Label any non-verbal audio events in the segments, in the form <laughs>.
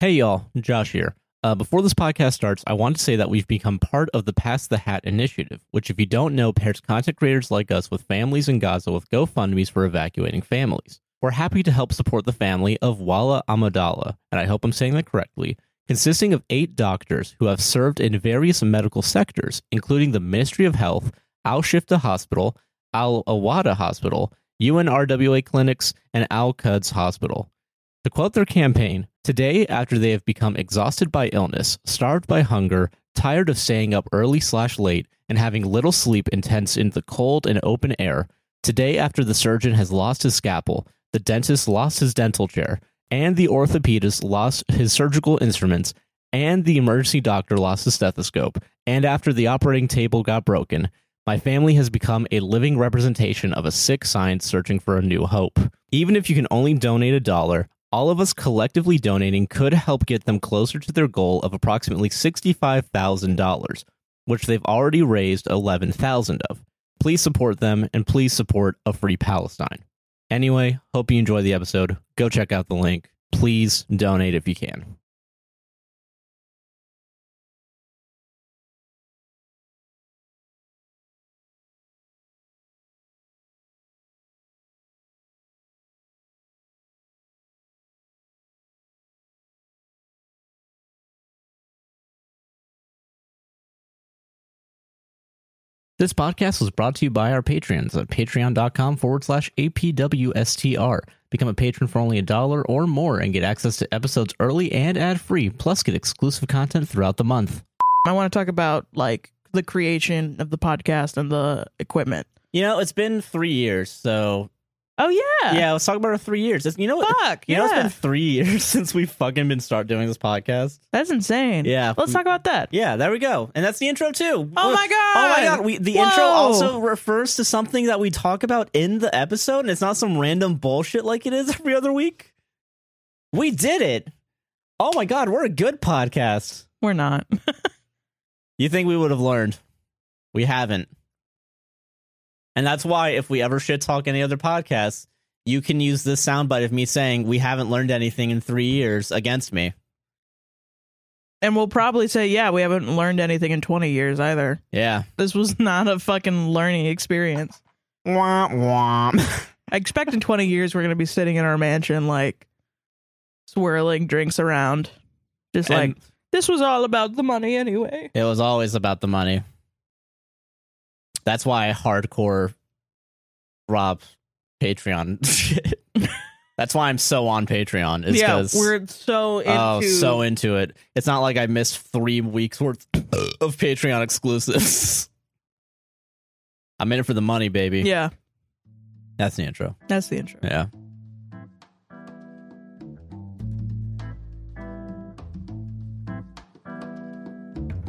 Hey, y'all, Josh here. Uh, before this podcast starts, I want to say that we've become part of the Pass the Hat initiative, which, if you don't know, pairs content creators like us with families in Gaza with GoFundMe's for evacuating families. We're happy to help support the family of Wala Amadallah, and I hope I'm saying that correctly, consisting of eight doctors who have served in various medical sectors, including the Ministry of Health, Al Shifta Hospital, Al Awada Hospital, UNRWA Clinics, and Al Quds Hospital. To quote their campaign, today, after they have become exhausted by illness, starved by hunger, tired of staying up early slash late, and having little sleep intense in the cold and open air, today, after the surgeon has lost his scalpel, the dentist lost his dental chair, and the orthopedist lost his surgical instruments, and the emergency doctor lost his stethoscope, and after the operating table got broken, my family has become a living representation of a sick science searching for a new hope. Even if you can only donate a dollar, all of us collectively donating could help get them closer to their goal of approximately $65,000, which they've already raised 11,000 of. Please support them and please support a free Palestine. Anyway, hope you enjoy the episode. Go check out the link. Please donate if you can. This podcast was brought to you by our patrons at patreon.com forward slash APWSTR. Become a patron for only a dollar or more and get access to episodes early and ad free, plus get exclusive content throughout the month. I want to talk about like the creation of the podcast and the equipment. You know, it's been three years, so Oh yeah. yeah, let's talk about our three years. It's- You know what? Fuck. You Yeah. know, it's been three <laughs> years since we fucking been start doing this podcast. That's insane. Yeah. Let's talk about that. Yeah, there we go, and that's the intro too. Oh my god. Oh my god! We, the Whoa. intro also refers to something that we talk about in the episode, and it's not some random bullshit like it is <laughs> every other week. We did it! Oh my god, we're a good podcast. We're not. You think we would have learned? We haven't, and that's why if we ever shit talk any other podcasts, you can use this soundbite of me saying we haven't learned anything in three years against me. and we'll probably say, yeah, we haven't learned anything in 20 years either. Yeah. This was <laughs> not a fucking learning experience. Womp <laughs> womp. I expect in 20 years we're going to be sitting in our mansion like swirling drinks around just And- like this was all about the money anyway. It was always about the money. That's why I hardcore rob Patreon <laughs> shit. That's why I'm so on Patreon. Is yeah, 'cause- we're so into oh, so into it. It's not like I missed three weeks worth <coughs> of Patreon exclusives. <laughs> I'm in it for the money, baby. Yeah, That's the intro. that's the intro. Yeah.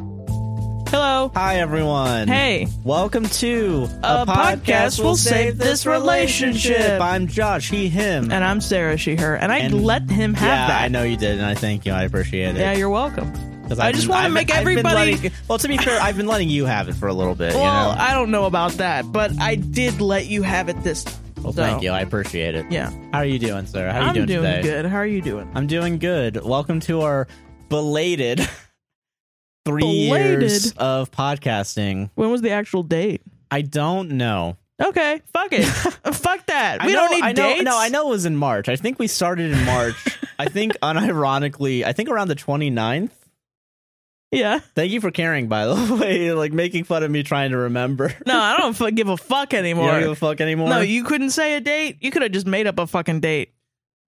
Hello. Hi, everyone. Hey. Welcome to A Podcast Will Save This Relationship. I'm Josh, he, him. and I'm Sarah, she, her, and I And- let him have yeah, that. I know you did, and I thank you. I appreciate it. Yeah, you're welcome. 'Cause I I've just been- wanna I've- make I've been everybody- letting- well, to be fair, I've been letting you have it for a little bit. Well, you know? I don't know about that, but I did let you have it this. well, so- thank you. I appreciate it. Yeah, How are you doing, sir? How are I'm you doing, today? good. How are you doing? I'm doing good. Welcome to our belated <laughs> three Belated? years of podcasting. When was the actual date? I don't know. Okay, <laughs> fuck it, Uh, fuck that. I We know- don't need I know, dates. No, I know it was in March. I think we started in <laughs> March. I think, unironically, I think around the 29th. <laughs> Yeah, Thank you for caring, by the <laughs> way. Like making fun of me trying to remember. no, I don't fu- give a fuck You don't anymore. give a fuck anymore. no, you couldn't say a date. You could have just made up a fucking date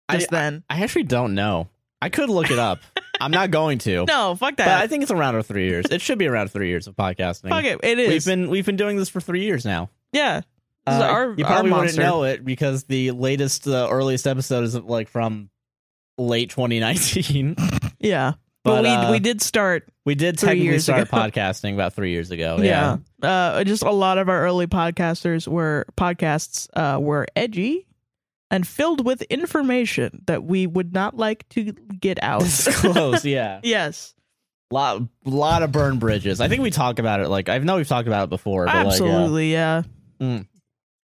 I- just then. I actually don't know. I could look it <laughs> up. I'm not going to. no, fuck But I that. think it's around our three years. It should be around three years of podcasting. fuck it. It We've is. been we've been doing this for three years now. yeah. This is our- Uh, you our probably wouldn't monster. know it because the latest, the earliest episode is like from late 2019. But, Yeah. But, we uh, we did start we did three technically years start ago. podcasting about three years ago. <laughs> yeah. Uh, just a lot of our early podcasters were podcasts uh, were edgy and filled with information that we would not like to get <laughs> out. It's close. Yeah. <laughs> yes, lot lot of burn bridges. I think we talk about it. Like I know we've talked about it before. But absolutely. yeah. Because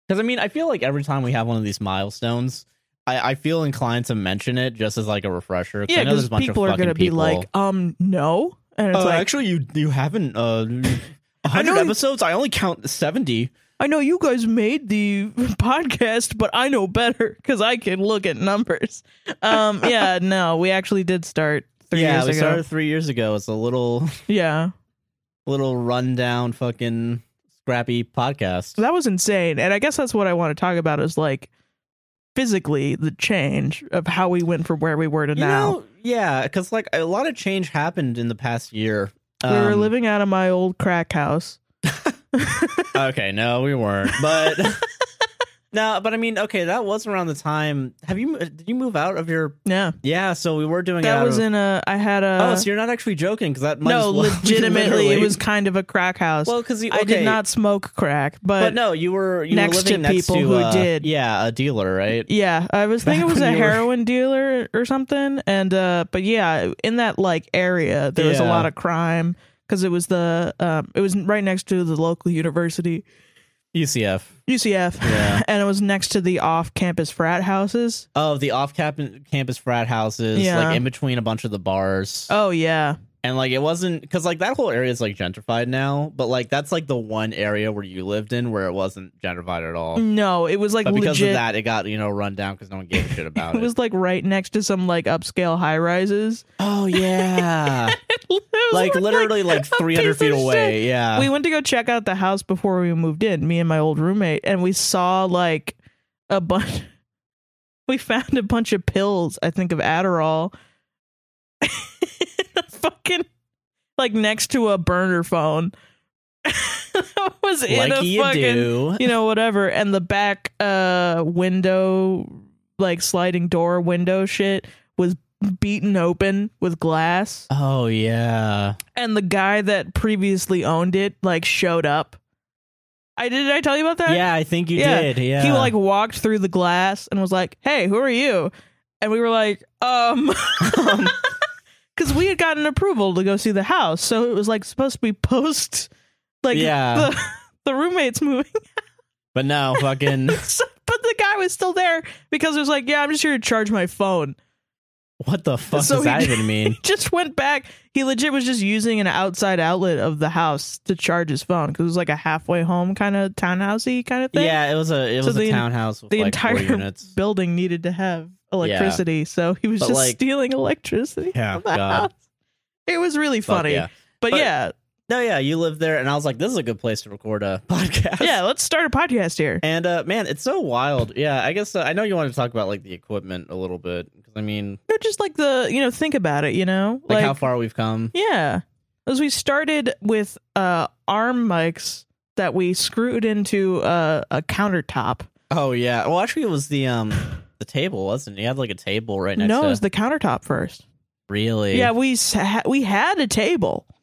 I mean, I feel like every time we have one of these milestones, I, I feel inclined to mention it just as like a refresher. 'cause Yeah, I know because there's a bunch people of are fucking going to be people. like, um, no. And it's Uh, like, actually, you you haven't. <laughs> Uh, a know hundred you- episodes. I only count seventy. I know you guys made the <laughs> podcast, but I know better because I can look at numbers. Um, yeah, no, we actually did start three yeah, years we ago. started three years ago. It's a little <laughs> Yeah, little rundown, fucking scrappy podcast. so that was insane, and I guess that's what I want to talk about is like physically the change of how we went from where we were to You now. know, yeah, because like a lot of change happened in the past year. we were Um, living out of my old crack house. <laughs> okay, no, we weren't, <laughs> but. <laughs> No, but I mean, okay, that was around the time. Have you did you move out of your? Yeah, Yeah, so we were doing it that out was of, in a. I had a. Oh, so you're not actually joking because that might no, as well <laughs> be legitimately, it literally- was kind of a crack house. <laughs> well because I did not smoke crack, But no, you were you next were living to people next to, who uh, did. Yeah, a dealer, right? Yeah, I was thinking Back it was a when you were- <laughs> heroin dealer or something, and uh, but yeah, in that like area, there was a Yeah. lot of crime because it was the um, it was right next to the local university, UCF. UCF, Yeah. <laughs> and it was next to the off-campus frat houses. Oh, the off campus frat houses, Yeah. like in between a bunch of the bars. Oh yeah, And like it wasn't because like that whole area is like gentrified now, but like that's like the one area where you lived in where it wasn't gentrified at all. no, it was Mm, like but because of legit. that, it got you know run down because no one gave a shit about <laughs> It it. was like right next to some like upscale high <laughs> rises. oh <laughs> yeah, like literally <laughs> like <laughs> a three hundred piece feet of away. Yeah, we went to go check out the house before we moved in me and my old roommate and we saw like a bunch <laughs> we found a bunch of pills i think of adderall <laughs> fucking like next to a burner phone <laughs> that was in like a you fucking do. you know whatever and the back uh window like sliding door window shit was beaten open with glass Oh yeah. and the guy that previously owned it like showed up. I did I tell you about that? Yeah, I think you Yeah. did. Yeah, <laughs> He like walked through the glass and was like, "Hey, who are you?" And we were like, "Um," <laughs> because we had gotten approval to go see the house, so it was like supposed to be post, like Yeah. the <laughs> the roommates moving. but no, fucking <laughs> So- but the guy was still there because it was like, "Yeah, I'm just here to charge my phone." <laughs> what the fuck So does he that did- even mean? <laughs> He just went back. He legit was just using an outside outlet of the house to charge his phone because it was like a halfway home kind of townhousey kind of thing. Yeah, it was a it So was the a en- townhouse with the like four entire <laughs> units. building needed to have electricity, so he was But, just like- stealing electricity. Yeah, from the God. house. It was really Fuck funny, yeah. but, But- <laughs> yeah, No, yeah, you lived there, and I was like, this is a good place to record a <laughs> podcast. yeah. Let's start a podcast here. And uh, man, it's so wild. Yeah, I guess uh, I know you want to talk about like the equipment a little bit because I mean, No, just like the you know, think about it. You know, like, how far we've come. Yeah. As we started with uh arm mics that we screwed into uh, a countertop. Oh yeah. Well, actually, it was the um the table, wasn't it? You had like a table right next. No, to... it was the countertop first. really. Yeah, we s- ha- we had a table, <laughs>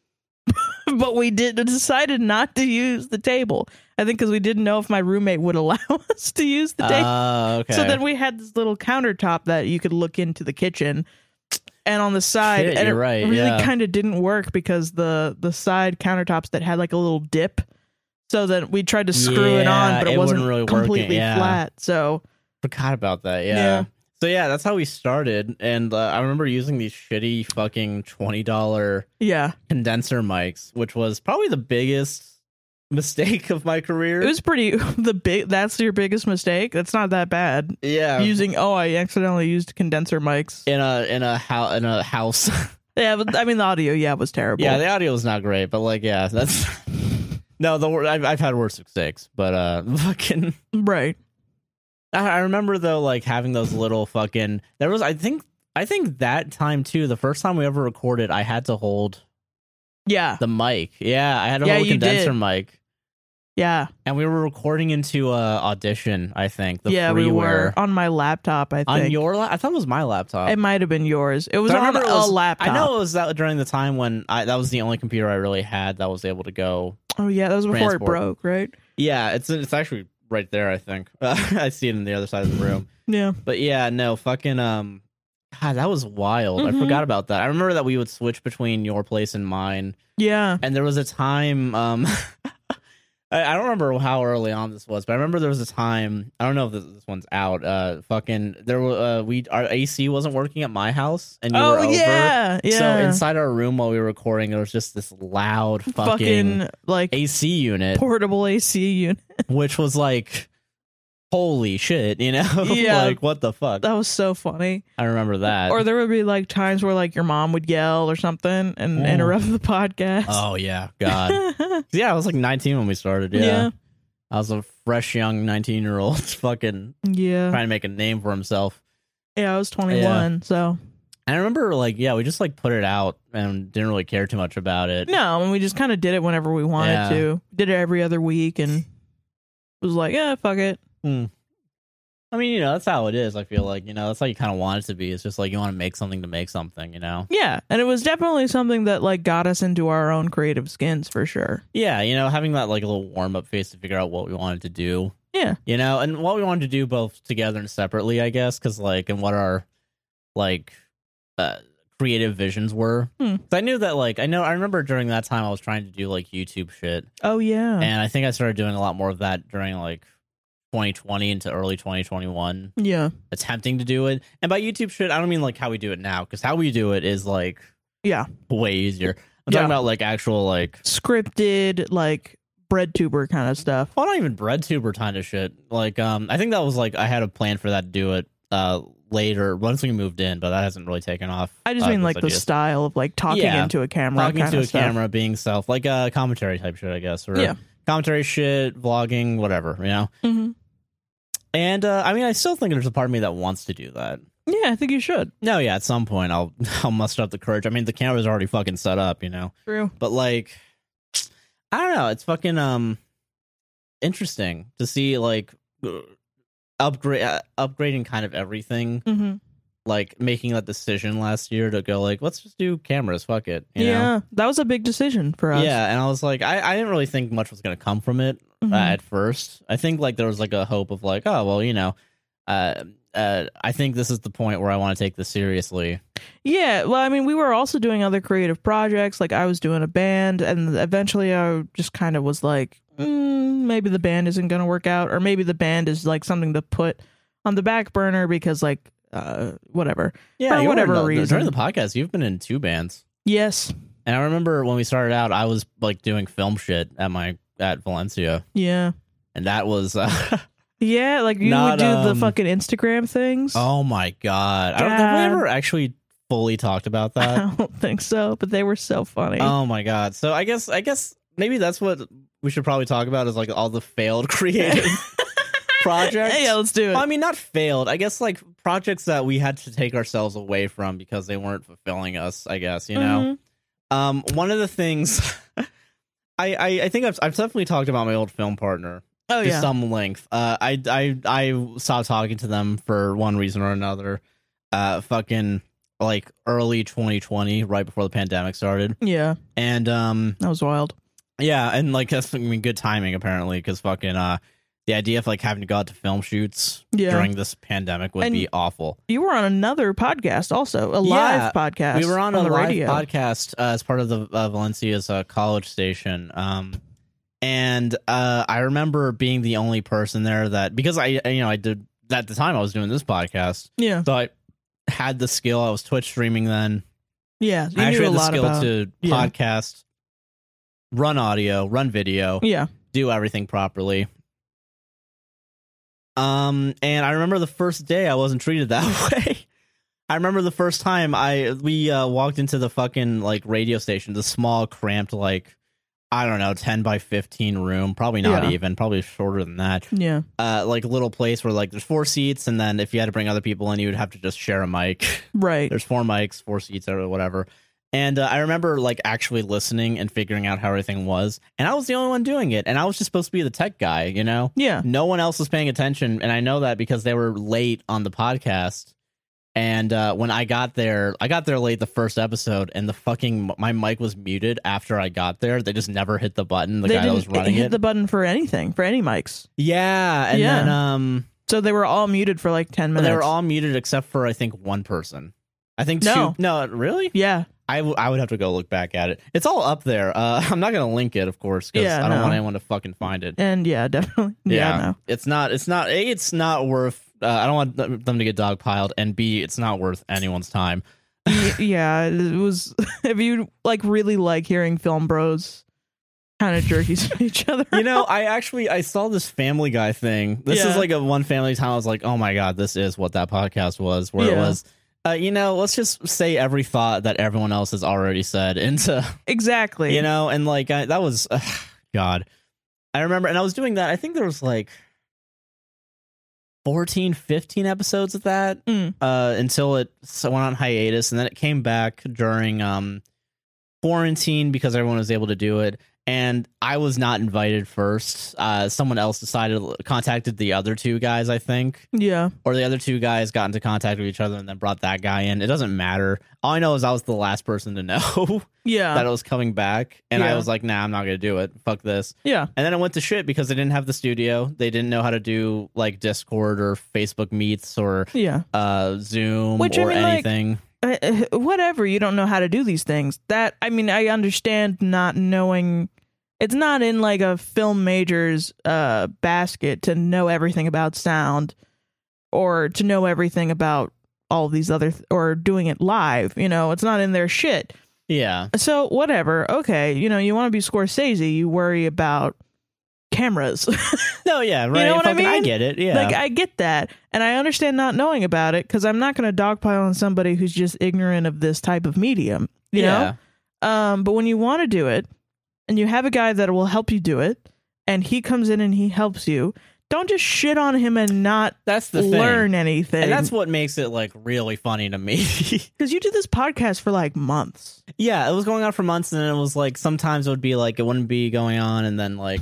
but we did decided not to use the table. I think because we didn't know if my roommate would <laughs> allow us to use the table. Oh, okay. So then we had this little countertop that you could look into the kitchen, and on the side, Shit, and you're it right, really yeah. kind of didn't work because the the side countertops that had like a little dip. So then we tried to screw it on, Yeah, but it, it wasn't wasn't really working, completely yeah. flat. So forgot about that. Yeah. Yeah. So yeah, that's how we started, and uh, I remember using these shitty fucking twenty dollar yeah, condenser mics, which was probably the biggest <laughs> mistake of my career. it was pretty <laughs> the big. That's your biggest mistake. That's not that bad. yeah, using oh i accidentally used condenser mics in a in a house in a house. <laughs> yeah but i mean the audio yeah was terrible yeah, the audio was not great, but like yeah, that's <laughs> no. The wor- I've I've had worse mistakes, but uh, <laughs> fucking. right I, I remember though, like having those little fucking. There was I think I think that time too. The first time we ever recorded, I had to hold yeah the mic. Yeah, I had to Yeah, hold a you did. condenser mic. yeah And we were recording into uh, audition, I think. The yeah freeware. we were on my laptop i think on your. La- I thought it was my laptop. it might have been yours it was But I on a remember it was- laptop I know it was that during the time when I that was the only computer I really had that was able to go. oh yeah that was before it Transport. broke right Yeah, it's it's actually right there. I think <laughs> I see it in the other side of the room. yeah But yeah, no fucking um, God, that was wild. Mhm. I forgot about that. I remember that we would switch between your place and mine, yeah and there was a time um, <laughs> I, I don't remember how early on this was, but I remember there was a time. I don't know if this, this one's out. Uh, fucking there. wa- Uh, we our AC wasn't working at my house, and you were oh over. yeah, yeah. So inside our room while we were recording, there was just this loud fucking, fucking like AC unit, portable AC unit. which was like, holy shit, you know, <laughs> Yeah. like what the fuck. That was so funny. I remember that. Or there would be like times where like your mom would yell or something and Oh. interrupt the podcast. <laughs> oh yeah, God. yeah, I was like 19 when we started. Yeah, yeah. I was a fresh young 19 year old, <laughs> fucking Yeah. trying to make a name for himself. Yeah, I was 21, so And I remember, like, yeah, we just like put it out and didn't really care too much about it. no, and we just kind of did it whenever we wanted Yeah. to. Did it every other week and was like, yeah, fuck it. I mean, you know, that's how it is. I feel like, you know, that's how you kind of want it to be. It's just like you want to make something to make something, you know? Yeah, and it was definitely something that like got us into our own creative skins for sure. Yeah, you know, having that like a little warm up phase to figure out what we wanted to do. Yeah. You know, and what we wanted to do both together and separately, I guess, because like, and what our like uh, creative visions were. Hmm. 'Cause I knew that like, I know, I remember during that time I was trying to do like YouTube shit. Oh yeah. And I think I started doing a lot more of that during like 2020 into early 2021, yeah. attempting to do it. And by YouTube shit, I don't mean like how we do it now, because how we do it is like Yeah. way easier. I'm Yeah. talking about like actual like Scripted like bread tuber kind of stuff. well, not even BreadTuber kind of shit. Like, um, I think that was like I had a plan for that to do it uh later once we moved in, but that hasn't really taken off. I just uh, mean this like the idea. style of like talking Yeah. into a camera. talking kind to of a stuff. camera, being self, like uh, commentary type shit, I guess, or Yeah. commentary shit, vlogging, whatever, you know. Mhm. And uh, I mean, I still think there's a part of me that wants to do that. Yeah, I think you should. No, yeah, at some point I'll <laughs> I'll muster up the courage. I mean, the camera's already fucking set up, you know. True. But like, I don't know. It's fucking um interesting to see like upgrade uh, upgrading kind of everything. hmm Like making that decision last year to go like let's just do cameras. Fuck it. You yeah, Know? that was a big decision for us. Yeah, and I was like, I, I didn't really think much was gonna come from it Mhm. uh, at first. I think like there was like a hope of like, oh well, you know, uh, uh, I think this is the point where I want to take this seriously. yeah. Well, I mean, we were also doing other creative projects. Like I was doing a band, and eventually I just kind of was like, mm, maybe the band isn't going to work out, or maybe the band is like something to put on the back burner because like uh whatever. For you were in whatever the- reason. During the podcast, you've been in two bands, Yes. and I remember when we started out, I was like doing film shit at my at Valencia, Yeah. and that was uh, <laughs> Yeah, like you Not, would do the um, fucking Instagram things. oh my god! I don't have we God. ever actually fully talked about <laughs> that. I don't think so, but they were so funny. oh my god! So I guess I guess maybe that's what we should probably talk about is like all the failed <laughs> creative <laughs> projects. yeah, let's do it. Well, I mean, not failed. I guess like projects that we had to take ourselves away from because they weren't fulfilling us. I guess you Mm-hmm. know. Um, one of the things <laughs> I, I I think I've I've definitely talked about my old film partner Mhm. Oh to yeah. some length. Uh, I I I stopped talking to them for one reason or another. Uh, fucking like early 2020, right before the pandemic started, Yeah, and um, that was wild. yeah, and like that's I mean, good timing apparently because fucking uh, the idea of like having to go out to film shoots Yeah. during this pandemic would And- be awful. You were on another podcast also, a Yeah, live podcast. We were on, a the live radio. podcast uh, as part of the uh, Valencia's uh, college station, um, and uh, I remember being the only person there that because I I- you know I did at the time I was doing this podcast, Yeah. so I had the skill. I was Twitch streaming then. Yeah. You I knew actually a had the lot skill about to yeah. podcast, run audio, run video, Yeah. do everything properly. Um, and I remember the first day I wasn't treated that <laughs> way. I remember the first time I we uh, walked into the fucking like radio station, the small cramped like I don't know ten by fifteen room, probably not Yeah. even, probably shorter than that. Yeah. Uh, like little place where like there's four seats, and then if you had to bring other people in, you would have to just share a mic. <laughs> Right. There's four mics, four seats, or whatever. And uh, I remember like actually listening and figuring out how everything was, and I was the only one doing it, and I was just supposed to be the tech guy, you know. yeah. No one else was paying attention, and I know that because they were late on the podcast. And uh, when I got there, I got there late the first episode, and the fucking my mic was muted after I got there. They just never hit the button. The they guy that didn't was running hit it, the button for anything, for any mics. yeah, and Yeah. then um, So they were all muted for like 10 minutes. they were all muted except for I think one person. I think No. two. No, really? Yeah. I, w- I would have to go look back at it. It's all up there. Uh, <laughs> I'm not gonna link it, of course, because Yeah, I don't no. want anyone to fucking find it. And yeah, <laughs> definitely. Yeah, no. it's not. It's not. A, it's not worth. Uh, I don't want th- them to get dogpiled, and B, it's not worth anyone's <laughs> time. Y- yeah, it was. <laughs> If you like really like hearing film bros kind of jerkies to <laughs> each other, You know, I actually I saw this Family Guy thing. This Yeah. is like a one Family time. I was like, oh my god, this is what that podcast was, where it Yeah. was. Uh, you know, let's just say every thought that everyone else has already said into exactly. you know and like I, that was ugh, god i remember and i was doing that i think there was like 14 15 episodes of that Mm. uh until it so it went on hiatus and then it came back during um quarantine because everyone was able to do it and i was not invited first uh someone else decided contacted the other two guys i think yeah, or the other two guys got into contact with each other and then brought that guy in it doesn't matter all i know is i was the last person to know <laughs> yeah, that it was coming back, and I Yeah. was like, "Nah, I'm not gonna do it. Fuck this." yeah, And then it went to shit because they didn't have the studio. They didn't know how to do like Discord or Facebook meets or yeah. uh, Zoom Which, I or mean, like- anything. Uh, uh, whatever. You don't know how to do these things. That I mean, I understand not knowing. It's not in like a film major's uh basket to know everything about sound, or to know everything about all these other th- or doing it live. You know, it's not in their shit. yeah, So whatever. Okay, you know, you want to be Scorsese, you worry about cameras. <laughs> no, yeah, right. know what I Fucking- mean? get it. Yeah, like I get that, and I understand not knowing about it because I'm not going to dogpile on somebody who's just ignorant of this type of medium. You yeah, know. Um, but when you want to do it, and you have a guy that will help you do it, and he comes in and he helps you, don't just shit on him and not that's the learn thing, anything. and that's what makes it like really funny to me. <laughs> because you did this podcast for like months. yeah, it was going on for months, and then it was like sometimes it would be like it wouldn't be going on, and then like.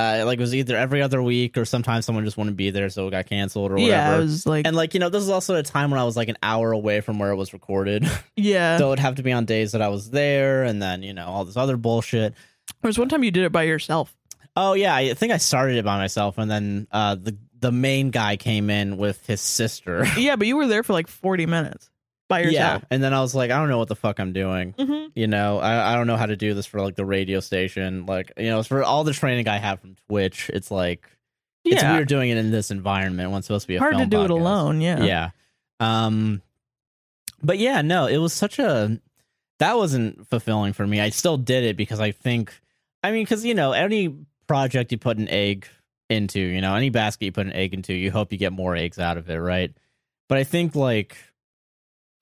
Uh, like it was either every other week or sometimes someone just wouldn't be there so it got canceled or whatever Yeah, I was like, and like you know this is also a time when i was like an hour away from where it was recorded <laughs> yeah. so it would have to be on days that i was there and then you know all this other bullshit There was one time you did it by yourself. oh yeah i think i started it by myself and then uh the the main guy came in with his sister <laughs> Yeah, but you were there for like 40 minutes by yeah yourself. and then i was like i don't know what the fuck i'm doing hmm you know I, I don't know how to do this for like the radio station like you know for all the training i have from twitch it's like it's Yeah. weird doing it in this environment when it's supposed to be a Hard to film do it podcast. alone. Yeah. yeah um but yeah no it was such a that wasn't fulfilling for me i still did it because i think i mean because you know any project you put an egg into you know any basket you put an egg into you hope you get more eggs out of it right but i think like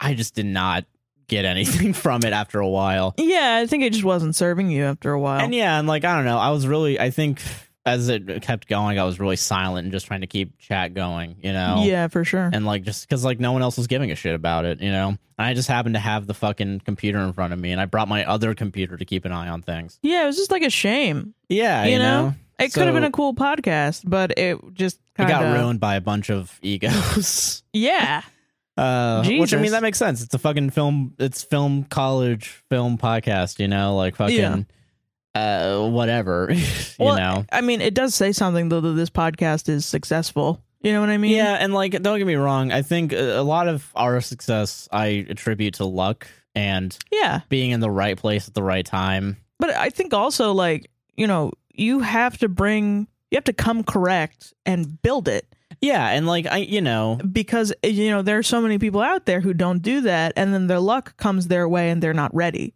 i just did not get <laughs> anything from it after a while Yeah, I think it just wasn't serving you after a while. and yeah, and like I don't know, I was really I think as it kept going, I was really silent and just trying to keep chat going, you know. Yeah, for sure. <laughs> And like just because like no one else was giving a shit about it, you know. And I just happened to have the fucking computer in front of me, and I brought my other computer to keep an eye on things. yeah, it was just like a shame. Yeah, you, You know, know? It could have been So- a cool podcast, but it just it kind got of ruined by a bunch of <laughs> egos. Yeah. Uh, which I mean Jesus. that makes sense. It's a fucking film. It's film college film podcast, you know, like Yeah. fucking uh, whatever, <laughs> you Well, know. I mean, it does say something though that this podcast is successful. You know what I mean? Yeah, and like, don't get me wrong. I think a a lot of our success I attribute to luck and Yeah. being in the right place at the right time. But I think also like, you know, you have to bring you have to come correct and build it. Yeah, and like I, you know, because you know there are so many people out there who don't do that and then their luck comes their way and they're not ready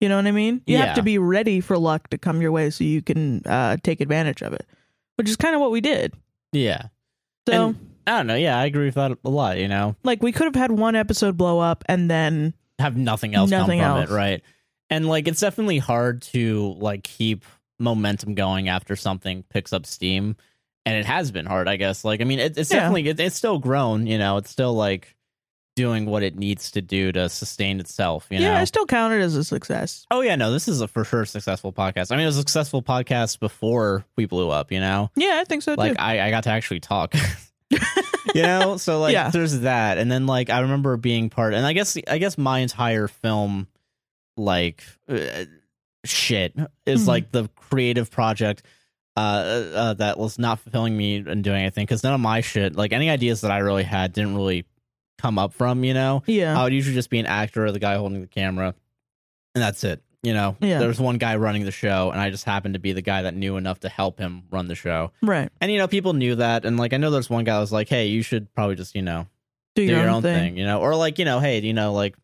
you know what i mean you Yeah. have to be ready for luck to come your way so you can uh, take advantage of it which is kind of what we did yeah, so And- I don't know. Yeah, I agree with that a lot. You know, like we could have had one episode blow up and then have nothing else Nothing come else. from it, right? And like, it's definitely hard to like keep momentum going after something picks up steam, and it has been hard, I guess. Like, I mean, it, it's Yeah. definitely it, it's still grown. You know, it's still like doing what it needs to do to sustain itself. You know, yeah i still count it as a success Oh yeah, no, this is a for sure successful podcast. I mean, it was a successful podcast before we blew up. You know, yeah i think so like too I, I got to actually <laughs> talk. <laughs> you know, so like Yeah. there's that, and then like I remember being part, and I guess I guess my entire film, like uh, shit, is Mhm. like the creative project. Uh, uh, that was not fulfilling me and doing anything because none of my shit, like any ideas that I really had, didn't really come up from. You know, yeah Uh, I would usually just be an actor or the guy holding the camera. and that's it. You know, Yeah. there was one guy running the show, and I just happened to be the guy that knew enough to help him run the show. Right. And you know, people knew that, and like I know there's one guy that was like, "Hey, you should probably just you know Do, do your, own thing. you know, or like you know, hey, you know, like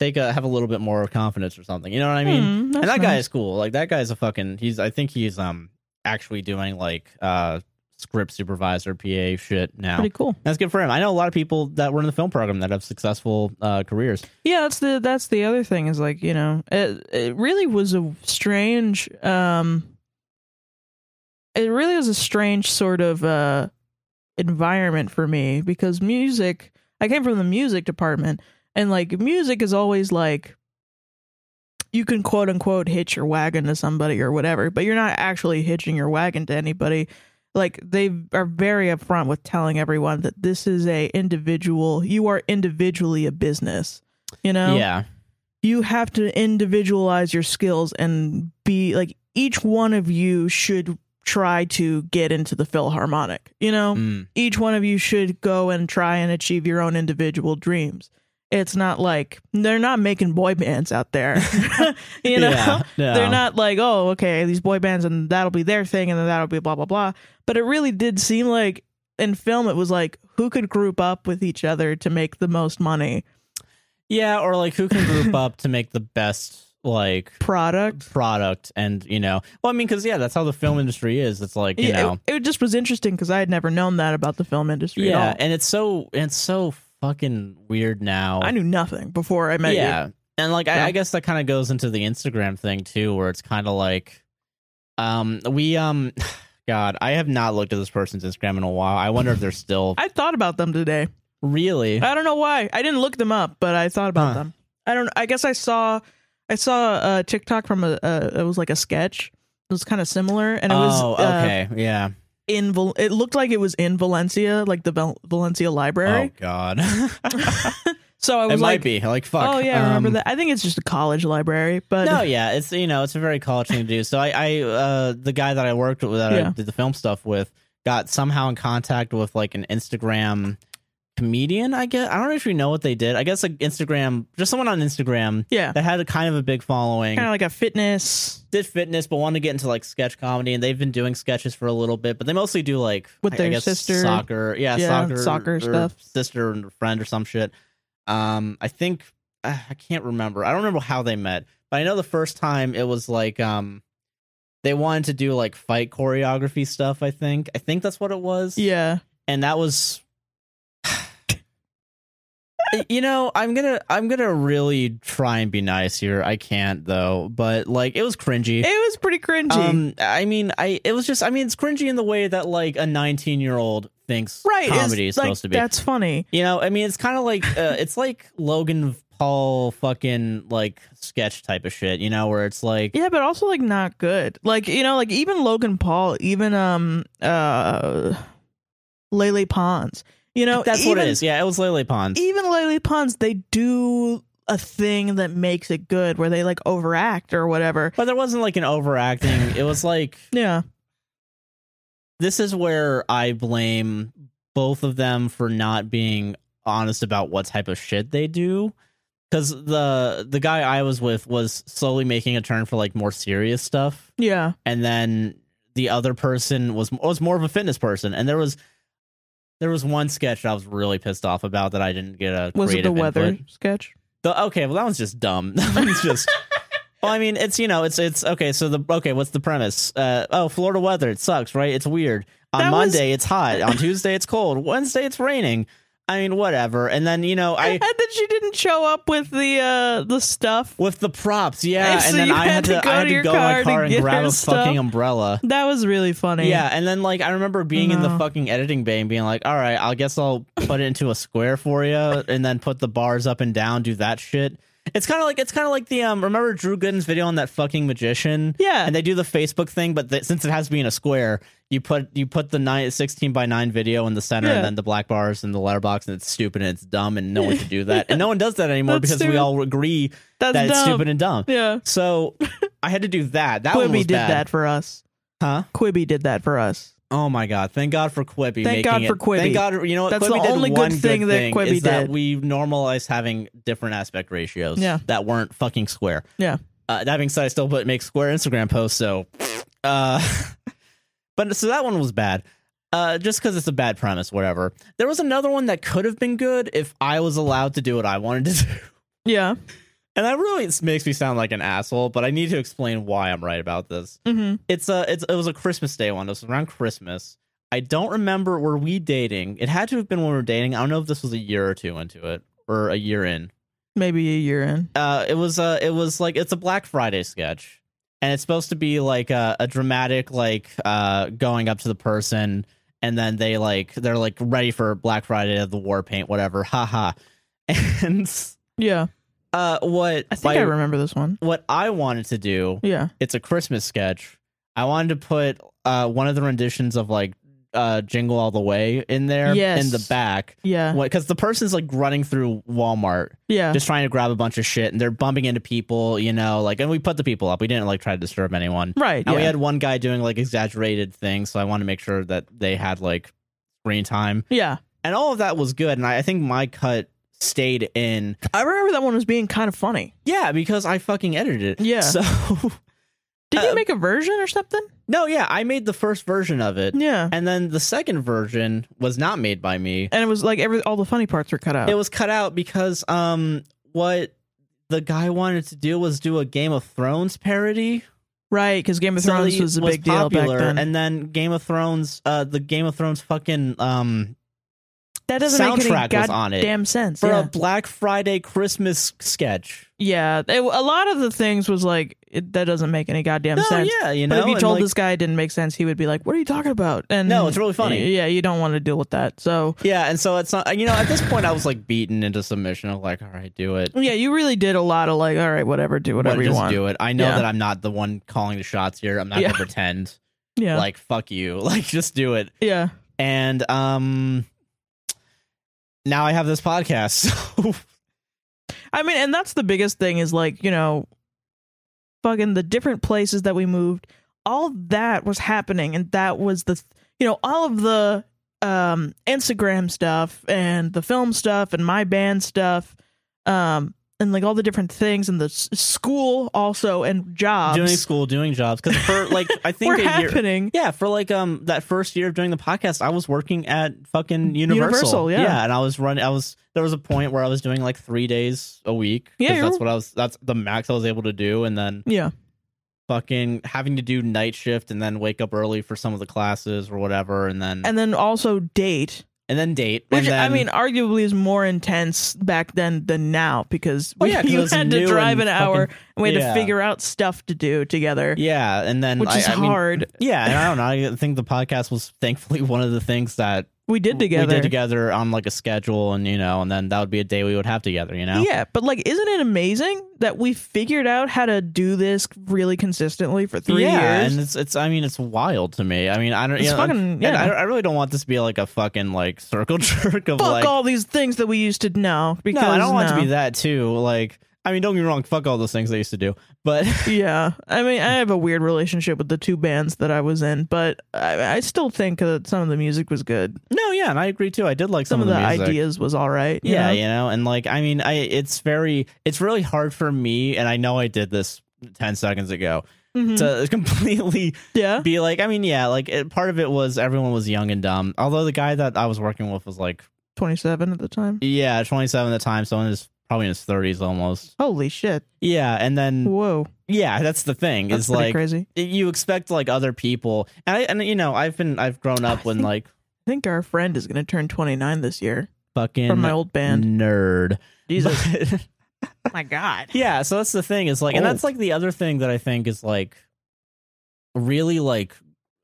take a have a little bit more confidence or something. You know what I mean? Hmm, and that's that guy nice. is cool. Like that guy's a fucking. He's. I think he's um actually doing like uh script supervisor PA shit now. pretty cool. That's good for him. I know a lot of people that were in the film program that have successful uh, careers. Yeah, that's the that's the other thing is like you know it it really was a strange um it really was a strange sort of uh environment for me because music I came from the music department and like music is always like you can quote unquote hitch your wagon to somebody or whatever but you're not actually hitching your wagon to anybody like they are very upfront with telling everyone that this is a individual you are individually a business you know Yeah, you have to individualize your skills and be like each one of you should try to get into the philharmonic you know Mm. each one of you should go and try and achieve your own individual dreams it's not like they're not making boy bands out there <laughs> you know Yeah. No. <laughs> they're not like, oh, okay, these boy bands and that'll be their thing and then that'll be blah blah blah. But it really did seem like in film it was like who could group up with each other to make the most money Yeah, or like who can <laughs> group up to make the best like product. product and you know well i mean because yeah that's how the film industry is it's like you Yeah, know it, it just was interesting because I had never known that about the film industry yeah at and it's so and it's so fucking weird now all. I knew nothing before I met you. yeah and like Yeah. I, I guess that kind of goes into the instagram thing too where it's kind of like um we um <sighs> god i have not looked at this person's instagram in a while i wonder if they're still <laughs> I thought about them today. really I don't know why. I didn't look them up, but I thought about Huh. them. I don't. I guess I saw. I saw a TikTok from a. a it was like a sketch. It was kind of similar, and it was oh uh, okay yeah in Val- it looked like it was in Valencia, like the Val- Valencia oh library. god it So I was might like, be like fuck "Oh yeah, I remember um, that?" I think it's just a college library, but no, yeah, it's you know, it's a very college thing to do. So I, I uh, the guy that I worked with, that I Yeah. did the film stuff with, got somehow in contact with like an Instagram comedian. I guess I don't actually know what they did. I guess like Instagram, just someone on Instagram <laughs> yeah, that had a kind of a big following, kind of like a fitness did fitness, but wanted to get into like sketch comedy, and they've been doing sketches for a little bit, but they mostly do like I- With I their guess sister. soccer, yeah, Yeah, soccer, soccer or stuff. sister and friend or some shit. Um, I think uh, I can't remember. I don't remember how they met, but I know the first time it was like um, they wanted to do like fight choreography stuff. I think I think that's what it was. yeah. and that was. <sighs> You know, I'm gonna I'm gonna really try and be nice here. I can't though, but like it was cringy. It was pretty cringy. Um, I mean, I it was just I mean, it's cringy in the way that like a 19 year old thinks right, it's comedy is like, supposed to be. That's funny. You know, I mean, it's kind of like uh, it's like Logan Paul fucking like sketch type of shit. You know, where it's like Yeah, but also like not good. Like you know, like even Logan Paul, even um uh, Lele Pons. You know, that's what even- e it is. Yeah, it was Lily Pons. even Lily Pons, they do a thing that makes it good where they like overact or whatever. but there wasn't like an overacting. It was like Yeah. this is where I blame both of them for not being honest about what type of shit they do. Because the the guy I was with was slowly making a turn for like more serious stuff. Yeah. and then the other person was was more of a fitness person and there was there was one sketch that I was really pissed off about that I didn't get a Was it the creative weather input. sketch? The- okay, well that one's just dumb. <laughs> That one's <laughs> just Well, I mean, it's you know, it's it's okay, so the okay, what's the premise? Uh oh, Florida weather, it sucks, right? It's weird. On That was- Monday it's hot, <laughs> on Tuesday it's cold, Wednesday it's raining. I mean, whatever. And then, you know, I <laughs> and then she didn't show up with the uh the stuff. with the props, yeah, And so and then you I had had to to, go I had to to your go in my car to car and get grab her a stuff. fucking umbrella. That was really funny. Yeah, and then like I remember being in the No. fucking editing bay and being like, "All right, I guess I'll put it into a square for you, and then put the bars up and down, do that shit." It's kind of like it's kind of like the um. Remember Drew Gooden's video on that fucking magician? Yeah. And they do the Facebook thing, but th- since it has to be in a square, you put you put the nine, 16 by nine video in the center, Yeah. and then the black bars and the letterbox, and it's stupid and it's dumb, and no one should <laughs> do that, and no one does that anymore That's because we stupid. all agree That's that it's dumb. stupid and dumb. yeah. So I had to do that. That one Quibby was did bad. that for us. huh? Quibby did that for us. Oh my god! Thank God for Quibi. Thank making God it- for Quibi. Thank God. You know what? That's Quibi the did only good one thing that Quibi is That did. we normalized having different aspect ratios. Yeah. That weren't fucking square. Yeah. Uh, that being said, I still put make square Instagram posts. So, uh, <laughs> but so that one was bad. Uh, just because it's a bad premise, whatever. There was another one that could have been good if I was allowed to do what I wanted to <laughs> do. Yeah. And that really makes me sound like an asshole, but I need to explain why I'm right about this Mm-hmm. it's a it's it was a Christmas Day one. It was around Christmas. I don't remember were we dating. It had to have been when we were dating. I don't know if this was a year or two into it or a year in. Maybe a year in. Uh, it was uh, it was like it's a Black Friday sketch, and it's supposed to be like a, a dramatic like uh going up to the person, and then they like they're like ready for Black Friday of the war paint whatever. Haha, <laughs> and Yeah. uh, what I think I my- remember this one. what I wanted to do Yeah. it's a Christmas sketch. I wanted to put uh, one of the renditions of like uh, "Jingle All the Way" in there Yes. Uh-huh. in the back Yeah. because the person's like running through Walmart, Yeah. just trying to grab a bunch of shit, and they're bumping into people, you know, like. And we put the people up. We didn't like try to disturb anyone. right. And Yeah. we had one guy doing like exaggerated things, so I wanted to make sure that they had like screen time, yeah. and all of that was good. And I, I think my cut stayed in I remember that one was being kind of funny. yeah because i fucking edited it Yeah. so <laughs> Did Uh, you make a version or something? no yeah i made the first version of it Yeah. And then the second version was not made by me. And it was like every all the funny parts were cut out. It was cut out because um what the guy wanted to do was do a Game of Thrones parody. right, because Game of So Thrones he was a big deal back popular, then. And then Game of Thrones uh the Game of Thrones fucking um that doesn't make any soundtrack was goddamn on it sense. for yeah. a Black Friday Christmas sketch. Yeah, it- a lot of the things was like it, that doesn't make any goddamn No, sense. Oh, yeah, you know. but if you and, told like, this guy it didn't make sense, he would be like, "What are you talking about?" And No, it's really funny. Yeah, you don't want to deal with that. So Yeah, and so it's not you know, at this point I was like beaten into submission of like, all right, do it. yeah, you really did a lot of like, "All right, whatever, do <laughs> whatever you just want." do it. I know Yeah. that I'm not the one calling the shots here. I'm not Yeah. gonna pretend. <laughs> Yeah, Like, fuck you. <laughs> Like just do it. yeah, and um now i have this podcast <laughs> so I mean, and that's the biggest thing is like, you know, fucking the different places that we moved, all that was happening. And that was the, th- you know, all of the um, Instagram stuff and the film stuff and my band stuff um, and like all the different things and the s- school also and jobs doing school doing jobs because for <laughs> like i think um, were a year happening. yeah for like um that first year of doing the podcast i was working at fucking universal, Universal, yeah. and i was running i was there was a point where i was doing like three days a week 'cause Yeah, you're- that's what i was that's the max i was able to do and then Yeah. fucking having to do night shift and then wake up early for some of the classes or whatever and then and, And then also date, then date which and then, I mean, arguably is more intense back then than now because Oh, we yeah, 'cause it <laughs> you was had to new drive an and hour and we had yeah. to figure out stuff to do together. yeah and then which I- is I mean, hard. Yeah, and I don't know. I think the podcast was thankfully one of the things that we did together. we did together on like a schedule, and you know, and then that would be a day we would have together. You know, Yeah, but like, isn't it amazing that we figured out how to do this really consistently for three yeah, years? and it's it's. I mean, it's wild to me. I mean, I don't. It's you know, fucking- and yeah. I, don't- I really don't want this to be like a fucking like circle <laughs> jerk of Fuck like. all these things that we used to know. no, Because I don't want it to be no. that too. Like, I mean, don't get me wrong. Fuck all those things I used to do, but <laughs> <laughs> Yeah, I mean, I have a weird relationship with the two bands that I was in, but I, I still think that some of the music was good. no, yeah, and I agree too. I did like Some, some, of the, music. ideas was all right. you yeah know? you know and like i mean i it's very it's really hard for me and i know i did this 10 seconds ago Mhm. to <laughs> completely yeah, be like i mean yeah like it, part of it was everyone was young and dumb although the guy that i was working with was like twenty-seven at the time. yeah 27 at the time so in his probably in his 30s almost Holy shit! yeah and then Whoa, yeah that's the thing that's is pretty like crazy. you expect like other people and i and you know i've been i've grown up I when think- like I think our friend is going to turn twenty-nine this year fucking from my <laughs> old band. nerd Jesus, But- my God. Yeah, so that's the thing is like, and that's Old. like the other thing that I think is like, really like,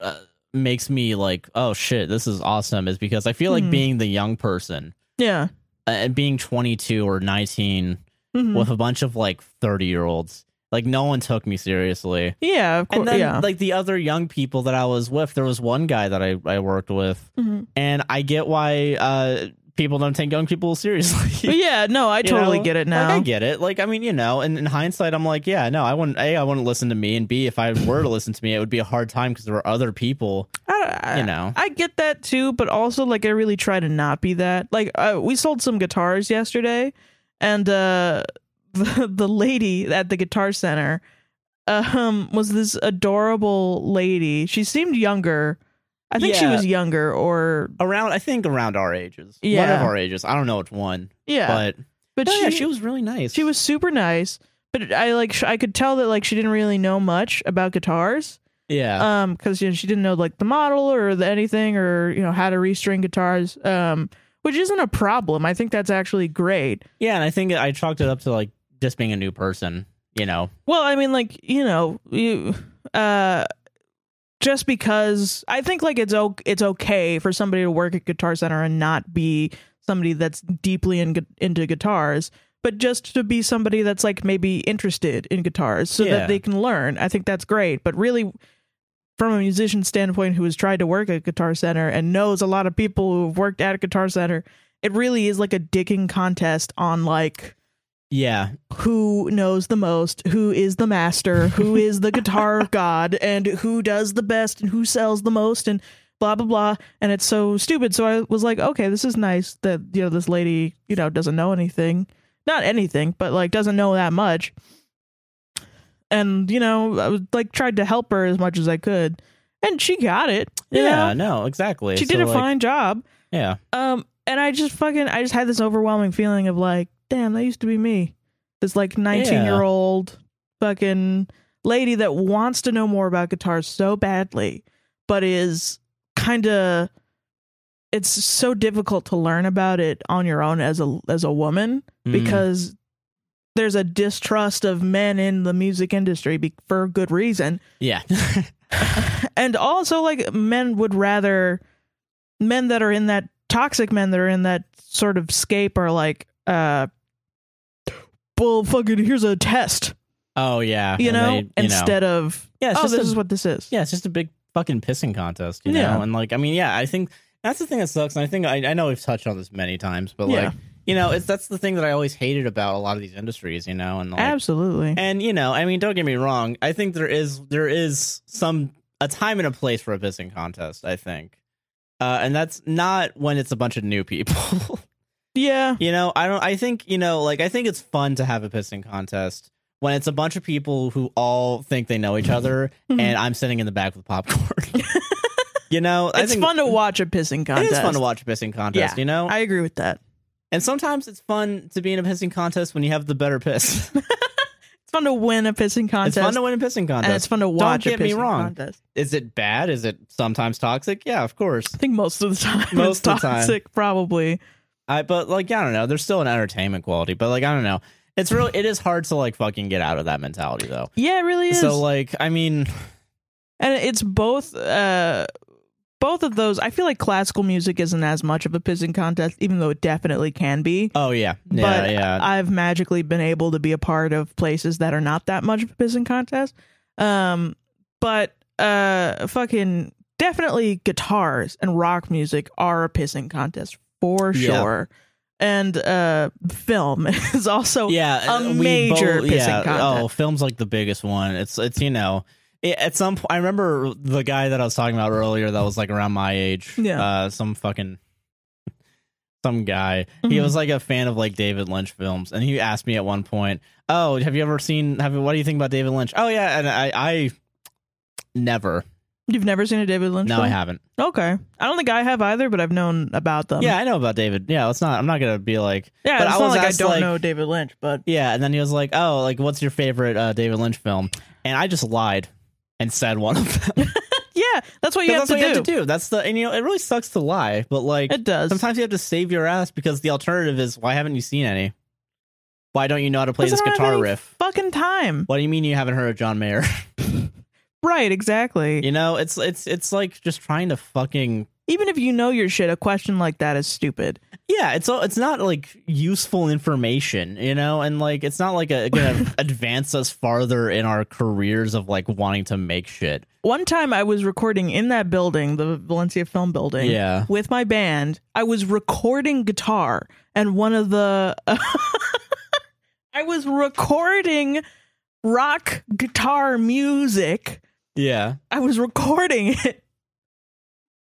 uh, makes me like, oh shit, this is awesome, is because I feel like Mhm. being the young person Yeah. uh, and being 22 or 19 Mhm. with a bunch of like 30 year olds, like no one took me seriously. yeah, of course. And then Yeah. like the other young people that I was with, there was one guy that I I worked with, <laughs> Mhm. and I get why uh people don't take young people seriously. But yeah, no, I You totally know? get it Like, now. I get it. Like, I mean, you know, and in hindsight, I'm like, yeah, no, I wouldn't. A, I wouldn't listen to me, and B, if I were to listen to me, it would be a hard time because there are other people. I I, you know. I get that too, but also like I really try to not be that. Like uh, we sold some guitars yesterday, and uh, <laughs> the the lady at the guitar center um was this adorable lady. She seemed younger. I think she Yeah. was younger, or Around, I think around our ages. One Yeah. of our ages. I don't know which one, yeah, but, but No, she, yeah, she was really nice. she was super nice. But I like sh- I could tell that like she didn't really know much about guitars. yeah, um because you know she didn't know like the model or the anything or you know how to restring guitars um which isn't a problem i think that's actually great yeah, and I think I chalked it up to like just being a new person. You know, well i mean like you know you uh just because i think like it's o- it's okay for somebody to work at guitar center and not be somebody that's deeply in, gu- into guitars but just to be somebody that's like maybe interested in guitars so Yeah. that they can learn i think that's great but really from a musician standpoint who has tried to work at Guitar Center and knows a lot of people who have worked at Guitar Center, it really is like a dicking contest on like yeah, who knows the most, who is the master, <laughs> who is the guitar god, and who does the best and who sells the most and blah blah blah. And it's so stupid. So I was like, okay, this is nice that you know this lady you know doesn't know anything, not anything, but like doesn't know that much. And you know, I was like tried to help her as much as I could, and she got it. you yeah. know? No, exactly. she So, did a like, fine job. Yeah, Um, and I just fucking I just had this overwhelming feeling of like, damn, that used to be me. This like nineteen year old fucking lady that wants to know more about guitars so badly, but is kinda it's so difficult to learn about it on your own as a as a woman Mm. because there's a distrust of men in the music industry be, for good reason yeah, <laughs> and also like men would rather men that are in that toxic men that are in that sort of scape are like uh well fucking here's a test oh yeah, you and know they- you know. instead of yeah, it's oh just this a- is what this is Yeah, it's just a big fucking pissing contest, you Yeah. know? And like, I mean, yeah, I think that's the thing that sucks. And I think I, I know we've touched on this many times, but Yeah. like, you know, it's that's the thing that I always hated about a lot of these industries, you know? And like, absolutely and you know, I mean, don't get me wrong. I think there is there is some a time and a place for a pissing contest. I think, uh, and that's not when it's a bunch of new people. <laughs> yeah You know, I don't. I think you know, like I think it's fun to have a pissing contest when it's a bunch of people who all think they know each other, Mhm. and I'm sitting in the back with popcorn. <laughs> you know, I it's think fun to watch a pissing It contest is fun to watch a pissing contest. Yeah. You know, i agree with that and sometimes it's fun to be in a pissing contest when you have the better <laughs> piss. it's fun to win a pissing it's contest fun to win a pissing and it's contest. fun to watch get a pissing me wrong. contest Is it bad? Is it sometimes toxic? Yeah, of course. i think most of the time Most it's of the time. toxic probably I but like I don't know. There's still an entertainment quality, but like I don't know. It's real. It is hard to like fucking get out of that mentality though. yeah it really is So like I mean, and it's both uh both of those i feel like classical music isn't as much of a pissing contest even though it definitely can be oh yeah, yeah, but yeah. i've magically been able to be a part of places that are not that much of a pissing contest um but uh fucking definitely guitars and rock music are a pissing contest for Yeah. sure and uh film <laughs> is also yeah, a we major pissing yeah, contest. Oh, film's like the biggest one. It's it's you know, it, at some point I remember the guy that I was talking about earlier that was like around my age. Yeah. uh, some fucking some guy. He Mhm. was like a fan of like David Lynch films, and he asked me at one point, "Oh, have you ever seen? Have you- what do you think about David Lynch? Oh yeah, and I I never. you've never seen a david lynch no, film I haven't. okay i don't think i have either but i've known about them yeah, I know about David. Yeah, it's not. I'm not gonna be like. Yeah, But it's I not was like I asked, don't like- know David Lynch, but Yeah, and then he was like, "Oh, like what's your favorite uh, David Lynch film?" And I just lied and said one of them. <laughs> yeah, that's what you Because that's have, to, what do. you have to do. That's the and you know it really sucks to lie, but like It does. sometimes you have to save your ass because the alternative is why haven't you seen any? Why don't you know how to play 'Cause I this don't have guitar any riff? Fucking time. What do you mean you haven't heard of John Mayer? <laughs> Right, exactly. you know, it's it's it's like just trying to fucking Even if you know your shit, a question like that is stupid. yeah. It's all- it's not like useful information, you know, and like it's not like a, <laughs> gonna advance us farther in our careers of like wanting to make shit. One time I was recording in that building, the Valencia Film Building, Yeah. with my band. I was recording guitar, and one of the. <laughs> I was recording rock guitar music. Yeah. I was recording it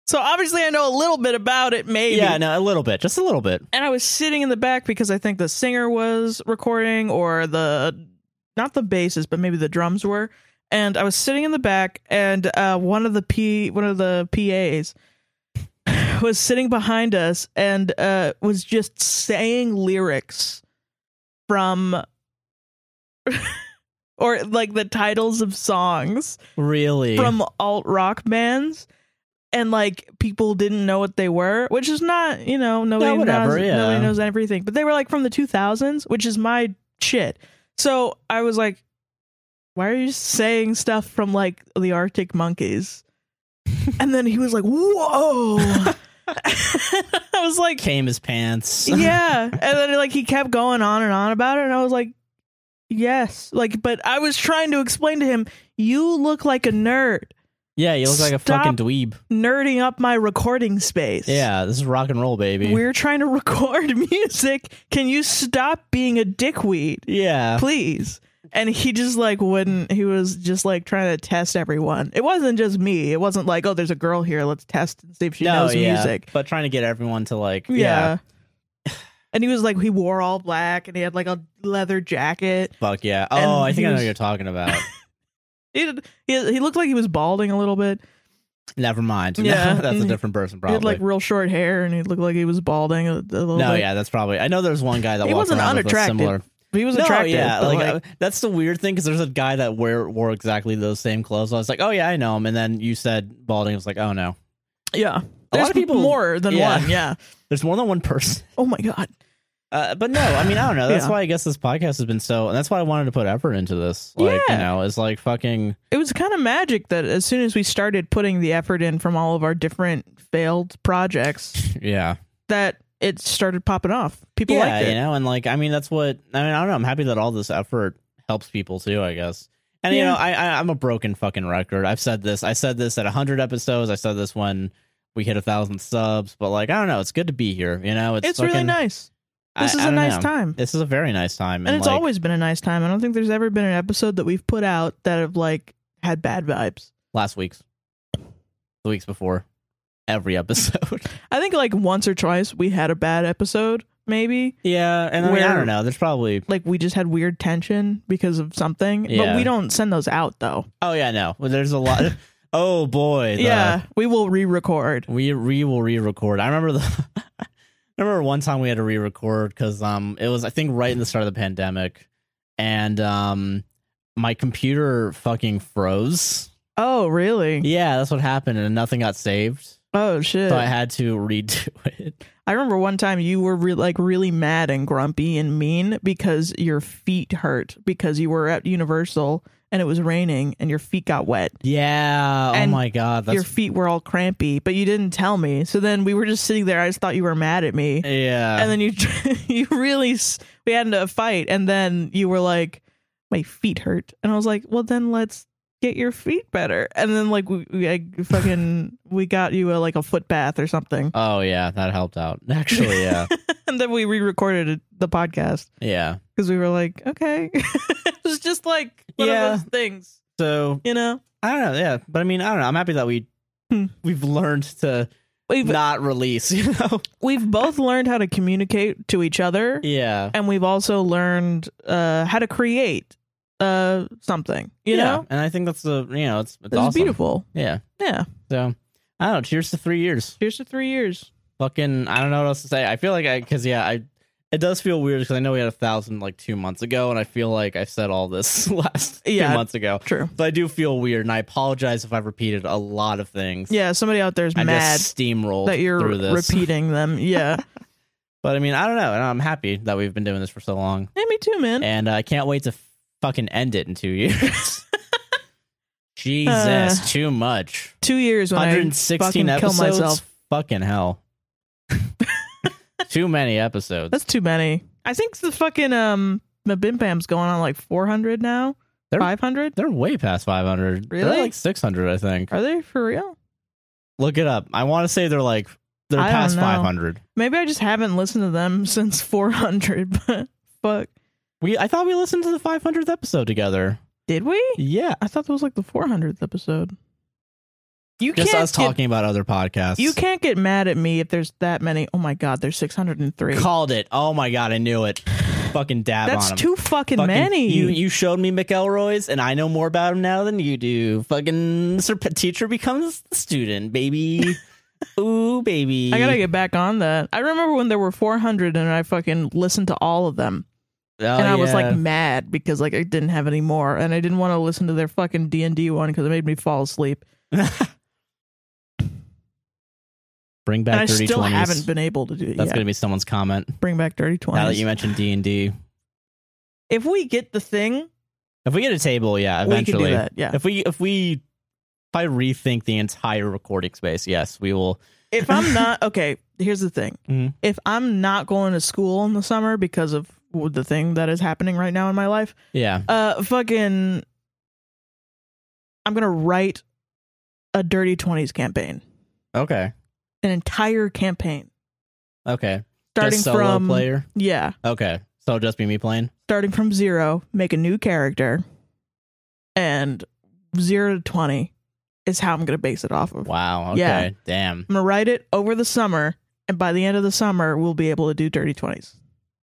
So obviously, I know a little bit about it, maybe. Yeah, no, a little bit, just a little bit. And I was sitting in the back because I think the singer was recording or the, not the basses, but maybe the drums were. And I was sitting in the back, and uh, one of the p one of the PAs <laughs> was sitting behind us and uh, was just saying lyrics from, <laughs> or like the titles of songs Really? from alt rock bands and like people didn't know what they were which is not you know nobody, whatever, knows, yeah. nobody knows everything but they were like from the 2000s which is my shit so i was like why are you saying stuff from like the <laughs> arctic monkeys and then he was like whoa <laughs> i was like came his <laughs> pants. yeah and then like he kept going on and on about it and i was like yes like but i was trying to explain to him you look like a nerd Yeah, you look like a Stop. fucking dweeb. nerding up my recording space. Yeah, this is rock and roll, baby. We're trying to record <laughs> music. Can you stop being a dickweed, yeah. please? And he just like wouldn't. He was just like trying to test everyone. It wasn't just me. It wasn't like, oh, there's a girl here. Let's test and see if she knows yeah, music. But trying to get everyone to like, Yeah. yeah, And he was like, he wore all black and he had like a leather jacket. fuck yeah. And Oh, I think he I know was- what you're talking <laughs> about. He, did, he, he looked like he was balding a little bit. Never mind. Yeah. <laughs> that's a different person, He had probably. like real short hair and he looked like he was balding a, a little no, bit. yeah, that's probably. I know there's one guy that He walked wasn't around unattractive, with a similar. He was no, attractive. yeah, but, like, like, uh, that's the weird thing because there's a guy that wore wore exactly those same clothes. I was like, oh yeah, I know him. And then you said balding. I was like, oh no, Yeah. A There's lot of people- more than yeah. one. Yeah. there's more than one person. <laughs> Oh my god. Uh, but no, I mean, I <laughs> don't know. That's Yeah. why I guess this podcast has been so, and that's why I wanted to put effort into this. Like, Yeah. you know, it's like <laughs> fucking. It was kind of magic that as soon as we started putting the effort in from all of our different failed projects, Yeah. that it started popping off. People yeah, liked it. you know, and like I mean, that's what I mean. I don't know. I'm happy that all this effort helps people too. I guess. And you Yeah. know, I, I I'm a broken fucking record. I've said this. I said this at 100 episodes. I said this when we hit a thousand subs. But like, I don't know. It's good to be here. You know, it's It's, really fucking- nice. I- This I is a don't nice know. time. This is a very nice time, and it's like, always been a nice time. I don't think there's ever been an episode that we've put out that have like had bad vibes. last week's, the weeks before, every episode. I think like once or twice we had a bad episode, maybe. yeah, and I, mean, I Where- don't know. There's probably Like we just had weird tension because of something. Yeah. But we don't send those out though. oh yeah no. Well, There's a <laughs> lot. oh boy. the- yeah. We will re record. We re will re-record. I remember the <laughs> I remember one time we had to re-record because um it was I think right in the start of the pandemic, and um my computer fucking froze. Oh, really? Yeah, that's what happened, and nothing got saved, Oh shit! so I I, had to redo <laughs> it. remember one time you were re- like really mad and grumpy and mean because your feet hurt because you were at Universal and it was raining and your feet got wet. Yeah. And oh my god. That's your feet were all crampy, but you didn't tell me. So then we were just sitting there. I just thought you were mad at me, yeah. and then you <laughs> you really s- we had a fight, and then you were like, "My feet hurt," and I was like, "Well, then let's." Get your feet better, and then like we, we I fucking we got you a like a foot bath or something. oh yeah, that helped out actually. <laughs> Yeah. and then we re-recorded it- the podcast yeah. because we were like, okay, <laughs> it was just like one Yeah. of those things, So you know. I don't know. Yeah, but I mean I don't know. I'm happy that we. Hmm. We've learned to We've not release, <laughs> you know. we've both learned how to communicate to each other, Yeah, and we've also learned uh, how to create uh, something. You Yeah, know, and I think that's the you know it's it's it was awesome. beautiful. Yeah, Yeah. so I don't know. Cheers to three years. Here's to three years. Fucking, I don't know what else to say. I feel like I because yeah, I it does feel weird because I know we had a thousand like two months ago, and I feel like I said all this <laughs> last Yeah. two months ago. True. So I do feel weird, and I apologize if I've repeated a lot of things. Yeah. Somebody out there is I mad just steamrolled that you're through this. repeating <laughs> them. Yeah. but I mean, I don't know, and I'm happy that we've been doing this for so long, yeah. Me too, man. <laughs> and I can't wait to fucking end it in two <laughs> years. Jesus, Uh, too much. Two years when I 116 fucking episodes. kill myself. Fucking <laughs> hell. Too many episodes. That's too many. I think the fucking um the Bim Bam's going on like 400 now. They're- 500? They're way past 500. Really? They're like 600, I think. Are they for real? Look it up. I want to say they're like they're I don't past know. 500. Maybe I just haven't listened to them <laughs> since 400, <laughs> but fuck. We I thought we listened to the 500th episode together. Did we? Yeah. I thought that was like the 400th episode. You Just can't us get- talking about other podcasts. You can't get mad at me if there's that many. Oh my god, there's 603. called it. Oh my god, I knew it. Fucking dab on That's him. too fucking, Fucking- many. You you showed me McElroy's, and I know more about him now than you do. Fucking Mr. P- teacher becomes the student, <laughs> baby. Ooh, baby. I gotta get back on that. I remember when there were 400 and I fucking listened to all of them, Oh, and I was yeah. like mad because like I didn't have any more, and I didn't want to listen to their fucking D and D one because it made me fall asleep, bring back and I dirty still 20s. haven't been able to do it. That's yet. gonna be someone's comment. Bring back dirty Now that twenties. you mentioned D and D, if we get the thing, if we get a table, yeah, eventually. we can do that. Yeah. If we if we if I rethink the entire recording space, yes, we will. If <laughs> I'm not okay, here's the thing. Mhm. If I'm not going to school in the summer because of the thing that is happening right now in my life, Yeah, uh fucking i'm gonna write a dirty 20s campaign okay, an entire campaign okay. starting Just solo from player. yeah Okay, so it'll just be me playing. starting from zero make a new character and zero to 20 is how i'm gonna base it off of Wow. Okay. Yeah. Damn. i'm gonna write it over the summer and by the end of the summer we'll be able to do dirty 20s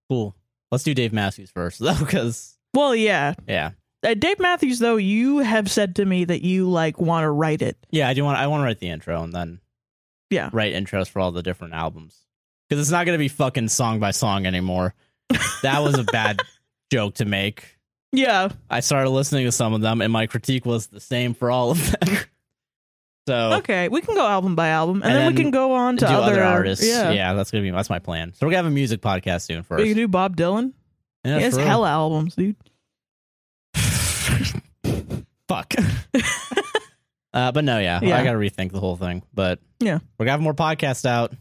Cool. Let's do Dave Matthews first, <laughs> though, because well yeah yeah, uh, dave matthews though you have said to me that you like want to write it yeah. I do want. I want to write the intro and then Yeah. write intros for all the different albums because it's not gonna be fucking song by song <laughs> anymore. that was a bad joke to make. yeah I started listening to some of them, and my critique was the same for all of them. <laughs> so okay we can go album by album and, Oh. And then, we then can go on to do other, other artists. yeah. Yeah. that's gonna be that's my plan. So we're gonna have a music podcast soon first. We can do Bob Dylan. Yeah, He has for real. hella albums, dude. <laughs> Fuck. <laughs> uh, but no, yeah, Yeah. I gotta rethink the whole thing. But Yeah. we're gonna have more podcasts out.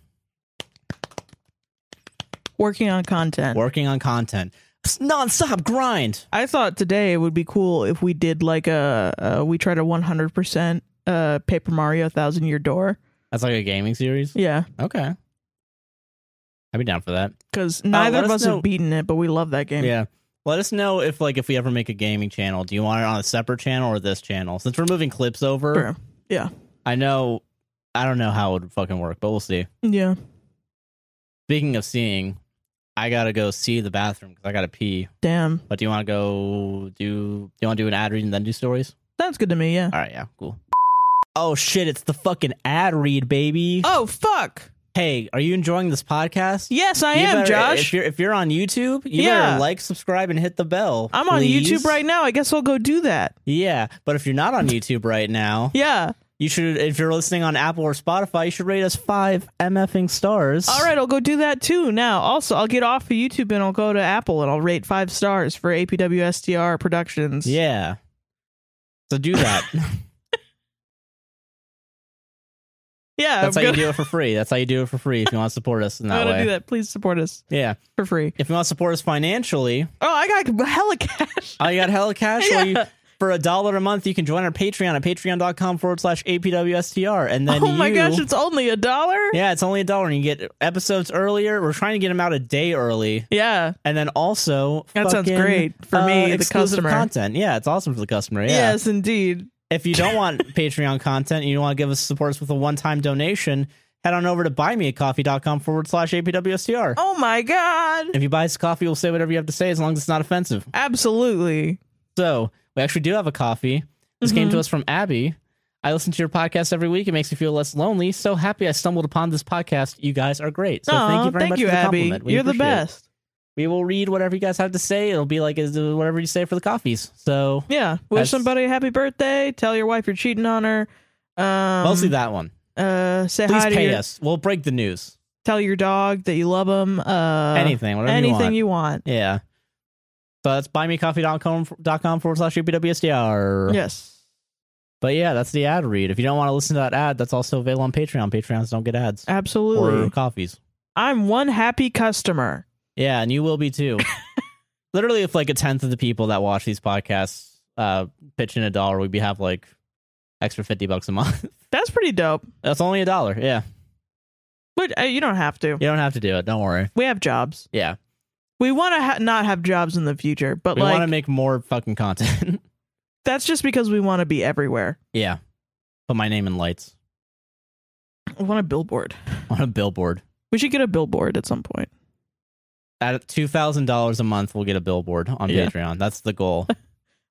Working on content. Working on content. It's nonstop grind. I thought today it would be cool if we did like a, uh we tried a 100% uh Paper Mario Thousand Year Door. That's like a gaming series. Yeah, Okay, I'd be down for that. because neither Oh, let of us us know- have beaten it, but we love that game. Yeah. Let us know if like if we ever make a gaming channel. Do you want it on a separate channel or this channel? Since we're moving clips over, Sure. I know I don't know how it would fucking work, but we'll see. Yeah. Speaking of seeing, I gotta go see the bathroom because I gotta pee. Damn. But do you want to go do? Do you want to do an ad read and then do stories? Sounds good to me. Yeah. All right, yeah, cool. Oh shit! It's the fucking ad read, baby. Oh fuck. Hey, are you enjoying this podcast? Yes, I You am, better- If Josh. you're if you're on YouTube, you Yeah. better like, subscribe, and hit the bell. I'm on please. YouTube right now. I guess I'll go do that. <laughs> Yeah, but if you're not on YouTube right now, Yeah. you should. If you're listening on Apple or Spotify, you should rate us five mfing stars. All right, I'll go do that too now. Also, I'll get off of YouTube and I'll go to Apple and I'll rate five stars for APWSTR Productions. Yeah. So do <laughs> that. yeah. That's how I'm you gonna, do it for free. That's how you do it for free if you want to support us in <laughs> I'm that gonna way. do that. Please support us Yeah. for free. If you want to support us financially, Oh, I got <laughs> hella cash. I got hella cash. Well, you, <laughs> Yeah. for a dollar a month, you can join our Patreon at patreon.com forward slash APWSTR. And then oh my you- gosh, it's only a dollar. yeah, it's only a dollar, and you get episodes earlier. We're trying to get them out a day early, Yeah. and then also That sounds fucking, great for uh, me, the exclusive customer. content. Yeah, it's awesome for the customer. Yeah, Yes, indeed. if you don't want <laughs> Patreon content and you want to give us support us with a one time donation, head on over to buymeacoffee.com forward slash APWSTR. Oh my god. If you buy us coffee, we'll say whatever you have to say as long as it's not offensive. Absolutely. So, we actually do have a coffee. This came Mm-hmm. to us from Abby. I listen to your podcast every week. It makes me feel less lonely. So happy I stumbled upon this podcast. You guys are great. So thank Aw, you very much for the Abby. compliment. We You're the appreciate it. best. We will read whatever you guys have to say. It'll be like is- whatever you say for the coffees. So Yeah. Wish That's- somebody a happy birthday. Tell your wife you're cheating on her. Um, mostly that one. Uh, say Please hi to pay your, us. We'll break the news. tell your dog that you love him. Uh, anything, whatever you want. anything you want. Yeah. So that's buymecoffee.com dot com forward slash UPWSDR. Yes. But yeah, that's the ad read. If you don't want to listen to that ad, that's also available on Patreon. Patreons don't get ads Absolutely. or coffees. I'm one happy customer. Yeah, and you will be <laughs> too. Literally, if like a tenth of the people that watch these podcasts uh, pitch in a dollar, we'd be have like extra 50 bucks a month. <laughs> That's pretty dope. that's only a dollar. Yeah. But uh, you don't have to. You don't have to do it. Don't worry. We have jobs. Yeah. We want to ha- not have jobs in the future, but we want to like make more fucking content. <laughs> that's just because we want to be everywhere. yeah. Put my name in lights. I want a billboard. on a billboard. We should get a billboard at some point. At two thousand dollars a month, we'll get a billboard on Yeah. Patreon. That's the <laughs> goal.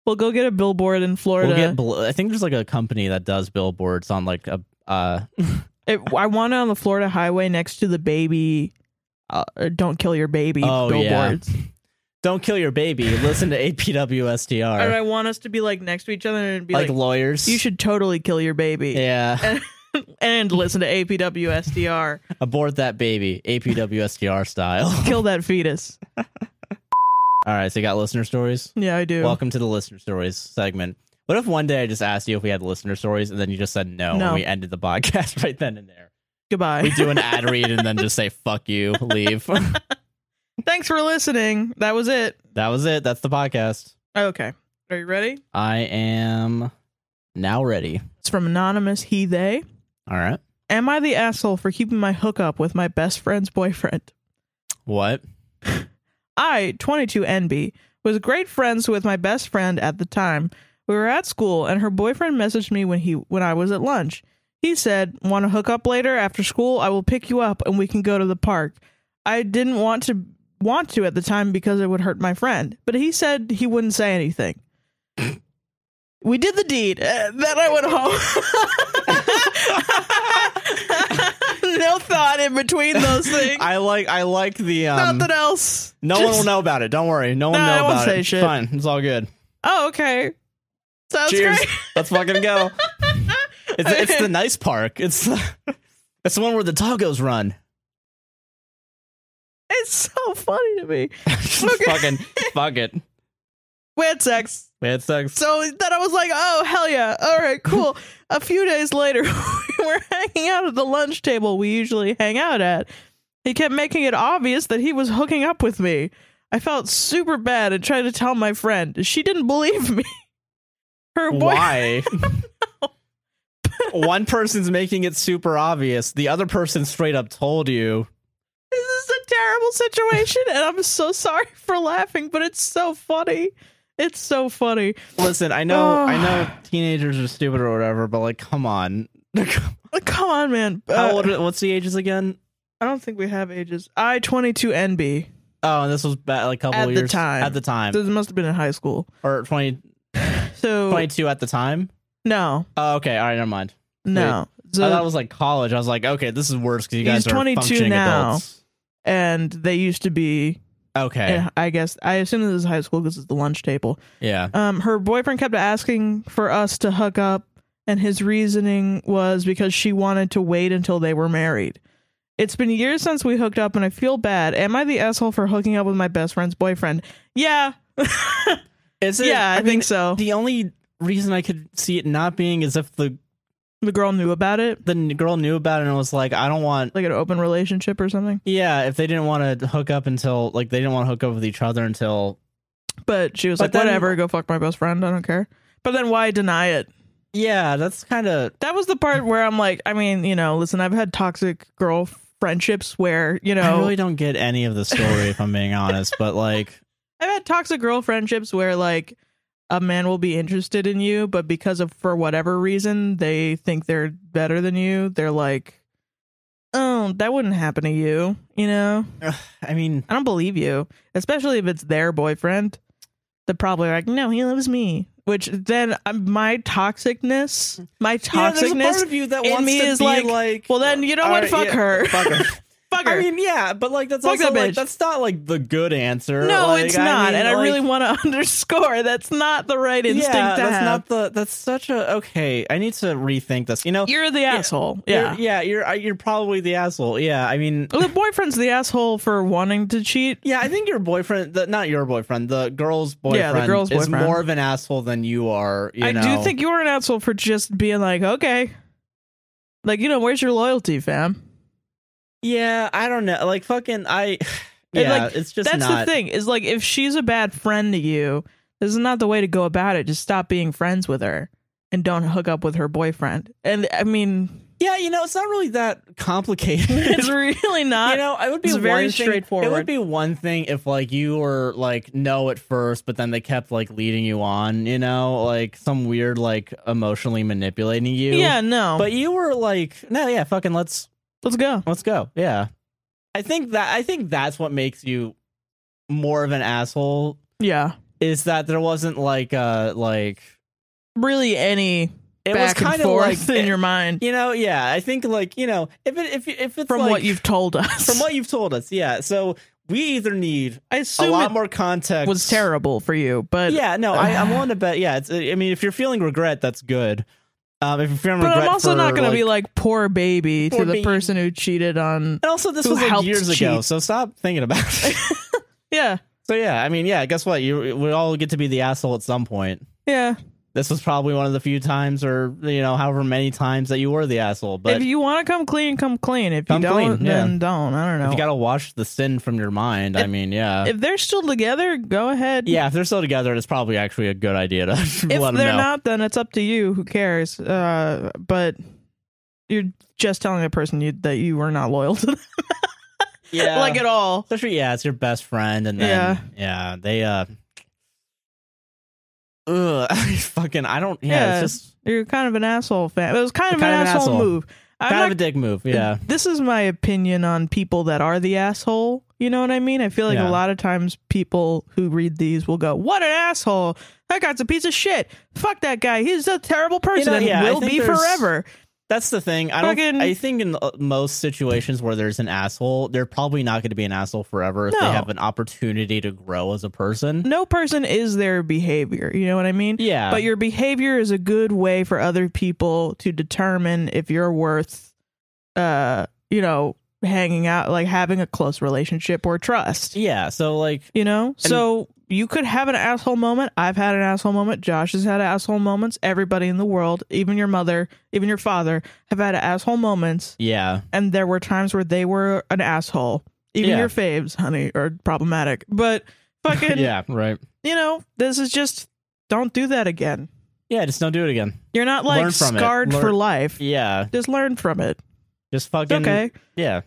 We'll go get a billboard in Florida. We'll get. bl- I think there's like a company that does billboards on like a. Uh, It- I want it on the Florida highway next to the baby. Uh, or don't kill your baby oh yeah. billboards. <laughs> Don't kill your baby. Listen to APWSDR. And I want us to be like next to each other and be like, like, lawyers. "You should totally kill your baby." Yeah. <laughs> and listen to APWSDR. Abort that baby, APWSDR style. <laughs> Kill that fetus. All right, so you got listener stories? Yeah, I do. Welcome to the listener stories segment. What if one day I just asked you if we had listener stories and then you just said no, No. and we ended the <laughs> podcast right then and there? Goodbye. We do <laughs> an ad read and then just say fuck you, <laughs> leave. that Thanks for listening. That was it. was it. That's the podcast. Okay. Are you ready? I am now ready. It's from anonymous he they. All right. Am I the asshole for keeping my hookup with my best friend's boyfriend? What? I, 22NB, was great friends with my best friend at the time. We were at school and her boyfriend messaged me when he when I was at lunch. He said, "Want to hook up later after school? I will pick you up and we can go to the park." I didn't want to want to at the time because it would hurt my friend, but he said he wouldn't <laughs> say anything. we did the deed. Uh, then I went <laughs> home. <laughs> no thought in between those things. I like I like the um Nothing else. No Just- one will know about it. Don't worry. No one No, will I know won't about say it. shit. Fine. It's all good. Oh, okay. Sounds Cheers. great. <laughs> <laughs> Let's fucking go. It's, it's the nice park. It's the, it's the one where the tacos run. <laughs> It's so funny to me. Just Okay. fucking fuck it. We had sex. We had sex. So then I was like, oh, hell yeah. All <laughs> right, cool. A few days later, <laughs> we were hanging out at the lunch table we usually hang out at. He kept making it obvious that he was hooking up with me. I felt super bad and tried to tell my friend. She didn't believe me. <laughs> Her boy. Why? One person's making it super obvious. The other person straight up told you. <laughs> This is a terrible situation, and I'm so sorry for laughing, but it's so funny. It's so funny. Listen, I know, Oh. I <sighs> know, teenagers are stupid or whatever, but like, come <laughs> on. Like, Come on, man. How Uh, old? are- What's the ages again? I don't think we have ages. I twenty two NB. Oh, this was ba- like a couple At the years time. At the time, This must have been in high school. or 20, So 22 at the time. no, Oh, okay. All right, never mind. no. So- I thought it was like college. I was like, okay, this is worse because you guys He's are 22 functioning now. adults. and they used to be. Okay. eh, I guess I assume this is high school because it's the lunch table. Yeah. Um, her boyfriend kept asking for us to hook up, and his reasoning was because she wanted to wait until they were married. It's been years since we hooked up, and I feel bad. Am I the asshole for hooking up with my best friend's boyfriend? Yeah, Is it, yeah, I, mean, think so. The only reason I could see it not being is if the the girl knew about it, the n- girl knew about it and was like, I don't want. like an open relationship or something. Yeah, if they didn't want to hook up until like they didn't want to hook up with each other until. But she was But like, then- whatever, go fuck my best friend. I don't care. But then why deny it? Yeah, that's kind of That was the part where I'm like, I mean, you know, listen, I've had toxic girl friendships where, you know, I really don't get any of the story if I'm being honest, but like, I've had toxic girl friendships where like a man will be interested in you, but because of for whatever reason they think they're better than you, they're like, oh, that wouldn't happen to you. You know, I mean, I don't believe you, especially if it's their boyfriend. They're probably like, no, he loves me. Which then um, my toxicness, my toxicness. you that in me is like, well, then you know all what? right, Fuck yeah, her. fuck <laughs> her. <laughs> Fuck her. I mean, yeah, but like that's Fuck also that like bitch. that's not like the good answer. no, Like, it's I not. mean, and I like, really want to <laughs> underscore that's not the right yeah, instinct to that's have. not the that's such a okay. I need to rethink this. You know, You're the asshole. Yeah. you're, yeah, you're I- you're probably the asshole. Yeah, I mean, Well, the boyfriend's the asshole for wanting to cheat. yeah, I think your boyfriend, the, not your boyfriend, the girl's boyfriend, Yeah, the girl's is boyfriend. more of an asshole than you are. You I know? do think you're an asshole for just being like, okay. Like, you know, where's your loyalty, fam? yeah, I don't know, like fucking, I, <sighs> yeah, like, it's just That's not. the thing, is like if she's a bad friend to you, this is not the way to go about it. Just stop being friends with her and don't hook up with her boyfriend. And I mean <laughs> Yeah, you know, it's not really that complicated. <laughs> It's really not. you know, it would be it's very one thing- It straightforward. would be one thing if like you were like no at first, but then they kept like leading you on. You know, like some weird like emotionally manipulating you. yeah, no. But you were like, no, yeah, fucking let's let's go. let's go. Yeah, I think that I think that's what makes you more of an asshole Yeah. is that there wasn't like uh like Really any it back was and kind of forth like <laughs> in your mind you know yeah I think like you know if it if if it's from like, what you've told us. from what you've told us yeah so we either need <laughs> I a assume lot it more context was terrible for you, but yeah no I, <sighs> I'm willing to bet yeah it's I mean if you're feeling regret that's good um if you're feeling but regret I'm also for, not going like, to be like poor baby Poor to the baby. person who cheated on. and also this who was like helped years ago cheat. so stop thinking <laughs> about it Yeah, so <laughs> yeah I mean yeah guess what you we all get to be the asshole at some point yeah. this was probably one of the few times or you know however many times that you were the asshole but if you want to come clean, come clean. If you Come don't, clean, yeah. then don't. I don't know. If you gotta wash the sin from your mind, I mean, yeah, if they're still together, go ahead. yeah. If they're still together, it's probably actually a good idea to <laughs> If let them they're know. not, then it's up to you. Who cares? Uh, but you're just telling the person you, that you were not loyal to them, yeah, like at all. especially yeah, it's your best friend, and then yeah, they uh, ugh, <laughs> fucking, I don't. Yeah, Yeah, it's just You're kind of an asshole fan. It was kind of Kind an, of an asshole, asshole. move. I'm kind not of a dick move. Yeah, This is my opinion on people that are the asshole. You know what I mean? I feel like Yeah. a lot of times people who read these will go, "What an asshole! That guy's a piece of shit. Fuck that guy. He's a terrible person know, yeah, I and will think be there's- forever." that's the thing. I don't. Fucking- I think in uh, most situations where there's an asshole, they're probably not going to be an asshole forever if they No. have an opportunity to grow as a person. No person is their behavior. You know what I mean? Yeah, But your behavior is a good way for other people to determine if you're worth, uh, you know, hanging out, like having a close relationship or trust. yeah. So like, You know? so you could have an asshole moment. I've had an asshole moment. Josh has had asshole moments. Everybody in the world, even your mother, even your father, have had asshole moments. yeah, And there were times where they were an asshole. Even Yeah. your faves, honey, are problematic. <laughs> But fucking, yeah, right. you know, this is just don't do that again. Yeah, just don't do it again. You're not Learn like from it. scarred for Learn- life. Yeah, Just learn from it. just It's fucking. okay. Yeah,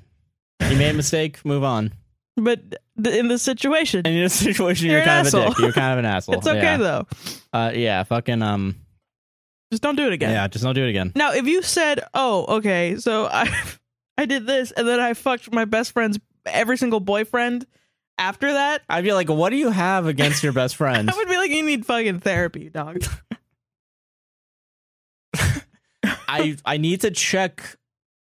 you made a mistake. Move on. But th- in this situation, And in a <laughs> situation, you're, You're an kind of a asshole. dick. You're kind of an asshole. it's okay Yeah. though. Uh, yeah, fucking. Um. Just don't do it Yeah. again. just don't do it again. Now, if you said, "Oh, okay, so I <laughs> I did this and then I fucked my best friend's every single boyfriend after that," <laughs> I'd be like, what do you have against your <laughs> best friend? I would be like, "You need fucking therapy, dog." <laughs> I I need to check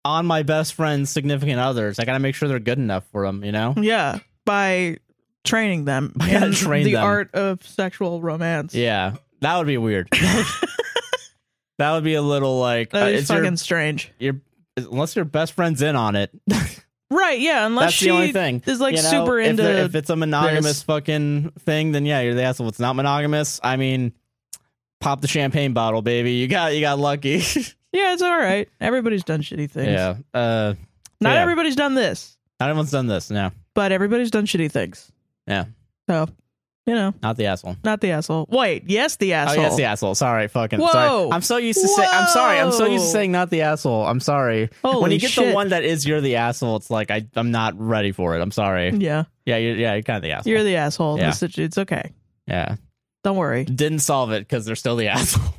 on my best friend's significant others. I gotta make sure they're good enough for them. You <laughs> know. yeah, by <laughs> training them gotta in train the them. art of sexual romance. Yeah, that would be <laughs> weird. that would be a little like uh, That is it's your, fucking strange. your unless your best friend's in on it. <laughs> Right, yeah, unless That's she the only thing. is like You know, super if into they're- if it's a monogamous this. fucking thing then yeah you're the asshole if it's not monogamous i mean pop the champagne bottle baby you got you got lucky <laughs> Yeah, it's all right. Everybody's done shitty things. yeah uh Not Yeah. everybody's done this, not everyone's done this no but everybody's done shitty things. Yeah. So, you know, not the asshole not the asshole. Wait, yes, the asshole. oh yes the asshole sorry fucking Whoa. sorry i'm so used to saying i'm sorry i'm so used to Whoa. saying not the asshole i'm sorry Holy when you get shit. the one that is you're the asshole it's like i i'm not ready for it i'm sorry Yeah, yeah you're, yeah you're kind of the asshole you're the asshole. in Yeah. this situ- It's okay. yeah Don't worry. didn't solve it because they're still the <laughs> asshole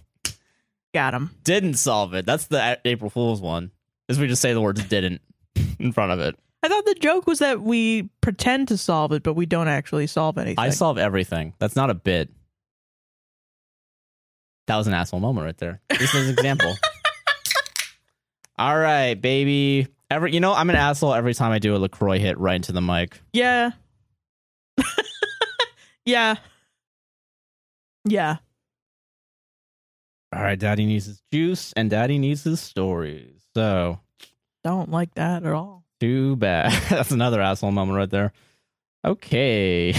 Got him. didn't solve it. That's the A- April Fool's one. Is we just say the words didn't <laughs> in front of it. I thought the joke was that we pretend to solve it, but we don't actually solve anything. I solve everything. That's not a bit. That was an asshole moment right there. This is an example. All right, baby. Every you know, I'm an asshole every time I do a LaCroix hit right into the mic. yeah. <laughs> yeah. Yeah. All right, daddy needs his juice and daddy needs his stories. So Don't like that at all. Too bad. <laughs> That's another asshole moment right there. Okay.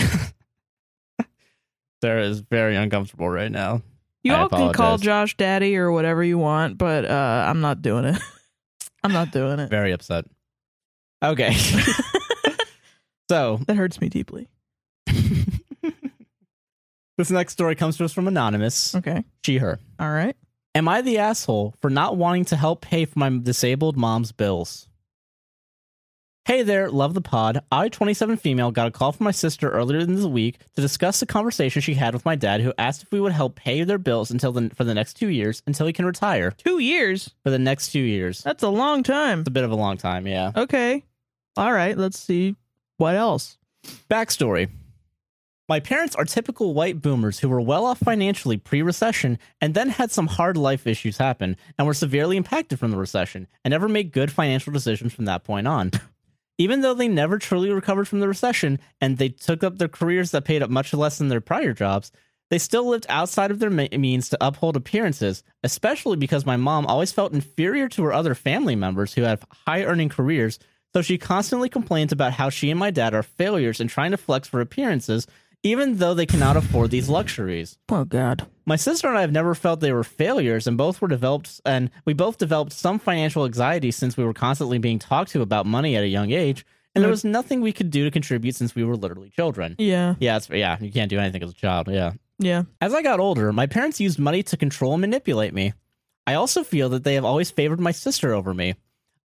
<laughs> Sarah is very uncomfortable right now. You I all can call apologize. Josh daddy or whatever you want, but uh, I'm not doing it. <laughs> I'm not doing it. Very upset. Okay. <laughs> so, That hurts me deeply. <laughs> this next story comes to us from Anonymous. Okay. She, her. All right. Am I the asshole for not wanting to help pay for my disabled mom's bills? Hey there, love the pod. I, 27 female, got a call from my sister earlier in the week to discuss the conversation she had with my dad, who asked if we would help pay their bills until the, for the next two years until he can retire. Two years. For the next two years, That's a long time. it's a bit of a long time, yeah. Okay. All right. Let's see what else. Backstory My parents are typical white boomers who were well off financially pre recession and then had some hard life issues happen and were severely impacted from the recession and never made good financial decisions from that point on. Even though they never truly recovered from the recession and they took up their careers that paid up much less than their prior jobs, they still lived outside of their me- means to uphold appearances, especially because my mom always felt inferior to her other family members who have high earning careers so she constantly complains about how she and my dad are failures in trying to flex for appearances, even though they cannot afford these luxuries. Oh God. My sister and I have never felt they were failures, and both were developed, and we both developed some financial anxiety since we were constantly being talked to about money at a young age, and there was nothing we could do to contribute since we were literally children. Yeah. Yeah, it's, yeah, you can't do anything as a child. Yeah. Yeah. As I got older, my parents used money to control and manipulate me. I also feel that they have always favored my sister over me.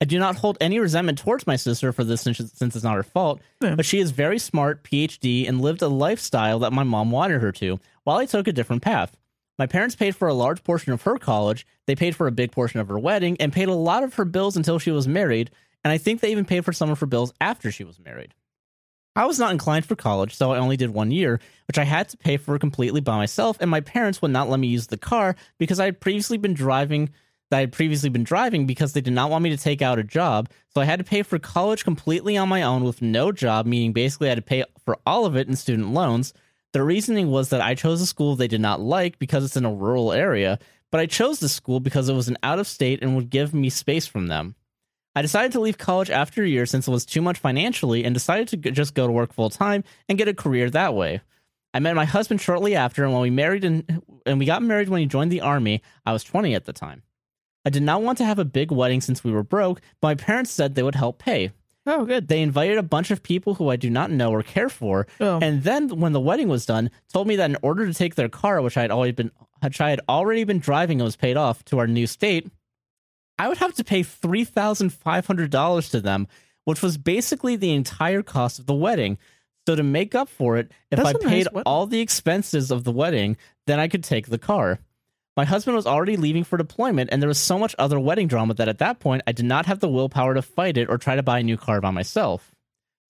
I do not hold any resentment towards my sister for this since, since it's not her fault, Yeah. but she is very smart, PhD, and lived a lifestyle that my mom wanted her to, while I took a different path. My parents paid for a large portion of her college, they paid for a big portion of her wedding, and paid a lot of her bills until she was married, and I think they even paid for some of her bills after she was married. I was not inclined for college, so I only did one year, which I had to pay for completely by myself, and my parents would not let me use the car because I had previously been driving that I had previously been driving because they did not want me to take out a job, so I had to pay for college completely on my own with no job, meaning basically I had to pay for all of it in student loans. The reasoning was that I chose a school they did not like because it's in a rural area, but I chose this school because it was an out of state and would give me space from them. I decided to leave college after a year since it was too much financially and decided to g- just go to work full time and get a career that way. I met my husband shortly after, and when we married and, and we got married when he joined the army, I was 20 at the time. I did not want to have a big wedding since we were broke, but my parents said they would help pay. Oh good. They invited a bunch of people who I do not know or care for, Oh. and then when the wedding was done, told me that in order to take their car, which I had always been, which I had already been driving and was paid off to our new state, I would have to pay three thousand five hundred dollars to them, which was basically the entire cost of the wedding. So to make up for it, if That's I a nice paid wedding. all the expenses of the wedding, then I could take the car. My husband was already leaving for deployment, and there was so much other wedding drama that at that point I did not have the willpower to fight it or try to buy a new car by myself.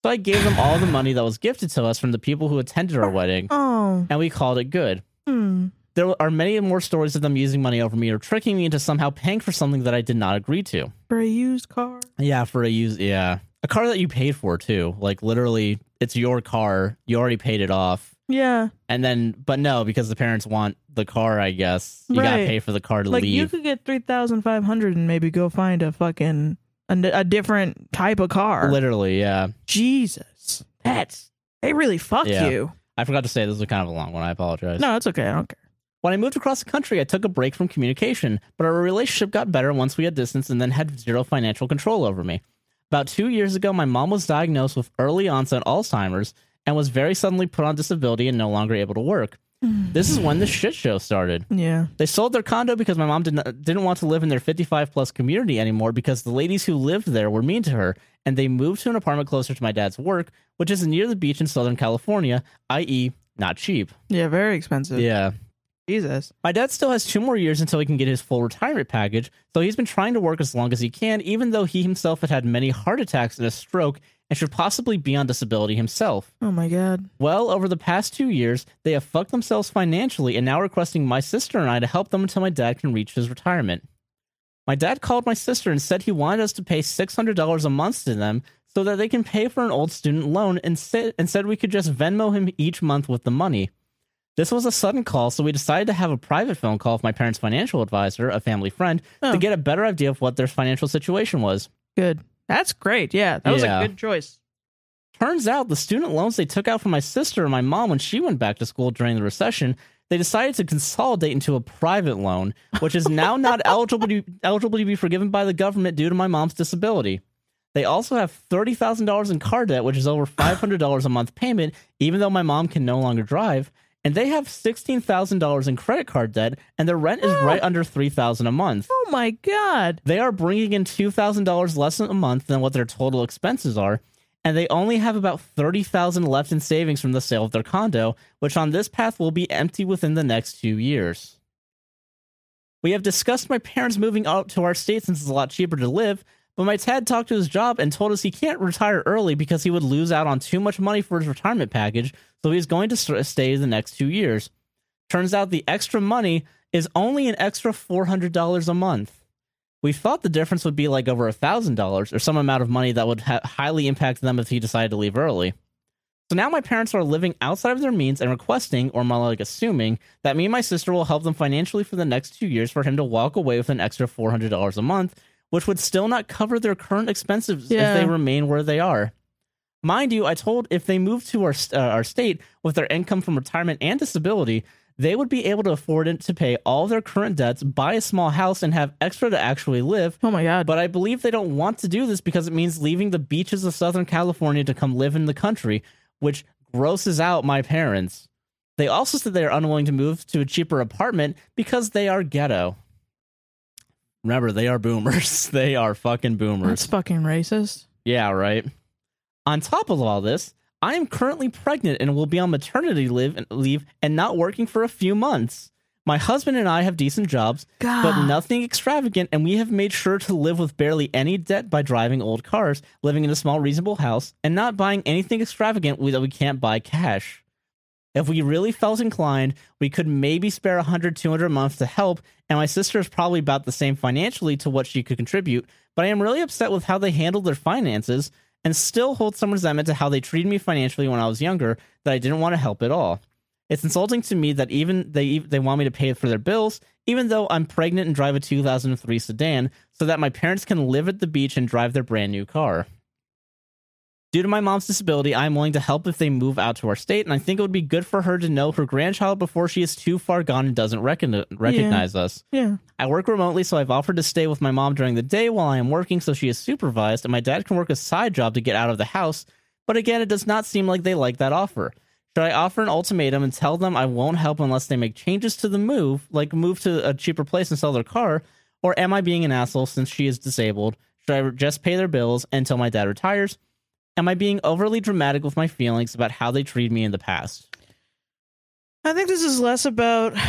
So I gave them all the money that was gifted to us from the people who attended our wedding, oh. and we called it good. Hmm. There are many more stories of them using money over me or tricking me into somehow paying for something that I did not agree to. For a used car. Yeah, for a use, yeah, a car that you paid for too. Like literally, it's your car. You already paid it off, Yeah. and then, but no, because the parents want the car. I guess you gotta Right. pay for the car to Like leave. you could get three thousand five hundred and maybe go find a fucking a, a different type of car. Literally, yeah. Jesus. That's they really fuck Yeah. you. I forgot to say this was kind of a long one. I apologize. No, it's okay. I don't care. When I moved across the country, I took a break from communication, but our relationship got better once we had distance and then had zero financial control over me. About two years ago, my mom was diagnosed with early onset Alzheimer's and was very suddenly put on disability and no longer able to work. This is when the shit show started. Yeah. They sold their condo because my mom did not, didn't want to live in their 55 plus community anymore because the ladies who lived there were mean to her, and they moved to an apartment closer to my dad's work, which is near the beach in Southern California, i.e., not cheap. Yeah. Very expensive. Yeah. Jesus. My dad still has two more years until he can get his full retirement package, so he's been trying to work as long as he can, even though he himself had had many heart attacks and a stroke and should possibly be on disability himself. Oh my God. Well, over the past two years, they have fucked themselves financially and now requesting my sister and I to help them until my dad can reach his retirement. My dad called my sister and said he wanted us to pay $600 a month to them so that they can pay for an old student loan and, sa- and said we could just Venmo him each month with the money. This was a sudden call, so we decided to have a private phone call with my parents' financial advisor, a family friend, Oh. to get a better idea of what their financial situation was. Good. That's great. Yeah. That was Yeah. a good choice. Turns out the student loans they took out from my sister and my mom when she went back to school during the recession, they decided to consolidate into a private loan, which is now not eligible to, eligible to be forgiven by the government due to my mom's disability. They also have $30,000 in car debt, which is over $500 a month payment, even though my mom can no longer drive, and they have $16,000 in credit card debt and their rent is Oh. right under 3000 a month. Oh my god. They are bringing in $2,000 less a month than what their total expenses are and they only have about 30,000 left in savings from the sale of their condo, which on this path will be empty within the next 2 years. We have discussed my parents moving out to our state since it's a lot cheaper to live, but my dad talked to his job and told us he can't retire early because he would lose out on too much money for his retirement package, so he's going to st- stay the next 2 years. Turns out the extra money is only an extra $400 a month. We thought the difference would be like over $1,000 or some amount of money that would ha- highly impact them if he decided to leave early. So now my parents are living outside of their means and requesting, or more like assuming, that me and my sister will help them financially for the next two years for him to walk away with an extra $400 a month, which would still not cover their current expenses Yeah. if they remain where they are. Mind you, I told if they moved to our, st- uh, our state with their income from retirement and disability, they would be able to afford it to pay all their current debts, buy a small house, and have extra to actually live. Oh my god. But I believe they don't want to do this because it means leaving the beaches of Southern California to come live in the country, which grosses out my parents. They also said they are unwilling to move to a cheaper apartment because they are ghetto. Remember, they are boomers. <laughs> they are fucking boomers. That's fucking racist. Yeah, right. On top of all this, I am currently pregnant and will be on maternity leave and, leave and not working for a few months. My husband and I have decent jobs, God. but nothing extravagant, and we have made sure to live with barely any debt by driving old cars, living in a small, reasonable house, and not buying anything extravagant we- that we can't buy cash. If we really felt inclined, we could maybe spare 100, 200 a month to help, and my sister is probably about the same financially to what she could contribute, but I am really upset with how they handled their finances and still hold some resentment to how they treated me financially when I was younger that I didn't want to help at all. It's insulting to me that even they they want me to pay for their bills, even though I'm pregnant and drive a 2003 sedan, so that my parents can live at the beach and drive their brand new car. Due to my mom's disability, I am willing to help if they move out to our state, and I think it would be good for her to know her grandchild before she is too far gone and doesn't recogni- recognize us. yeah. I work remotely, so I've offered to stay with my mom during the day while I am working, so she is supervised, and my dad can work a side job to get out of the house. But again, it does not seem like they like that offer. Should I offer an ultimatum and tell them I won't help unless they make changes to the move, like move to a cheaper place and sell their car? Or am I being an asshole since she is disabled? Should I just pay their bills until my dad retires? Am I being overly dramatic with my feelings about how they treated me in the past? I think this is less about <sighs>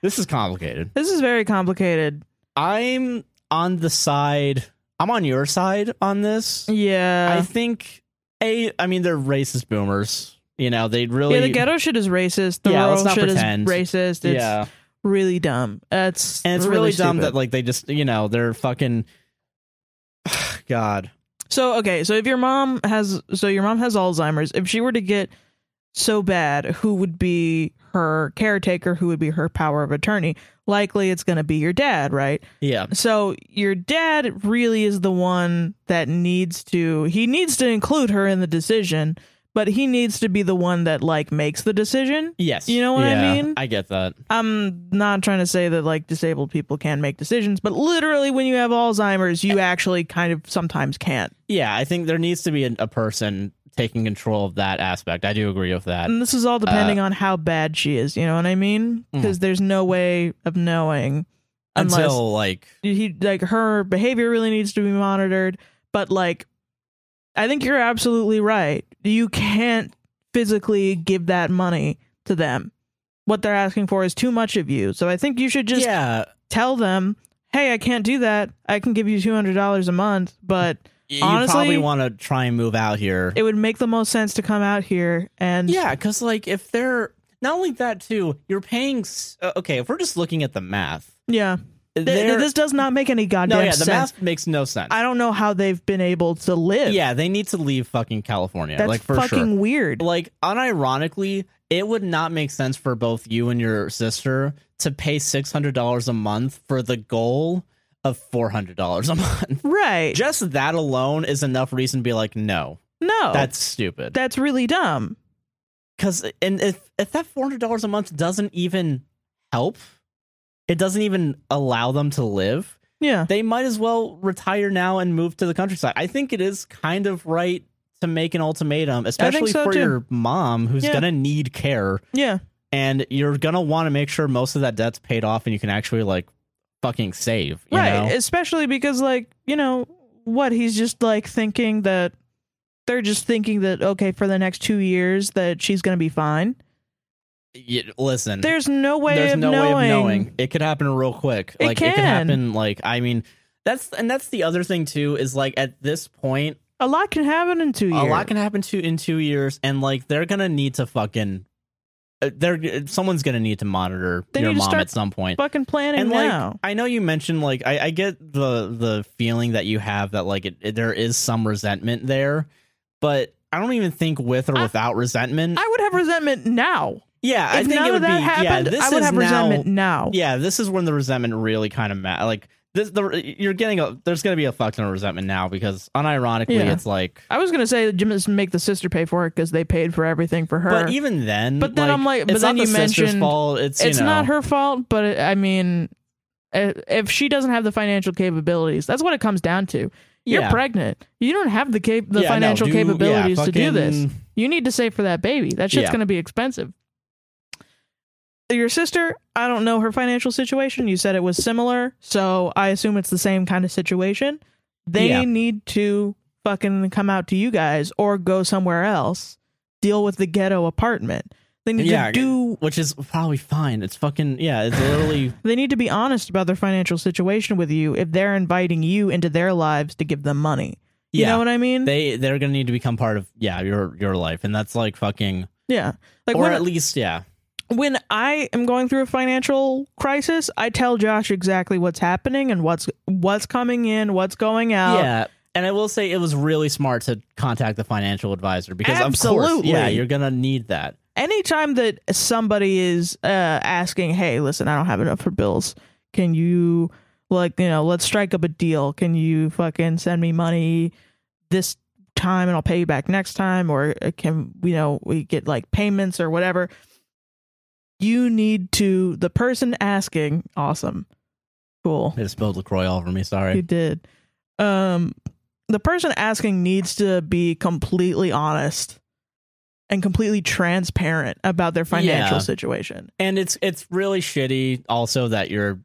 This is complicated. This is very complicated. I'm on the side. I'm on your side on this. I Yeah. think a. I mean, they're racist boomers. You know, they really. yeah, the ghetto shit is racist. The Yeah, let's rural not shit pretend. is racist. It's Yeah, really dumb. That's and it's really, dumb stupid. that like they just you know they're fucking. <sighs> God. So okay, so if your mom has so your mom has Alzheimer's, if she were to get so bad, who would be her caretaker, who would be her power of attorney? Likely it's going to be your dad, right? Yeah. So your dad really is the one that needs to he needs to include her in the decision, but he needs to be the one that like makes the decision. Yes. You know what I Yeah, mean? I get that. I'm not trying to say that like disabled people can make decisions, but literally when you have Alzheimer's, you actually kind of sometimes can't. Yeah, I think there needs to be a, a person taking control of that aspect. I do agree with that. And this is all depending Uh, on how bad she is. You know what I mean? mm. Because there's no way of knowing unless Until like, he like her behavior really needs to be monitored. But like, I think you're absolutely right. You can't physically give that money to them. What they're asking for is too much of you. So I think you should just yeah, tell them, "Hey, I can't do that. I can give you two hundred dollars a month, but you honestly- probably want to try and move out here. it would make the most sense to come out here and Yeah, because like if they're not only that too, you're paying. s- uh, Okay, if we're just looking at the math, yeah." Th- th- they're- this does not make any goddamn no, yeah, the sense. math makes no sense. I don't know how they've been able to live. yeah, they need to leave fucking California, that's like for fucking sure. weird. Like unironically, it would not make sense for both you and your sister to pay six hundred dollars a month for the goal of four hundred dollars a month. <laughs> Right? Just that alone is enough reason to be like, no, no, that's stupid. that's really dumb. Because and if if that four hundred dollars a month doesn't even help, it doesn't even allow them to live. Yeah, They might as well retire now and move to the countryside. I think it is kind of right to make an ultimatum, especially so, for too. your mom who's Yeah. gonna need care yeah, and you're gonna want to make sure most of that debt's paid off, and you can actually like fucking save. You right. Know? Especially because, like, you know, what? He's just like thinking that they're just thinking that, okay, for the next two years that she's going to be fine. Y- listen, There's no way, Mm. there's of, no knowing. way of knowing. It could happen real quick. It like it could can. happen. Like I mean, that's and that's the other thing too is like at this point, A lot can happen in two years. a lot can happen to in two years, and like they're gonna need to fucking, uh, they're someone's gonna need to monitor They your need to mom start at some point. fucking planning and like now. I know you mentioned like I, I get the the feeling that you have that like it, it- there is some resentment there, but I don't even think with or I- without resentment. I would have resentment now. yeah, I if think none it would of that be happened, yeah. This I would is have now, resentment now. Yeah, this is when the resentment really kind of ma- like this. The you're getting a there's gonna be a fuck ton of resentment now because unironically Yeah. it's like. I was gonna say Jim just make the sister pay for it because they paid for everything for her. But even then, But then I'm like- but it's then not you the sister's mentioned- fault. It's you it's know, not her fault, but it, I mean, i- if she doesn't have the financial capabilities, that's what it comes down to. You're Yeah. pregnant. You don't have the cap- the Yeah, no, financial do- yeah, capabilities to do this. fucking- You need to save for that baby. That shit's Yeah. going to be expensive. Your sister, I don't know her financial situation. You said it was similar, so I assume it's the same kind of situation. They Yeah. need to fucking come out to you guys or go somewhere else. Deal with the ghetto apartment. They need Yeah, to do which is probably fine. It's fucking yeah. It's <laughs> literally they need to be honest about their financial situation with you if they're inviting you into their lives to give them money. You yeah. know what I mean? they they're gonna need to become part of yeah your your life, and that's like fucking yeah. Like or when, at least yeah when I am going through a financial crisis, I tell Josh exactly what's happening and what's what's coming in, what's going out. yeah. And I will say it was really smart to contact the financial advisor because of course Absolutely. yeah you're gonna need that. Anytime that somebody is uh, asking, "Hey, listen, I don't have enough for bills. Can you like, you know, let's strike up a deal. Can you fucking send me money this time and I'll pay you back next time or uh, can you know, we get like payments or whatever." You need to the person asking, awesome. Cool. It spilled Lacroix all over me. You Sorry. did. Um, the person asking needs to be completely honest and completely transparent about their financial Yeah. situation. And it's it's really shitty also that your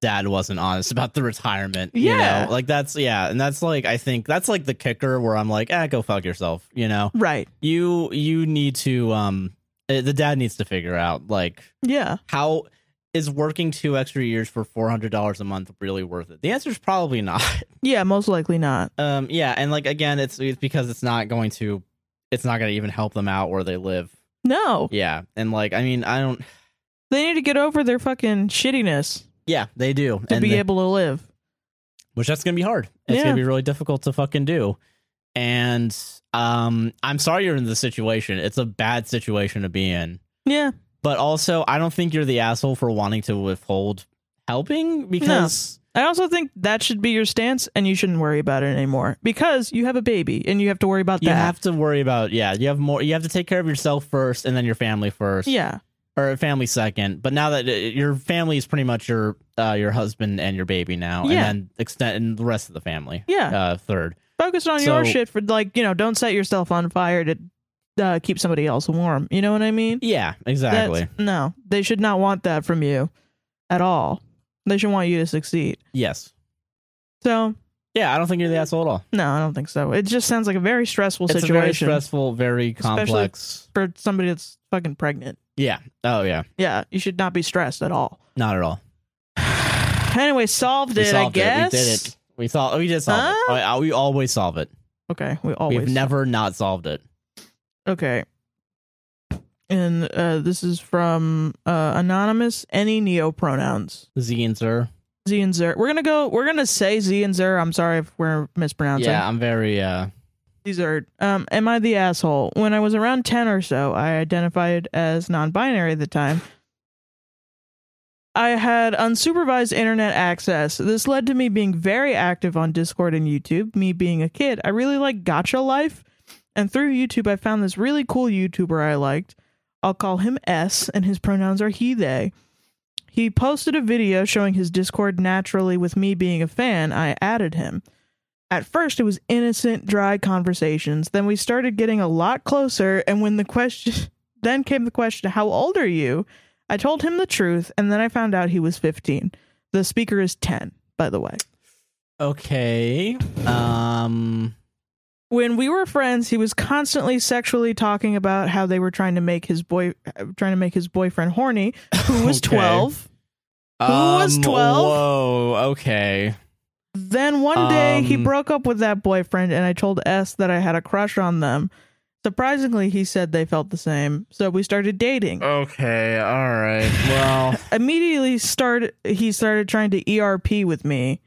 dad wasn't honest <laughs> about the retirement. Yeah. You know? Like that's yeah, and that's like I think that's like the kicker where I'm like ah go fuck yourself. You know. Right. you you need to um uh, the dad needs to figure out like Yeah. how is working two extra years for four hundred dollars a month really worth it? The answer is probably not. <laughs> Yeah, most likely not. Um, yeah, and like again, it's, it's because it's not going to, it's not going to even help them out where they live. No. Yeah, and like I mean, I don't. They need to get over their fucking shittiness Yeah, they do, to and be the- able to live. which that's gonna be hard. It's Yeah. gonna be really difficult to fucking do. And um, I'm sorry you're in this situation. It's a bad situation to be in. Yeah. but also I don't think you're the asshole for wanting to withhold helping because I also think that should be your stance and you shouldn't worry about it anymore because you have a baby and you have to worry about you that. have to worry about yeah you have more you have to take care of yourself first and then your family first yeah. or family second but now that uh, your family is pretty much your uh, your husband and your baby now Yeah. and then extend and the rest of the family Yeah. uh, third Focus on So- your shit for like, you know, don't set yourself on fire to uh, keep somebody else warm. You know what I mean? yeah That's- exactly no, they should not want that from you at all. They should want you to succeed. yes So, yeah I don't think you're the asshole at all no, I don't think so. It just sounds like a very stressful it's a very situation stressful very Especially- complex for somebody that's fucking pregnant. yeah oh yeah Yeah, you should not be stressed at all. not at all anyway, solved we it, I solved guess. it we did it we solved we did solve it Huh? I- I- we always solve it Okay, we always We've never not solved it. Okay. And uh, this is from uh, anonymous. Any neo pronouns? Z and Sir. Z and Zer. We're gonna go. We're gonna say Z and Zer. I'm sorry if we're mispronouncing. Yeah, I'm very uh These are, um, am I the asshole? When I was around 10 or so, I identified as non binary at the time. I had unsupervised internet access. This led to me being very active on Discord and YouTube. Me being a kid, I really like gotcha life. And through YouTube, I found this really cool YouTuber I liked. I'll call him S, and his pronouns are he, they. He posted a video showing his Discord naturally with me being a fan. I added him. At first, it was innocent, dry conversations. Then we started getting a lot closer, and when the question <laughs> Then came the question, How old are you? I told him the truth, and then I found out he was 15. The speaker is 10, by the way. Okay. Um. When we were friends, he was constantly sexually talking about how they were trying to make his boy uh, trying to make his boyfriend horny, <laughs> who was Okay. 12. was Um, 12? Whoa. Okay. Then one day he Um, broke up with that boyfriend, and I told S that I had a crush on them. Surprisingly, he said they felt the same, so we started dating. Okay. All <laughs> right. Well. Immediately, started he started trying to ERP with me,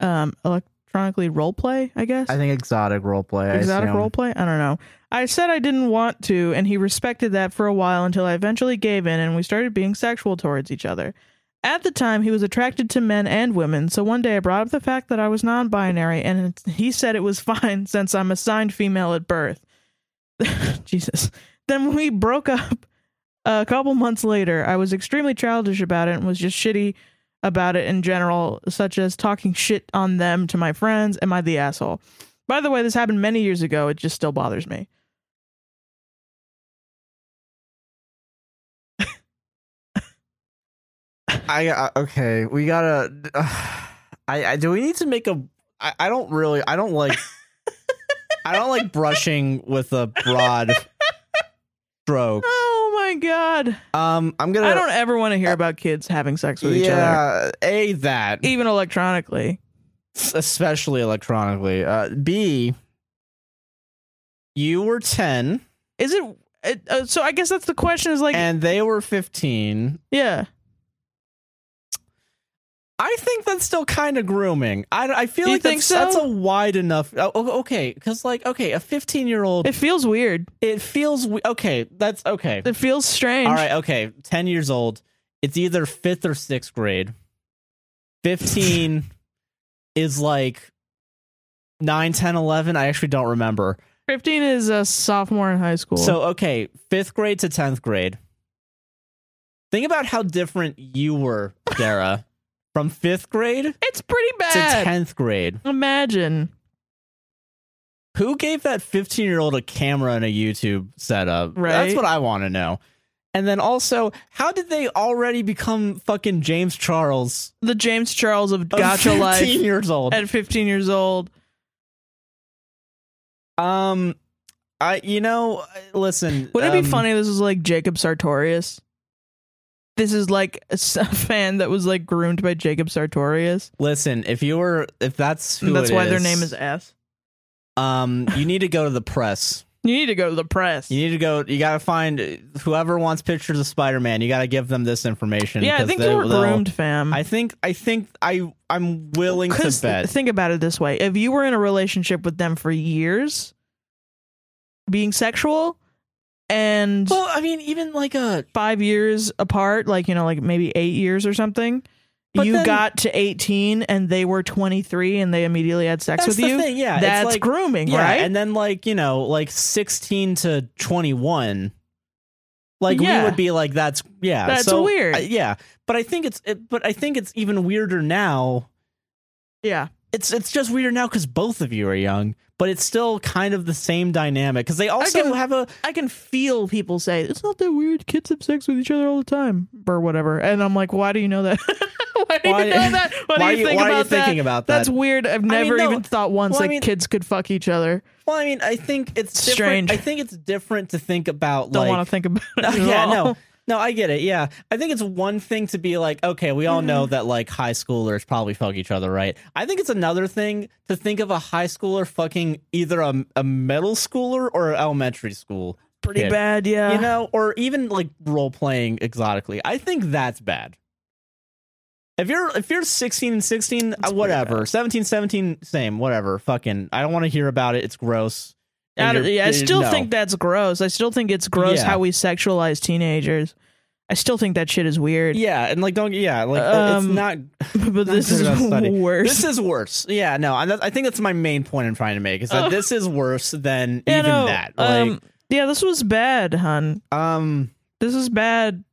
um, electronically role play, I guess. I think exotic roleplay. I Exotic assume. roleplay? I don't know. I said I didn't want to, and he respected that for a while until I eventually gave in and we started being sexual towards each other. At the time, he was attracted to men and women, so one day I brought up the fact that I was non binary, and it- he said it was <laughs> fine since I'm assigned female at birth. <laughs> Jesus. Then we broke up a couple months later. I was extremely childish about it and was just shitty about it in general, such as talking shit on them to my friends. Am I the asshole? By the way, this happened many years ago. It just still bothers me. I uh, okay. We gotta. uh, I, I do we need to make a? I, I don't really. I don't like. I don't like brushing with a broad stroke. Oh my god. Um, I'm gonna. I don't ever want to hear about kids having sex with each other, yeah, a that even electronically. especially electronically. Uh, B. You were ten, Is it it- uh, so I guess that's the question is like and they were fifteen. yeah. I think that's still kind of grooming. I, I feel You like think that's, so? that's a wide enough. oh, oh, Okay, because like okay, a fifteen year old It feels weird. It feels we- okay. That's okay. It feels strange. All right. Okay. Ten years old. It's either fifth or sixth grade. Fifteen <laughs> is like nine, ten, eleven. I actually don't remember. 15 is a sophomore in high school. So okay, fifth grade to tenth grade. Think about how different you were, Dara, from fifth grade it's pretty to bad. tenth grade. Imagine. Who gave that 15 year old a camera and a YouTube setup? That's Right. what I want to know. And then also, how did they already become fucking James Charles? The James Charles of of gotcha 15 life years old. at 15 years old. um, I you know, listen. Would not it be um, funny? This is like Jacob Sartorius. This is like a s- <laughs> a fan that was like groomed by Jacob Sartorius. Listen, if you were, if that's who And that's it why their name is S. Um, you need to go to the press. You need to go to the press. You need to go. You gotta find whoever wants pictures of Spider Man. You gotta give them this information. yeah, I 'cause think they- you were they'll- groomed, fam. I think. I think. I. I'm willing to Because bet. think about it this way: if you were in a relationship with them for years, being sexual, and Well, I mean, even like uh, a five years apart, like you know, like maybe eight years or something. But you then- got to 18 and they were 23 and they immediately had sex that's with the you. thing, yeah. it's That's like, grooming, yeah, right? and then like you know, like sixteen to twenty one. Like Yeah. we would be like, that's yeah, That's so, weird. I- yeah, but I think it's it, but I think it's even weirder now. yeah. It's it's just weirder now because both of you are young, but it's still kind of the same dynamic because they also can- have a I can feel people say it's not that weird. Kids have sex with each other all the time, or whatever. And I'm like, why do you know that? <laughs> why do Why- you know that? What why do you think why about are you that? thinking about that? That's weird. I've never no. even thought once Well, I like mean- kids could fuck each other. well, I mean, I think it's Strange. different. I think it's different to think about Don't like want to think about <laughs> it. No, at yeah, all. no. No, I get it. Yeah. I think it's one thing to be like, okay, we all Mm-hmm. know that like high schoolers probably fuck each other, right? I think it's another thing to think of a high schooler fucking either a, a middle schooler or an elementary school, <laughs> pretty kid. bad. Yeah, you know, or even like role playing exotically. I think that's bad. If you're if you're 16 and 16, uh, pretty whatever. 17, 17, same, whatever. Fucking, I don't want to hear about it. It's gross. I, And don't- you're- yeah, I still no. think that's gross. I still think it's gross Yeah. how we sexualize teenagers. I still think that shit is weird. Yeah, and like don't yeah, like it's Um, not <laughs> but this good is enough study. <laughs> worse. This is worse. Yeah, no, and that, I think that's my main point I'm trying to make is that Ugh. this is worse than Oh. yeah, even no, that. um, yeah, this was bad, hun. Like, um, This is bad.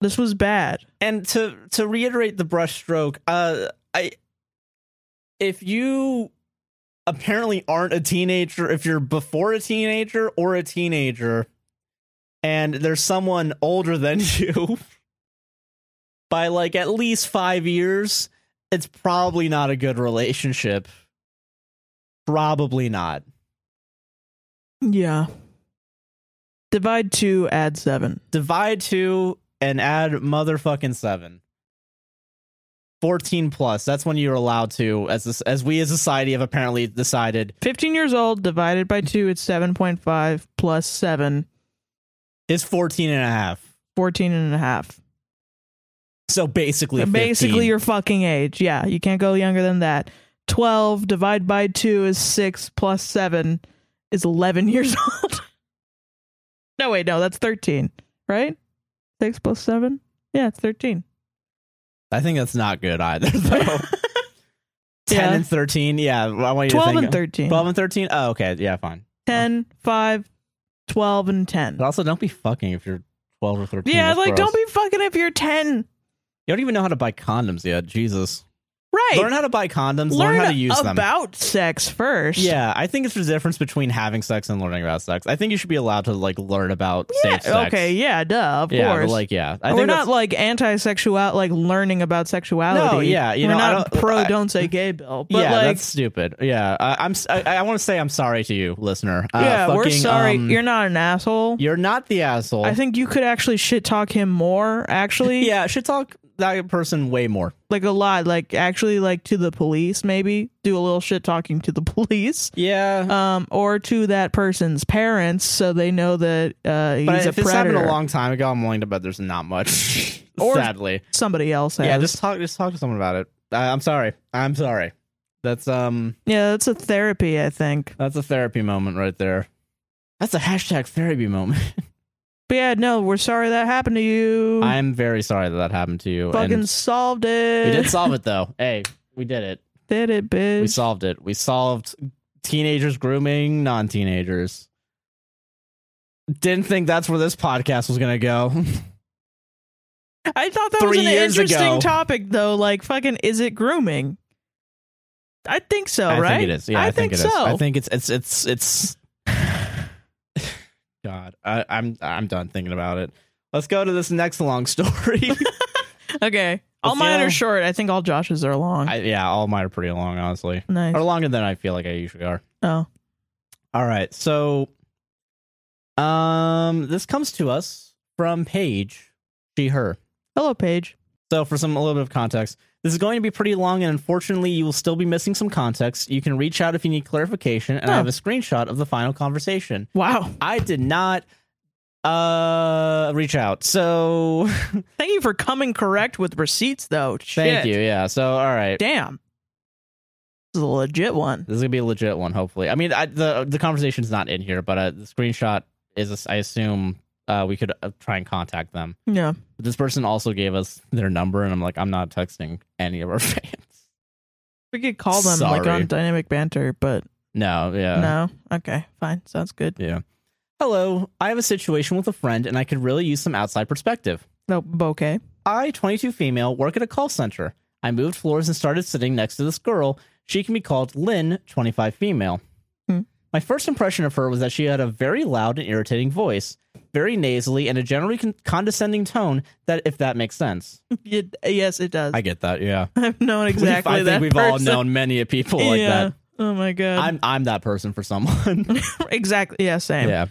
This was bad. and to to reiterate the brushstroke, uh, I if you apparently aren't a teenager, if you're before a teenager or a teenager, and there's someone older than <laughs> you by like at least five years, it's probably not a good relationship. Probably not. Yeah. Divide two, add seven. Divide two and add motherfucking seven. 14 plus. That's when you're allowed to, as this, as we as a society have apparently decided, 15 years old divided by two, it's 7.5 plus seven, is 14 and a half. 14 and a half. So basically, Basically 15. your fucking age. Yeah. You can't go younger than that. 12 divided by two is six plus seven is 11 <laughs> years old. no, wait, no, that's 13, right? Six plus seven? Yeah, it's 13. I think that's not good either, <laughs> though. 10 Yeah. and 13. Yeah. I want you to 12 think and 13. 12 and 13? Oh, okay. Yeah, fine. 10, 5, 12, and 10. But also, don't be fucking if you're 12 or 13. Yeah, That's like, gross. don't be fucking if you're 10. You don't even know how to buy condoms yet. Jesus. Right. Learn how to buy condoms. Learn, how to use them. about sex first. Yeah, I think it's the difference between having sex and learning about sex. I think you should be allowed to like learn about Yeah, safe sex. Okay. Yeah. Duh. Of yeah, but, course. like yeah, I And we're think not that's- like anti-sexual, like learning about sexuality. No, yeah, you we're know, I not don't- pro. I- don't say gay, bill. But yeah, like, that's stupid. Yeah, I, I'm. s- I, want to say I'm sorry to you, listener. Uh, yeah, we're fucking, sorry. um, you're not an asshole. you're not the asshole. I think you could actually shit talk him more. Actually, <laughs> yeah, should talk that person way more. like a lot. Like actually, like to the police. Maybe do a little shit talking to the <laughs> police. Yeah, Um, or to that person's parents, so they know that uh, he's but a if this happened a predator. long time ago, I'm willing to bet there's not <laughs> much. Or- sadly, Somebody else has. yeah, just talk. Just talk to someone about it. Uh, I'm sorry. I'm sorry. That's um. yeah, that's a therapy. I think. That's a therapy moment right there. That's a hashtag therapy moment. But yeah, no, we're sorry that happened to you. I'm very sorry that that happened to you. fucking and solved we it. did solve it though. Hey, we did it. <laughs> Did it, bitch. We solved it. We solved teenagers grooming non-teenagers. Didn't think that's where this podcast was gonna go. <laughs> I thought that three was an years interesting ago. topic, though. Like, fucking, is it grooming? I think so, I right? think it is. Yeah, I, think, it is. so. I think it's it's it's <sighs> it's. God, I, I'm I'm done thinking about it. Let's go to this next long <laughs> story. okay, But, all mine you know- are short. I think all Josh's are long. I, yeah, all mine are pretty long, honestly. nice. Or longer than I feel like I usually are. oh, All right. So um this comes to us from Paige, she her. hello, Paige. So for some a little bit of context, this is going to be pretty long and unfortunately you will still be missing some context. You can reach out if you need clarification and I Oh. have a screenshot of the final conversation. Wow, I did not uh reach out. So <laughs> <laughs> thank you for coming correct with receipts, though. thank Shit. you. Yeah. So all right. Damn, this is a legit one. This is gonna be a legit one, hopefully. I mean, I, the the conversation's not in here, but uh, the screenshot is. I assume uh, we could uh, try and contact them. Yeah, But this person also gave us their number, and I'm like, I'm not texting any of our <laughs> fans. we could call them like Sorry. Uh. on dynamic banter, but No, yeah, no. Okay, fine, sounds good. yeah. Hello, I have a situation with a friend, and I could really use some outside perspective. No, okay. I, 22 female, work at a call center. I moved floors and started sitting next to this girl. She can be called Lynn, 25 female. Hmm. My first impression of her was that she had a very loud and irritating voice, very nasally, and a generally con- condescending tone that, if that makes <laughs> sense. <laughs> It, yes, it does. get that, yeah. <laughs> I've known exactly I think that we've all person. known many of people like <laughs> yeah. that. Oh my god. I'm, I'm that person for someone. <laughs> <laughs> exactly. Yeah. Same. yeah.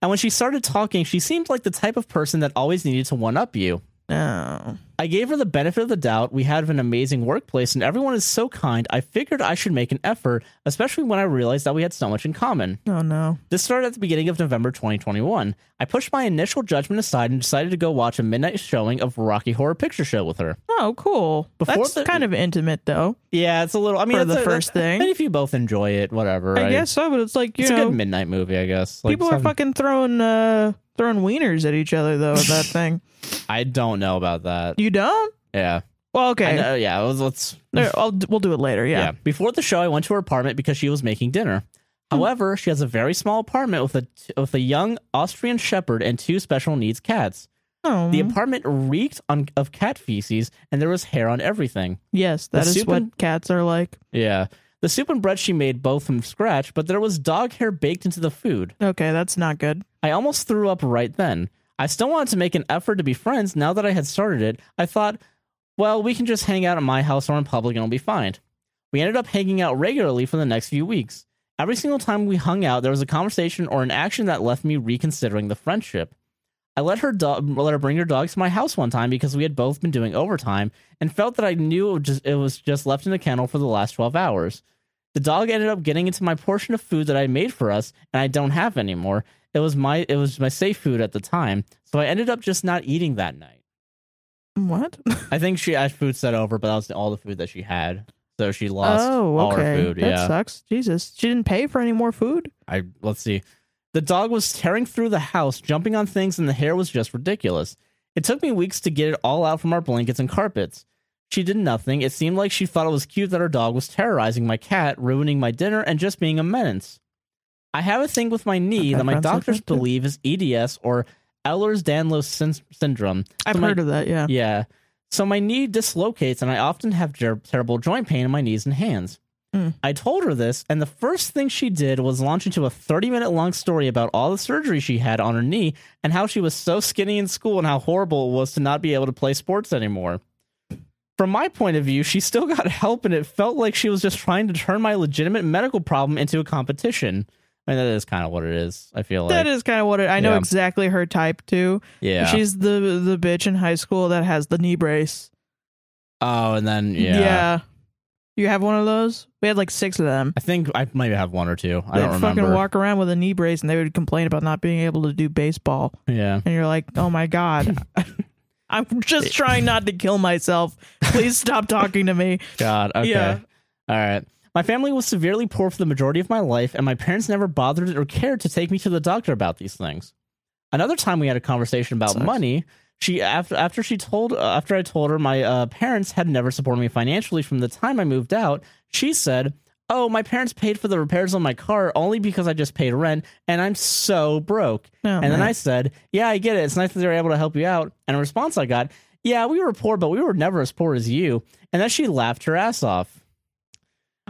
And when she started talking, she seemed like the type of person that always needed to one up you. Oh. I gave her the benefit of the doubt. We have an amazing workplace and everyone is so kind. I figured I should make an effort, especially when I realized that we had so much in common. Oh no. This started at the beginning of November 2021. I pushed my initial judgment aside and decided to go watch a midnight showing of Rocky Horror Picture Show with her. Oh, cool. Before That's the- kind of intimate, though. Yeah, it's a little. I mean, For it's the a- first that's- thing. But if you both enjoy it, whatever. I guess so, but it's like you it's a know, good midnight movie. I guess. Like, people are some- fucking throwing uh throwing wieners at each other though. <laughs> At that thing, I don't know about that. you don't. Yeah. Well, I okay. know, yeah. Let's. let's There, I'll, we'll do it later. Yeah. Yeah. Before the show, I went to her apartment because she was making dinner. However, she has a very small apartment with a with a young Austrian Shepherd and two special needs cats. Oh. The apartment reeked on, of cat feces, and there was hair on everything. yes, that the is soup what and- cats are like. Yeah. The soup and bread she made both from scratch, but there was dog hair baked into the food. Okay, that's not good. I almost threw up right then. I still wanted to make an effort to be friends now that I had started it. I thought, well, we can just hang out at my house or in public and it'll be fine. We ended up hanging out regularly for the next few weeks. Every single time we hung out, there was a conversation or an action that left me reconsidering the friendship. I let her dog, let her bring her dogs to my house one time because we had both been doing overtime and felt that I knew it was just, it was just left in the kennel for the last 12 hours. The dog ended up getting into my portion of food that I made for us and I don't have anymore. It was my it was my safe food at the time, so I ended up just not eating that night. What? I think she had food set over, but that was all the food that she had. So she lost Oh, all her food. that yeah. sucks. Jesus, she didn't pay for any more food. I let's see. The dog was tearing through the house, jumping on things, and the hair was just ridiculous. It took me weeks to get it all out from our blankets and carpets. She did nothing. It seemed like she thought it was cute that her dog was terrorizing my cat, ruining my dinner, and just being a menace. I have a thing with my knee Okay, that my friends like doctors that too. believe is EDS or Ehlers-Danlos syn- syndrome. I've So my- heard of that. Yeah. yeah. So my knee dislocates, and I often have jer- terrible joint pain in my knees and hands. Mm. I told her this, and the first thing she did was launch into a 30 minute long story about all the surgery she had on her knee and how she was so skinny in school and how horrible it was to not be able to play sports anymore. From my point of view, she still <laughs> got help, and it felt like she was just trying to turn my legitimate medical problem into a competition. I mean, that is kind of what it is. I feel like. that is kind of what it, I know Yeah. exactly her type too. yeah. She's the the bitch in high school that has the knee brace. oh, and then, yeah. You have one of those? We had like six of them. I think I might have one or two. I They'd don't fucking remember. walk around with a knee brace and they would complain about not being able to do baseball. Yeah. And you're like, oh <laughs> my God. I'm just trying not to kill myself. Please stop talking to me. God. Okay. Yeah. All right. My family was severely poor for the majority of my life, and my parents never bothered or cared to take me to the doctor about these things. Another time we had a conversation about Sucks. money. She after after she told uh, after I told her my uh, parents had never supported me financially from the time I moved out. She said, "Oh, my parents paid for the repairs on my car only because I just paid rent, and I'm so broke." Oh, and then man. I said, Yeah, I get it. It's nice that they were able to help you out. And a response I got, Yeah, we were poor, but we were never as poor as you. And then she laughed her ass off.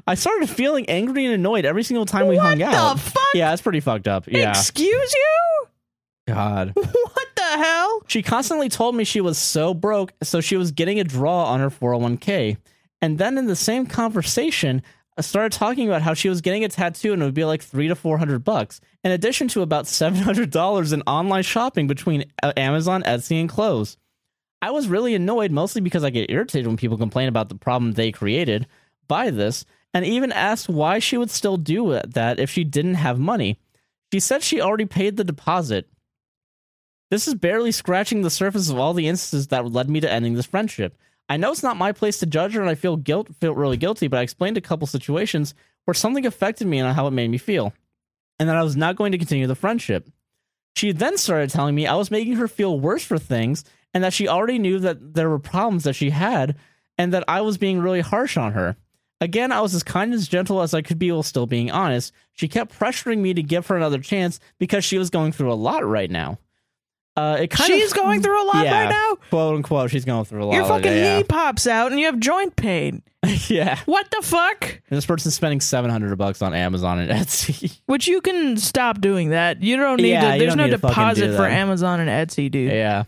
I started feeling angry and annoyed every single time we What hung the out. fuck? Yeah, that's pretty fucked up. Yeah. Excuse you? <laughs> God. What the hell? She constantly told me she was so broke, so she was getting a draw on her 401k. And then in the same conversation, I started talking about how she was getting a tattoo and it would be like three to four hundred bucks, in addition to about seven hundred dollars in online shopping between uh, Amazon, Etsy, and clothes. I was really annoyed, mostly because I get irritated when people complain about the problem they created by this, and even asked why she would still do it- that if she didn't have money. She said she already paid the deposit. This is barely scratching the surface of all the instances that led me to ending this friendship. I know it's not my place to judge her, and I feel guilt, feel really guilty. But I explained a couple situations where something affected me and how it made me feel, and that I was not going to continue the friendship. She then started telling me I was making her feel worse for things, and that she already knew that there were problems that she had, and that I was being really harsh on her. Again, I was as kind and as gentle as I could be while still being honest. She kept pressuring me to give her another chance because she was going through a lot right now. Uh, it kind She's of, going through a lot Yeah. right now. quote unquote, she's going through a lot. Your right fucking now, knee pops out and you have joint pain. yeah. <laughs> yeah. What the fuck? And this person's spending seven hundred bucks on Amazon and <laughs> Etsy. Which you can stop doing that. You don't need Yeah, to. you There's don't no need to fucking deposit do for that. Amazon and Etsy, dude. yeah,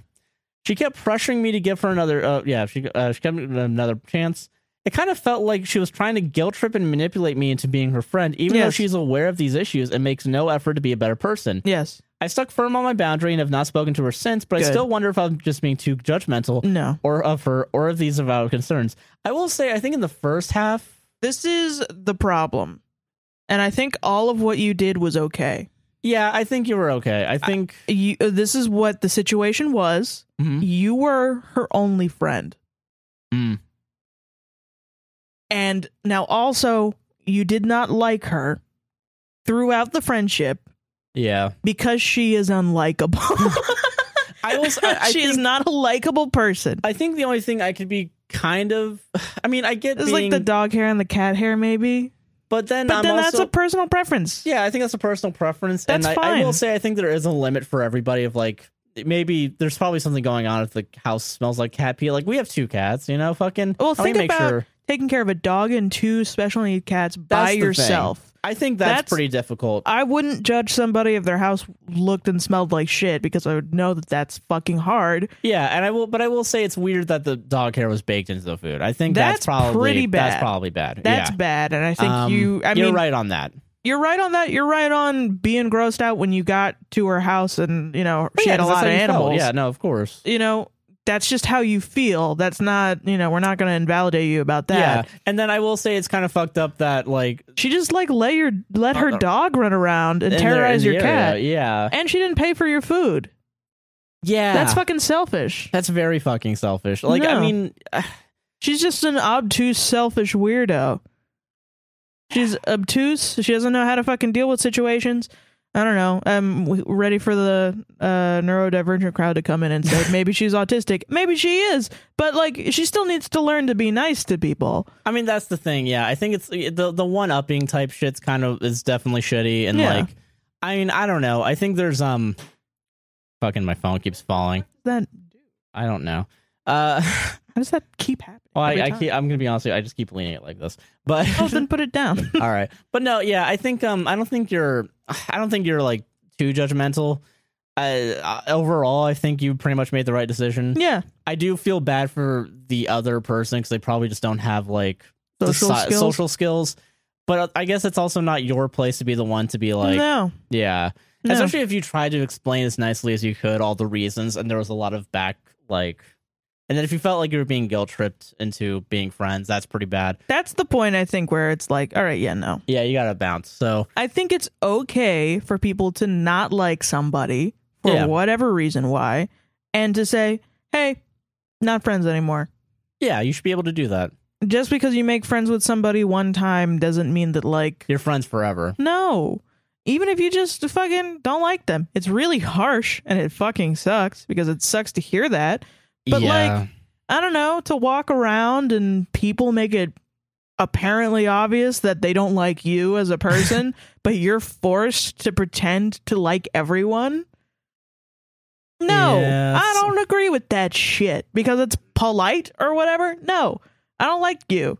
she kept pressuring me to give her another. Uh, yeah, she uh, she kept me another chance. It kind of felt like she was trying to guilt trip and manipulate me into being her friend, even though Yes. she's aware of these issues and makes no effort to be a better person. Yes. I stuck firm on my boundary and have not spoken to her since, but I Good. still wonder if I'm just being too judgmental No. or of her or of these avowed concerns. I will say, I think in the first half, This is the problem. And I think all of what you did was okay. yeah, I think you were okay. I <laughs> think. You, uh, this is what the situation was. Mhm. You were her only friend. Mm. And now also, you did not like her throughout the friendship Yeah, because she is unlikable. <laughs> I was. I, I <laughs> she think- is not a likable person. I think the only thing I could be kind of, <sighs> I mean, I get It's being, like the dog hair and the cat hair, maybe. but then But I'm then also, that's a personal preference. yeah, I think that's a personal preference, and That's I, I will fine. say I think there is a limit for everybody of like maybe there's probably something going on if the house smells like cat pee. Like we have two cats, you know, fucking. Well, I wanna think make about sure. taking care of a dog and two special need cats by That's the yourself. I think that's, That's- pretty difficult. I wouldn't judge somebody if their house looked and smelled like shit because I would know that that's fucking hard. Yeah, and I will, but I will say it's weird that the dog hair was baked into the food. I think that's, That's probably pretty That's bad. probably bad. That's yeah. bad, and I think Um, you. I you're mean, right on that. you're right on that. You're right on being grossed out when you got to her house and you know she Yeah, had a 'cause that's lot how of you felt. animals. Yeah, no, of course. you know that's just how you feel. That's not you know we're not going to invalidate you about that. Yeah, and then I will say it's kind of fucked up that like She just like let your let her Uh, dog run around and in the- terrorize in the your area, cat, Yeah, and she didn't pay for your food. yeah. That's fucking selfish. That's very fucking selfish. Like I No. mean, <sighs> She's just an obtuse, selfish weirdo. She's obtuse. She doesn't know how to fucking deal with situations. I don't know. I'm w- ready for the uh, neurodivergent crowd to come in and say maybe she's autistic. Maybe she is, but like she still needs to learn to be nice to people. I mean that's the thing. Yeah, I think it's eh, the the one upping type shit's kind of is definitely shitty and Yeah. like I mean I don't know. I think there's um fucking my phone keeps falling. That I don't know. Uh, <laughs> how does that keep happening? well, I, every I time? keep, I'm gonna be honest with you. I just keep leaning it like this, but Oh, then put it <laughs> down. All right. But no, yeah, I think um I don't think you're I don't think you're like too judgmental. Uh, overall, I think you pretty much made the right decision. yeah, I do feel bad for the other person cuz they probably just don't have like the social si- skills. social skills. But uh, I guess it's also not your place to be the one to be like, no, yeah. no. Especially if you tried to explain as nicely as you could all the reasons and there was a lot of back like and then if you felt like you were being guilt tripped into being friends, that's pretty bad. that's the point. I think where it's like, all right, yeah, no. Yeah, you got to bounce. So, I think it's okay for people to not like somebody for Yeah. whatever reason why and to say, "Hey, not friends anymore." yeah, you should be able to do that. Just because you make friends with somebody one time doesn't mean that like You're friends forever. no. Even if you just fucking don't like them. It's really harsh and it fucking sucks because it sucks to hear that. But, like, I don't know, to walk around and people make it apparently obvious that they don't like you as a person, but you're forced to pretend to like everyone. No, Yeah, I it's- don't agree with that shit because it's polite or whatever. No, I don't like you.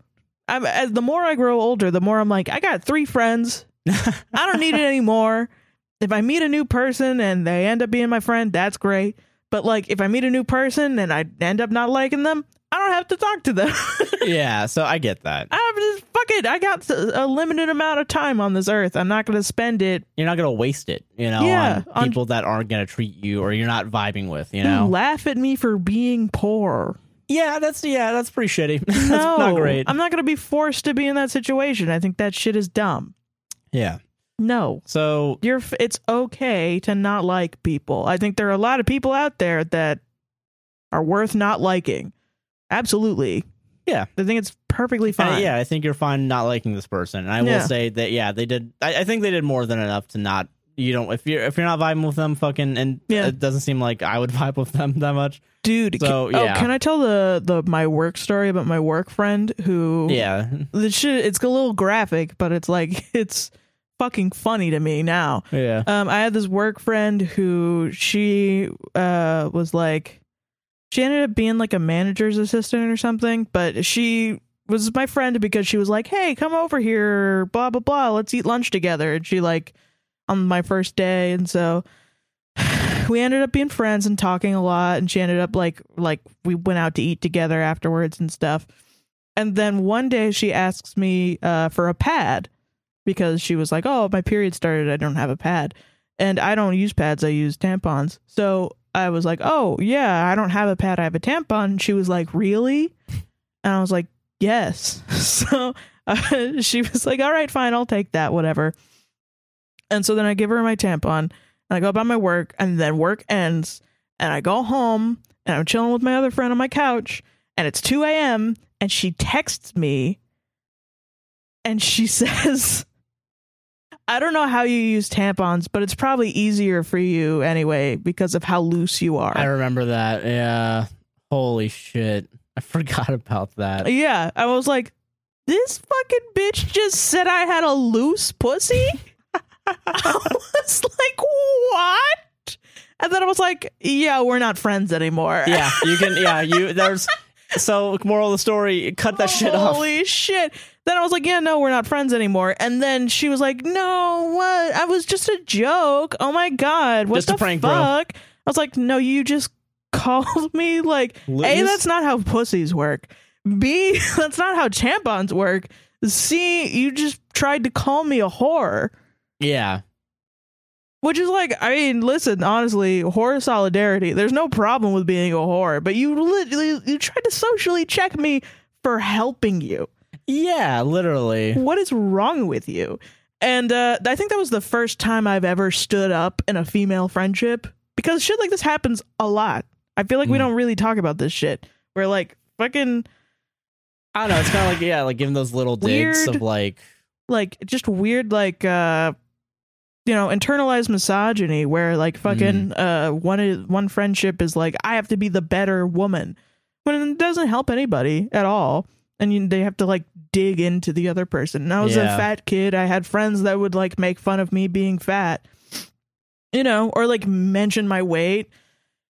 I'm, as the more I grow older, the more I'm like, I got three friends. I don't need it anymore. If I meet a new person and they end up being my friend, that's great. But like, if I meet a new person and I end up not liking them, I don't have to talk to them. <laughs> yeah, so I get that. I'm just fuck it. I got a limited amount of time on this earth. I'm not going to spend it You're not gonna waste it, you know, Yeah, on on- people that aren't gonna treat you or you're not vibing with, you know. laugh at me for being poor. yeah, that's yeah, that's pretty shitty. <laughs> that's <laughs> no, not great. I'm not going to be forced to be in that situation. I think that shit is dumb. yeah. No. So uh, You're f- it's okay to not like people. I think there are a lot of people out there that are worth not liking. Absolutely. Yeah. I think it's perfectly uh, fine. yeah, I think you're fine not liking this person. And I Yeah. will say that yeah, they did I, I think they did more than enough to not you don't if you're if you're not vibing with them fucking and Yeah. it doesn't seem like I would <laughs> vibe with them that much. Dude, So, can, yeah. oh, can I tell the the my work story about my work friend who Yeah. the shit it's a little graphic but it's like <laughs> it's fucking funny to me now Yeah. um i had this work friend who she uh was like she ended up being like a manager's assistant or something but she was my friend because she was like hey come over here blah blah blah let's eat lunch together and she like on my first day and so <sighs> we ended up being friends and talking a lot and she ended up like like we went out to eat together afterwards and stuff and then one day she asks me uh, for a pad because she was like oh my period started i don't have a pad and i don't use pads i use tampons so i was like oh yeah i don't have a pad i have a tampon and she was like really and i was like yes <laughs> so uh, <laughs> she was like all right fine i'll take that whatever and so then I give her my tampon and I go about my work and then work ends and I go home and I'm chilling with my other friend on my couch and it's 2 a.m. and she texts me and she <laughs> says, I don't know how you use tampons, but it's probably easier for you anyway because of how loose you are. I remember that. Yeah. Holy shit. I forgot about that. Yeah, I was like, this fucking bitch just said I had a loose pussy. <laughs> I was like, what? And then I was like, yeah, we're not friends anymore. Yeah, you can. Yeah, you. There's So, moral of the story: cut that shit off. Oh, Holy shit. Then I was like, yeah, no, we're not friends anymore. And then she was like, no, what? I was just a joke. Oh my God. What Just a the prank, bro. fuck? I was like, no, you just <laughs> called me like, A, Lose? that's not how pussies work. B, <laughs> that's not how tampons work. C, you just tried to call me a whore. Yeah, Which is like, I mean, listen, honestly, horror solidarity. There's no problem with being a whore, but you literally you tried to socially check me for helping you. yeah, literally. What is wrong with you? And uh, I think that was the first time I've ever stood up in a female friendship because shit like this happens a lot. I feel like we Mm. don't really talk about this shit. We're like fucking I don't know. It's kind of like yeah, like giving those little digs Weird. of like like just weird like uh you know internalized misogyny where like fucking uh one is- one friendship is like i have to be the better woman when it doesn't help anybody at all and you, they have to like dig into the other person and i was Yeah. a fat kid i had friends that would like make fun of me being fat you know or like mention my weight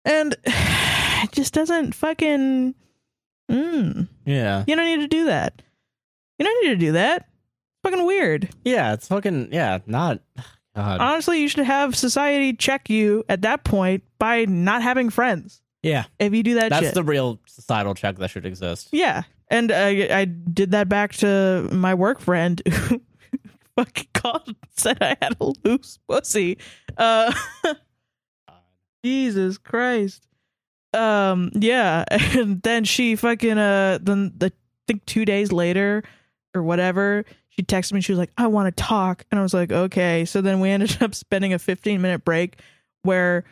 and <sighs> it just doesn't fucking mm, yeah, you don't need to do that you don't need to do that fucking weird yeah. It's fucking yeah, not. <sighs> God. Honestly, you should have society check you at that point by not having friends. yeah, If you do that that's shit. the real societal check that should exist. yeah. And I, I did that back to my work friend who <laughs> fucking called and said I had a loose pussy. Uh, <laughs> Jesus Christ. Um, yeah. <laughs> And then she fucking, uh, then the, I think two days later or whatever, she texted me. She was like, I want to talk. And I was like, okay. So then we ended <laughs> up spending a 15 minute break where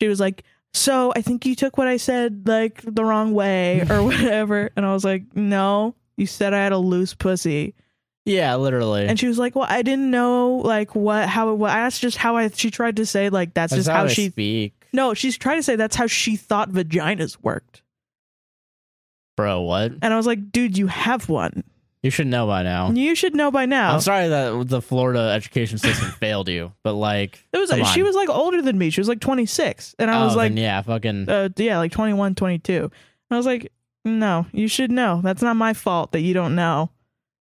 she was like, so I think you took what I said like the wrong way <laughs> or whatever. And I was like, no, you said I had a loose pussy. Yeah, literally. And she was like, well, I didn't know like what, how it was. That's just how I, she tried to say like, that's That's just how they she speak, no, she's trying to say that's how she thought vaginas worked. bro. What And I was like, dude, you have one. you should know by now. You should know by now. Oh. I'm sorry that the Florida education <laughs> system failed you, but like It was come she on. was like older than me. She was like 26. And I Oh, was like, then yeah, fucking uh, yeah, like 21, 22. And I was like, no, you should know. That's not my fault that you don't know.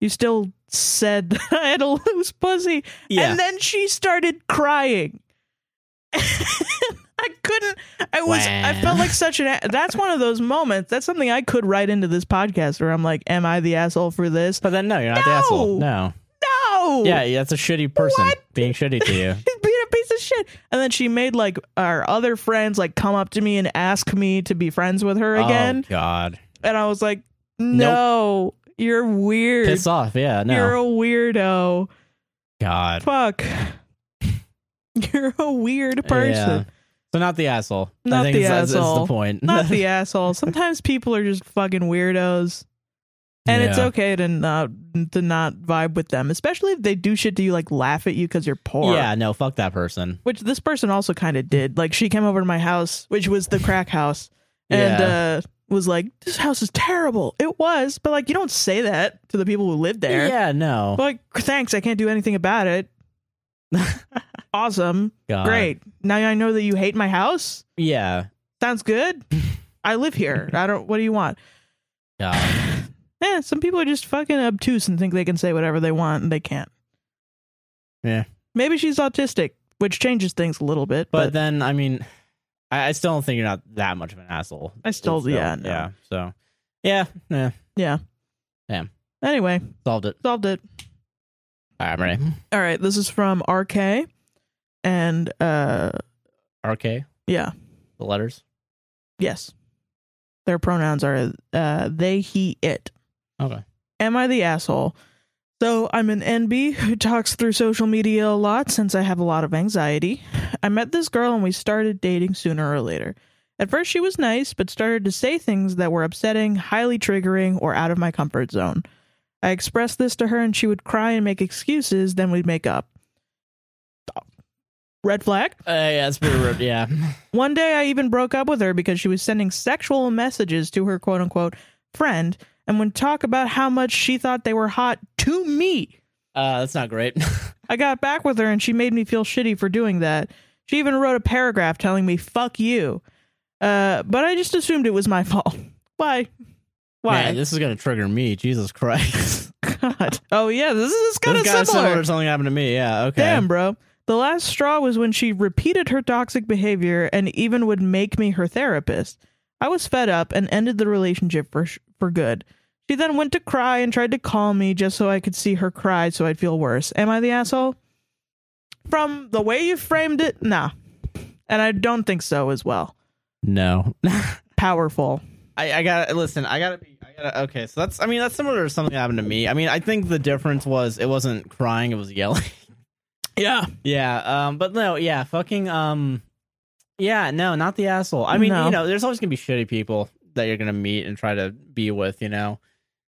You still said <laughs> that I had a loose pussy. yeah. And then she started crying. <laughs> I couldn't. I was. I Wow. felt like such an. a- That's one of those moments. That's something I could write into this podcast where I'm like, "Am I the asshole for this?" but then no, you're not the asshole. No, No. yeah, that's a shitty person What? being shitty to you. She's being a piece of shit. And then she made like our other friends like come up to me and ask me to be friends with <laughs> her again. Oh God, And I was like, "No, you're weird. piss off. Yeah, no, You're a weirdo. God <laughs> Fuck. You're a weird person." Yeah. So not the asshole. Not I think the is- is- is asshole. the point. not <laughs> the asshole. Sometimes people are just fucking weirdos, and it's Yeah. okay to not to not vibe with them, especially if they do shit to you, like laugh at you because you're poor. Yeah, no, fuck that person. Which this person also kind of did. Like she came over to my house, which was the crack house, and uh, was like, "This house is terrible." It was, but like you don't say that to the people who live there. Yeah, no. But, like thanks, I can't do anything about it. <laughs> awesome, God. great. Now I know that you hate my house. Yeah. Sounds good. I live here. I don't. What do you want? <laughs> God. Yeah, some people are just fucking obtuse and think they can say whatever they want and they can't. Yeah. Maybe she's autistic, which changes things a little bit, But but, then I mean I, I still don't think you're not that much of an asshole. I still- yeah, no. Yeah. So yeah, yeah. anyway, Solved it. solved it. All right, I'm ready. All right, this is from RK and uh RK, yeah, the letters. yes. Their pronouns are uh they, he, it. Uh, Okay. Am I the asshole? So I'm an NB <laughs> who talks through social media a lot since I have a lot of anxiety. I met this girl and we started dating sooner or later. At first, she was nice, but started to say things that were upsetting, highly triggering, or out of my comfort zone. I expressed this to her and she would cry and make excuses, then we'd make up. Red flag? Uh, yeah, that's pretty rude. Yeah. One day I even broke up with her because she was sending sexual messages to her quote unquote friend and would talk about how much she thought they were hot to me. <laughs> Uh, that's not great. I got back with her and she made me feel shitty for doing that. She even wrote a paragraph telling me, fuck you. Uh, but I just assumed it was my fault. <laughs> Why? Why? Man, this is gonna trigger me. Jesus <laughs> Christ. <laughs> God. Oh yeah, this is kind of This guy similar. is to something happened to me. Yeah. Okay. Damn, bro. The last straw was when she repeated her toxic behavior and even would make me her therapist. I was fed up and ended the relationship for sh- for good. She then went to cry and tried to calm me just so I could see her cry so I'd feel worse. Am I the asshole? From the way you framed it, nah. And I don't think so as well. No. Powerful. I, I gotta listen. I gotta be. I gotta. Okay. So that's. I mean, that's similar to something that happened to me. I mean, I think the difference was it wasn't crying. It was yelling. <laughs> Yeah. yeah. Um. But no. Yeah. Fucking. Um. Yeah. No. Not the asshole. I mean, No. you know, there's always gonna be shitty people that you're gonna meet and try to be with. You know.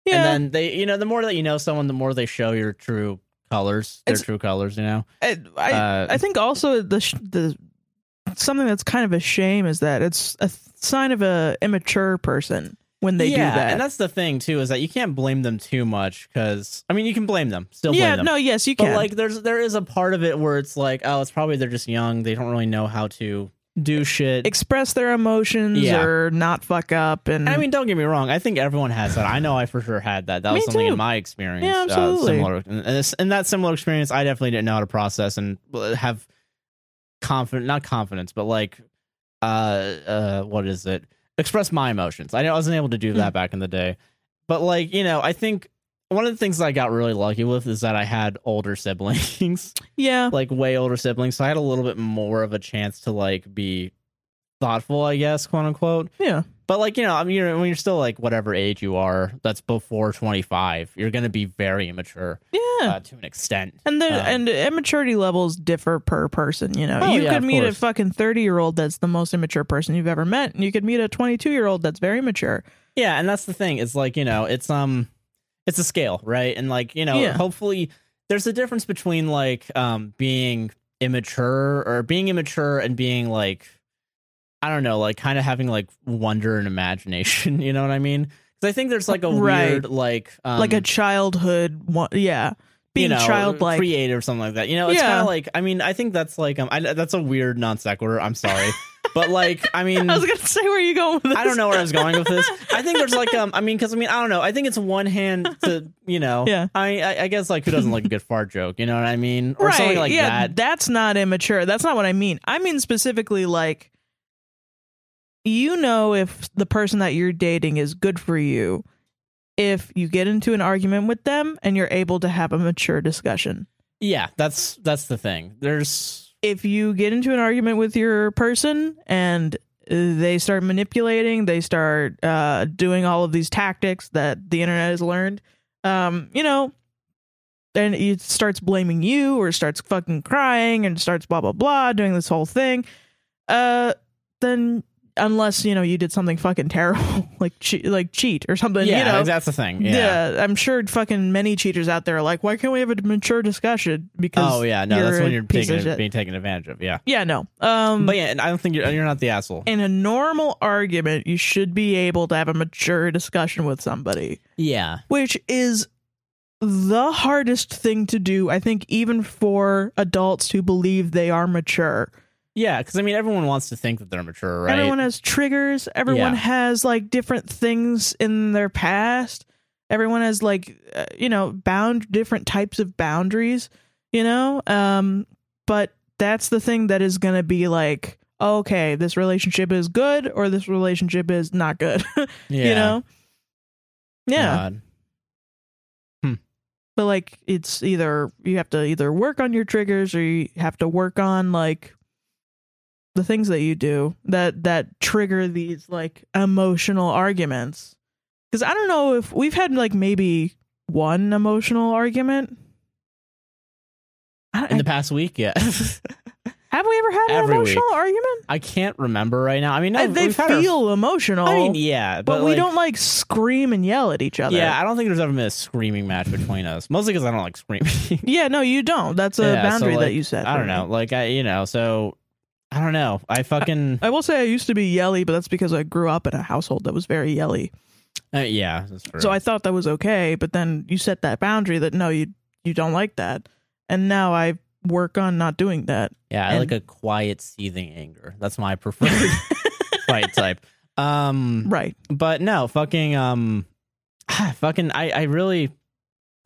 Yeah. And then they. You know, the more that you know someone, the more they show your true colors. Their It's- true colors. You know. I, I, uh, I think also the sh- the something that's kind of a shame is that it's a sign of a immature person when they yeah, do that. And that's the thing too is that you can't blame them too much because I mean you can blame them, still blame yeah, them. no, yes, you but can. like there's there is a part of it where it's like oh it's probably they're just young, they don't really know how to do shit. express their emotions Yeah. or not fuck up and And I mean, don't get me wrong. I think everyone has that. I know I for sure had that. That Mm. Me was something too. in my experience. Yeah, absolutely. Uh, similar, and, this- and that similar experience, I definitely didn't know how to process and uh, have confident, not confidence, but like, uh, uh, what is it? Express my emotions. I wasn't able to do Hmm. that back in the day. But like, you know, I think one of the things that I got really lucky with is that I had older <laughs> <laughs> siblings, yeah. like way older siblings. So I had a little bit more of a chance to like be thoughtful, I guess, quote unquote. Yeah. But like you know, I mean, you're, when you're still like whatever age you are, that's before 25, you're gonna be very immature Yeah. uh, to an extent. and the um, and immaturity levels differ per person, you know. Oh, you yeah, could of meet a course. fucking 30-year-old that's the most immature person you've ever met, and you could meet a 22-year-old that's very mature. Yeah, and that's the thing. It's like you know, it's um, it's a scale, right? And like you know, Yeah. hopefully, there's a difference between like um being immature or being immature and being like, I don't know, like kind of having like wonder and imagination. <laughs> You know what I mean? Because I think there's like a Right. weird like um, like a childhood one, yeah. Being you know, childlike. creative, something like that. You know, it's Yeah. kind of like I mean, I think that's like um, I, that's a weird non sequitur. I'm <laughs> sorry, but like I mean, I was gonna say where are you going with this. I don't know where I was going with this. I think there's like um, I mean, because I mean, I don't know. I think it's one hand to you know, Yeah. I I, I guess like who doesn't like a good fart joke? You know what I mean, or right. something like yeah, that. that's not immature. That's not what I mean. I mean specifically like you know if the person that you're dating is good for you if you get into an argument with them and you're able to have a mature discussion. Yeah, that's that's the thing. There's If you get into an argument with your person and uh, they start manipulating, they start uh, doing all of these tactics that the internet has learned. Um, you know, and it starts blaming you or starts fucking crying and starts blah blah blah doing this whole thing uh then unless you know you did something fucking terrible <laughs> like che- like cheat or something yeah, you know that's the thing. Yeah. i'm sure fucking many cheaters out there are like why can't we have a mature discussion because Oh yeah, no, that's you're when a you're piece taking, of shit. being taken advantage of. Yeah, yeah no um but yeah, and I don't think you're you're not the asshole. in a normal argument you should be able to have a mature discussion with somebody yeah, which is the hardest thing to do, I think, even for adults who believe they are mature. yeah, because I mean, everyone wants to think that they're mature, right? Everyone has triggers, everyone Yeah. has like different things in their past, everyone has like, uh, you know, bound different types of boundaries, you know? Um, but that's the thing that is going to be like, okay, this relationship is good or this relationship is not good, <laughs> yeah. you know? Yeah. God. but like it's either you have to either work on your triggers or you have to work on like the things that you do that that trigger these like emotional arguments because i don't know if we've had like maybe one emotional argument I, In the I, past week, yeah. <laughs> have we ever had an Every emotional week. argument I can't remember right now. I mean, no, I- Uh, they we've had our- feel emotional I mean, yeah, but, but, we like, don't like scream and yell at each other Yeah, I don't think there's ever been a screaming match between us. Mostly because I don't like screaming. <laughs> yeah no you don't that's a Yeah, so, boundary that like, you set I for don't me. know. Like I, you know, so I don't know. I <laughs> fucking I will say I used to be yelly, but that's because I grew up in a household that was very yelly. uh, yeah. That's true. So I thought that was okay, but then you set that boundary that no, you you don't like that, and now I work on not doing that. yeah, I and- like a quiet, seething anger. That's my <laughs> preferred fight type. Um, Right? but no, fucking um. <sighs> fucking I, I really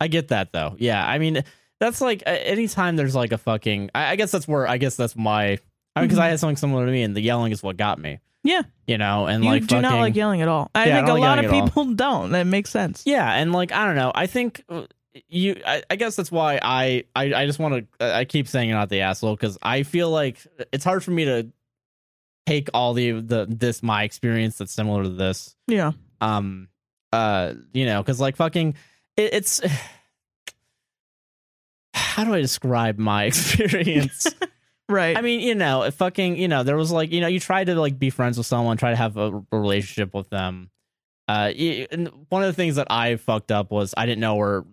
I get that though. Yeah, I mean that's like a- anytime there's like a fucking I, I guess that's where I guess that's my I mean because I had something similar to me and the yelling is what got me. Mm-hmm. Yeah. You know, and you like do fucking, not like yelling at all. I Yeah, I think don't a like lot of yelling at all. people <laughs> don't. That makes sense. Yeah, and like I don't know. I think uh, you. I, I guess that's why I. I, I just want to. I keep saying you're not the asshole because I feel like it's hard for me to take all the the this my experience that's similar to this. Yeah. Um. Uh. You know, because like fucking, it, it's. <sighs> How do I describe my <laughs> experience? Right. I mean, you know, it fucking, you know, there was like, you know, you try to like be friends with someone, try to have a, a relationship with them. Uh, y- and one of the things that I fucked up was I didn't know where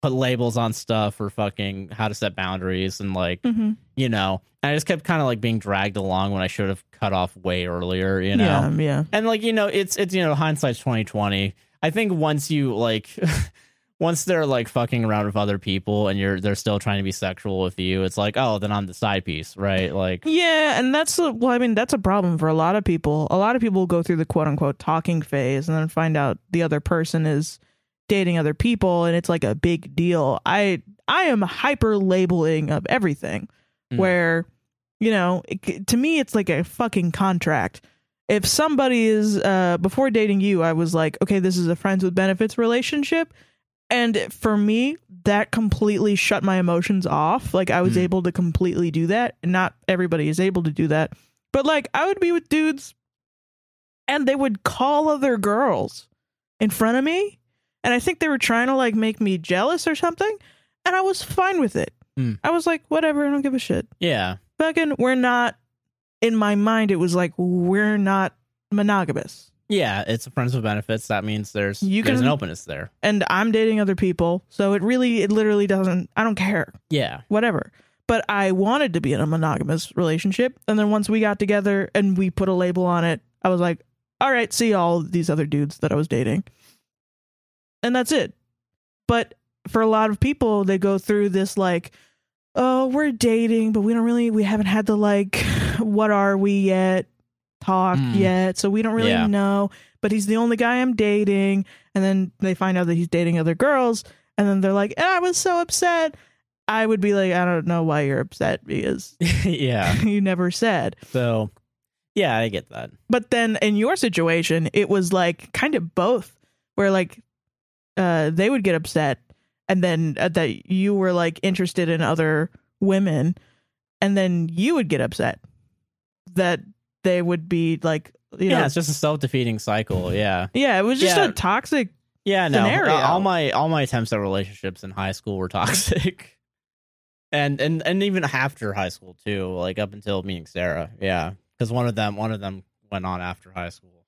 put labels on stuff or fucking how to set boundaries and like, Mhm. you know, I just kept kind of like being dragged along when I should have cut off way earlier, you know Yeah. Yeah. and like you know it's it's you know hindsight's 2020 i think once you like <laughs> once they're like fucking around with other people and you're they're still trying to be sexual with you it's like oh then i'm the side piece right like Yeah, and that's a, well, I mean, that's a problem for a lot of people. A lot of people go through the quote unquote talking phase and then find out the other person is dating other people, and it's like a big deal. I I am hyper labeling of everything, Mm. where you know, it, to me, it's like a fucking contract. If somebody is uh, before dating you, I was like, okay, this is a friends with benefits relationship. And for me, that completely shut my emotions off. Like I was Hmm. able to completely do that. Not everybody is able to do that. But like I would be with dudes and they would call other girls in front of me. And I think they were trying to like make me jealous or something. And I was fine with it. Hmm. I was like, whatever, I don't give a shit. yeah Fucking we're not in my mind it was like we're not monogamous. yeah it's a friends with benefits that means there's You there's can- an openness there And I'm dating other people, so it really it literally doesn't I don't care. yeah <laughs> whatever. But I wanted to be in a monogamous relationship. And then once we got together and we put a label on it, I was like, all right, see all these other dudes that I was dating. And that's it. But for a lot of people, they go through this like, oh, we're dating, but we don't really, we haven't had the like, <sighs> what are we yet talk Mm. yet. So we don't really Yeah. know. But he's the only guy I'm dating. And then they find out that he's dating other girls. And then they're like, "Ah, I was so upset. I would be like, I don't know why you're upset because yeah <laughs> you never said. so yeah i get that But then in your situation, it was like kind of both, where like uh, they would get upset, and then uh, that you were like interested in other women, and then you would get upset that they would be like, you yeah know, it's just a self-defeating cycle yeah yeah, it was just Yeah. a toxic. Yeah, no. scenario. Uh, all my all my attempts at relationships in high school were <laughs> toxic. and and and even after high school too, like up until meeting Sarah. Yeah. Cuz one of them one of them went on after high school.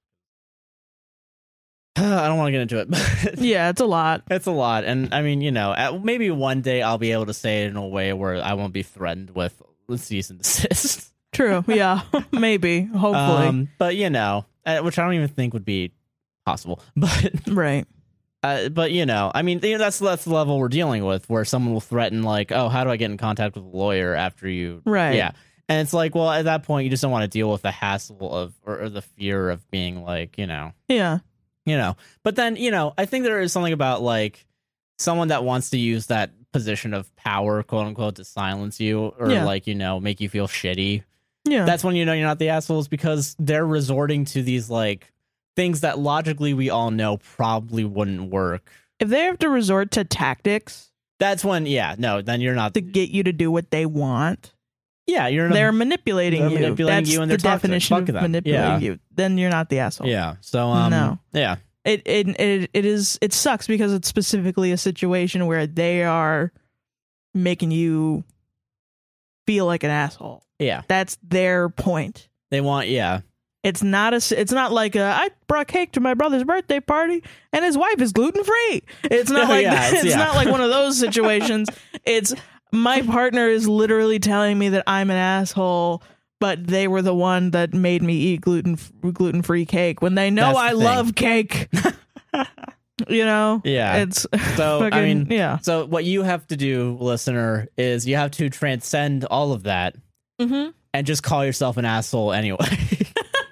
<sighs> I don't want to get into it. <laughs> But Yeah, it's a lot. it's a lot. And I mean, you know, at, maybe one day I'll be able to say it in a way where I won't be threatened with <laughs> cease and desist. True. <laughs> Yeah, maybe. Hopefully. Um, but you know, uh, which I don't even think would be possible. <laughs> But right. Uh, but you know, I mean, you know, that's that's the level we're dealing with, where someone will threaten, like, "Oh, how do I get in contact with a lawyer after you?" Right. Yeah, and it's like, well, at that point, you just don't want to deal with the hassle of or, or the fear of being like, you know, Yeah. you know. But then, you know, I think there is something about like someone that wants to use that position of power, quote unquote, to silence you or Yeah. like you know make you feel shitty Yeah. that's when you know you're not the assholes because they're resorting to these like things that logically we all know probably wouldn't work. if they have to resort to tactics That's when, yeah, no, then you're not. to get you to do what they want. yeah, you're in a- They're manipulating they're you. manipulating That's you and the they're toxic. definition Fuck of them. manipulating Yeah. you. Then you're not the asshole. yeah. So um, No. yeah, It, it it it is it sucks because it's specifically a situation where they are making you feel like an asshole. yeah, That's their point. they want, yeah, It's not a s- it's not like a, I brought cake to my brother's birthday party and his wife is gluten free. It's not Oh, like <laughs> yeah, that. it's- it's, yeah. not like one of <laughs> those situations. it's my partner is literally telling me that I'm an asshole, but they were the one that made me eat gluten gluten free cake when they know That's the I thing. love <laughs> cake. you know, yeah. it's So, I fucking- mean, yeah, so what you have to do, listener, is you have to transcend all of that mm-hmm. and just call yourself an asshole anyway. <laughs>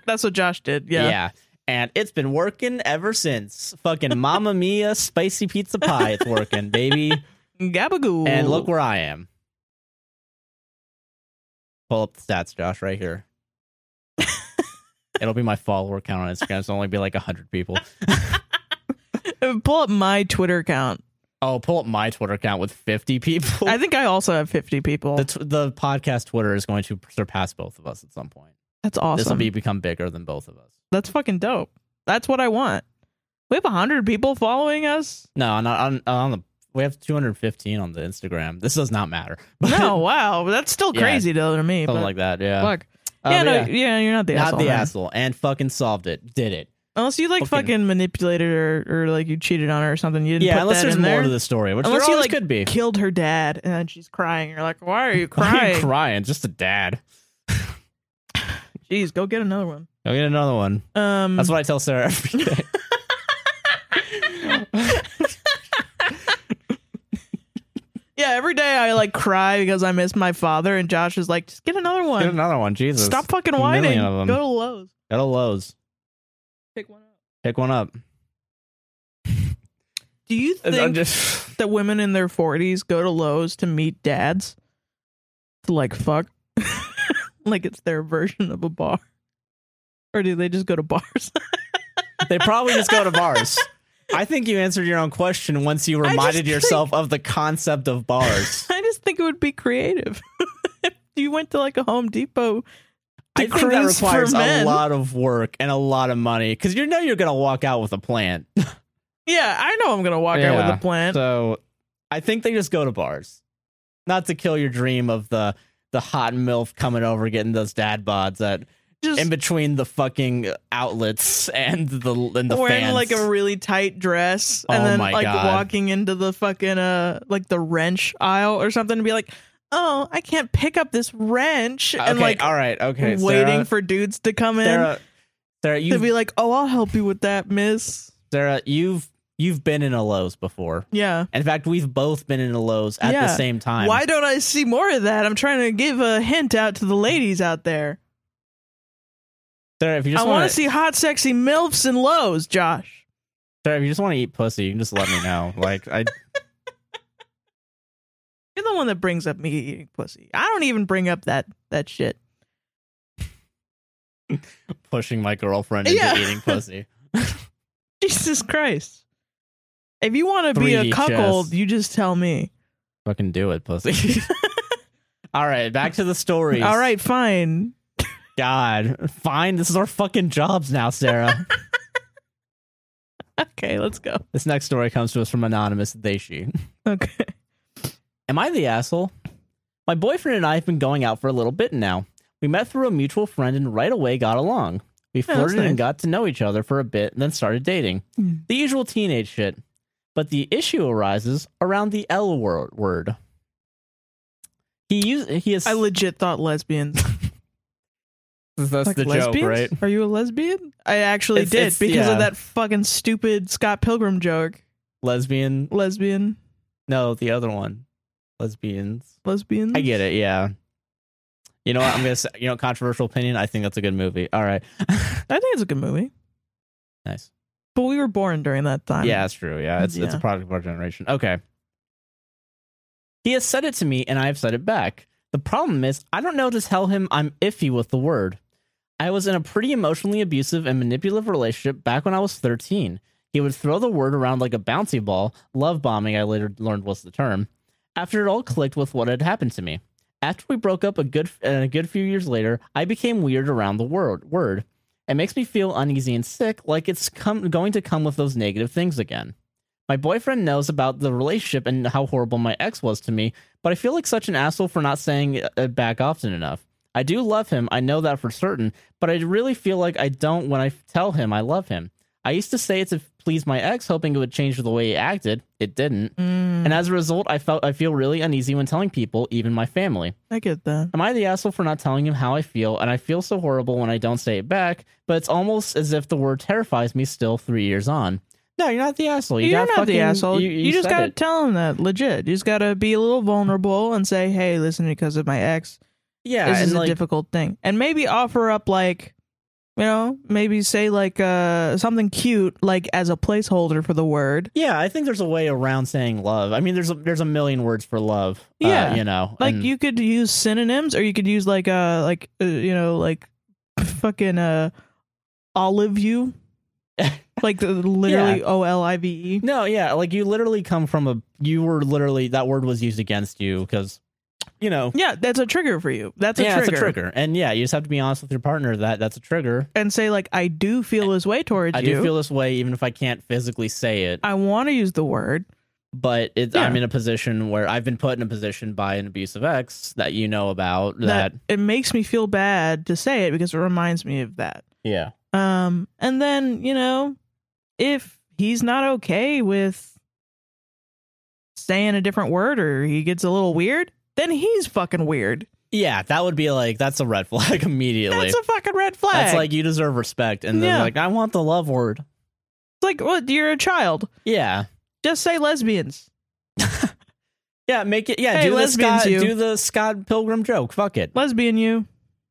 that's what Josh did. Yeah, yeah. and it's been working ever since. Fucking Mamma Mia spicy pizza pie, it's working, baby. Gabagoo. And look where I am. Pull up the stats, Josh, right here. It'll be my follower count on Instagram. So it'll only be like hundred people. pull up my Twitter account. Oh, pull up my Twitter account with fifty people. I think I also have 50 <laughs> people. the, tw- the podcast Twitter is going to surpass both of us at some point. That's This will awesome. be become bigger than both of us. That's fucking dope. That's what I want. We have 100 people following us. No, not on, on the. We have 215 on the Instagram. This does not matter. <laughs> No, wow. That's still Yeah. crazy to to me. something <laughs> But like that. Yeah. fuck. Uh, yeah, but no, yeah. you're not the not asshole. the man. asshole, and fucking solved it. Did it? Unless you like Fucking- fucking, manipulated her or like you cheated on her or something. You didn't Yeah, put unless that there's in more there. to the story, which Unless there you, always like, could be. Killed her dad and then she's crying. You're like, why are <laughs> you Why are you crying? crying? Just a dad. Jeez, go get another one. I'll get Oh, another one. Um, That's what I tell Sarah <laughs> every day. <laughs> yeah, every day I like cry because I miss my father, and Josh is like, just get another <laughs> one. Get another one. Jesus. Stop fucking a million whining. of Go them. to Lowe's. Go to Lowe's. Pick one up. Pick one up. Do you I'm think just. that women in their 40s go to Lowe's to meet dads to like fuck? <laughs> like it's their version of a bar. Or do they just go to bars? <laughs> <laughs> They probably just go to bars. I think you answered your own question once you just reminded think- yourself of the concept of <laughs> bars. I just think it would be creative. <laughs> if you went to like a Home Depot, I to think that cruise for requires a men. lot of work and a lot of money because you know you're gonna walk out with a plan. yeah, I know I'm gonna walk out Yeah. with a plant. So I think they just go to bars. Not to kill your dream of the the hot MILF coming over getting those dad bods at just in between the fucking outlets and the and the wearing fans. like a really tight dress and Oh then my like God. walking into the fucking uh like the wrench aisle or something and be like, Oh, I can't pick up this wrench and Okay, like all right, okay. waiting Sarah, for dudes to come in Sarah, Sarah, to you've be like, Oh, I'll help you with that, miss. Sarah, you've you've been in a Lowe's before. Yeah. In fact, we've both been in a Lowe's at the Yeah. same time. Why don't I see more of that? I'm trying to give a hint out to the ladies out there. Sarah, if you I just want want to see hot, sexy MILFs and Lowe's, Josh. Sarah, if you just want to eat pussy, you can just let me <laughs> know. Like I You're the one that brings up me eating pussy. I don't even bring up that that shit. pushing my girlfriend into Yeah. eating <laughs> pussy. Jesus Christ. If you want to be a 3D cuckold, chess. you just tell me. Fucking do it, <laughs> pussy. All right, back to the stories. All right, fine. God, fine. This is our fucking jobs now, <laughs> Sarah. Okay, let's go. this next story comes to us from anonymous they she. Okay. Am I the asshole? My boyfriend and I have been going out for a little bit now. We met through a mutual friend and right away got along. We that's flirted and nice. got to know each other for a bit and then started dating. Hmm. The usual teenage shit. But the issue arises around the L wor- word. He used he is I legit thought lesbians. that's like lesbians? Are you a lesbian? I actually It's- did it's- because yeah. of that fucking stupid Scott Pilgrim joke. Lesbian? Lesbian, No, the other one. Lesbians. lesbians. I get it. Yeah. You know what? I'm gonna say. You know, controversial opinion. I think that's a good movie. All right. <laughs> I think it's a good movie, nice. but we were born during that time. yeah, that's true. Yeah, it's it's a Yeah. product of our generation. Okay. He has said it to me, and I have said it back. The problem is, I don't know to tell him I'm iffy with the word. I was in a pretty emotionally abusive and manipulative relationship back when I was 13. He would throw the word around like a bouncy ball. Love bombing, I later learned was the term. After it all clicked with what had happened to me. After we broke up a good and a good few years later, I became weird around the word. Word. It makes me feel uneasy and sick, like it's come, going to come with those negative things again. My boyfriend knows about the relationship and how horrible my ex was to me, but I feel like such an asshole for not saying it uh, back often enough. I do love him, I know that for certain, but I really feel like I don't when I tell him I love him. I used to say it to please my ex, hoping it would change the way he acted. It didn't. Mm, And as a result, I felt I feel really uneasy when telling people, even my family. I get that. Am I the asshole for not telling him how I feel? And I feel so horrible when I don't say it back, but it's almost as if the word terrifies me still three years on. No, you're not the asshole. You are got not fucking- the asshole. You, You, just said gotta it. tell him that legit. You just gotta be a little vulnerable and say, "Hey, listen, because of my ex, yeah, this and is a like, difficult thing and maybe offer up like You know, maybe say like uh, something cute, like as a placeholder for the word. Yeah, I think there's a way around saying love. I mean, there's a, there's a million words for love. uh, Yeah. you know, Like and- you could use synonyms, or you could use like uh like uh, you know like fucking uh <laughs> olive you, like the- literally O L I V E. No, yeah, like you literally come from a. You were literally that word was used against you because, you know, Yeah, that's a trigger for you. That's a yeah, trigger. it's a trigger, and yeah, you just have to be honest with your partner that that's a trigger. And say like I do feel this way towards I you. do feel this way, even if I can't physically say it. I want to use the word. But it, Yeah. I'm in a position where I've been put in a position by an abusive ex that you know about. that, That, it makes me feel bad to say it because it reminds me of that. yeah, Um, and then you know, if he's not okay with saying a different word or he gets a little weird, then he's fucking weird. yeah, that would be like that's a red <laughs> flag immediately. That's a fucking red flag. That's like you deserve respect, and then Yeah. like I want the love word. it's like what you're a child. Yeah, Just say lesbians. yeah, make it. Yeah, Hey, do the lesbians, Scott, you. do the Scott Pilgrim joke. Fuck it. Lesbian you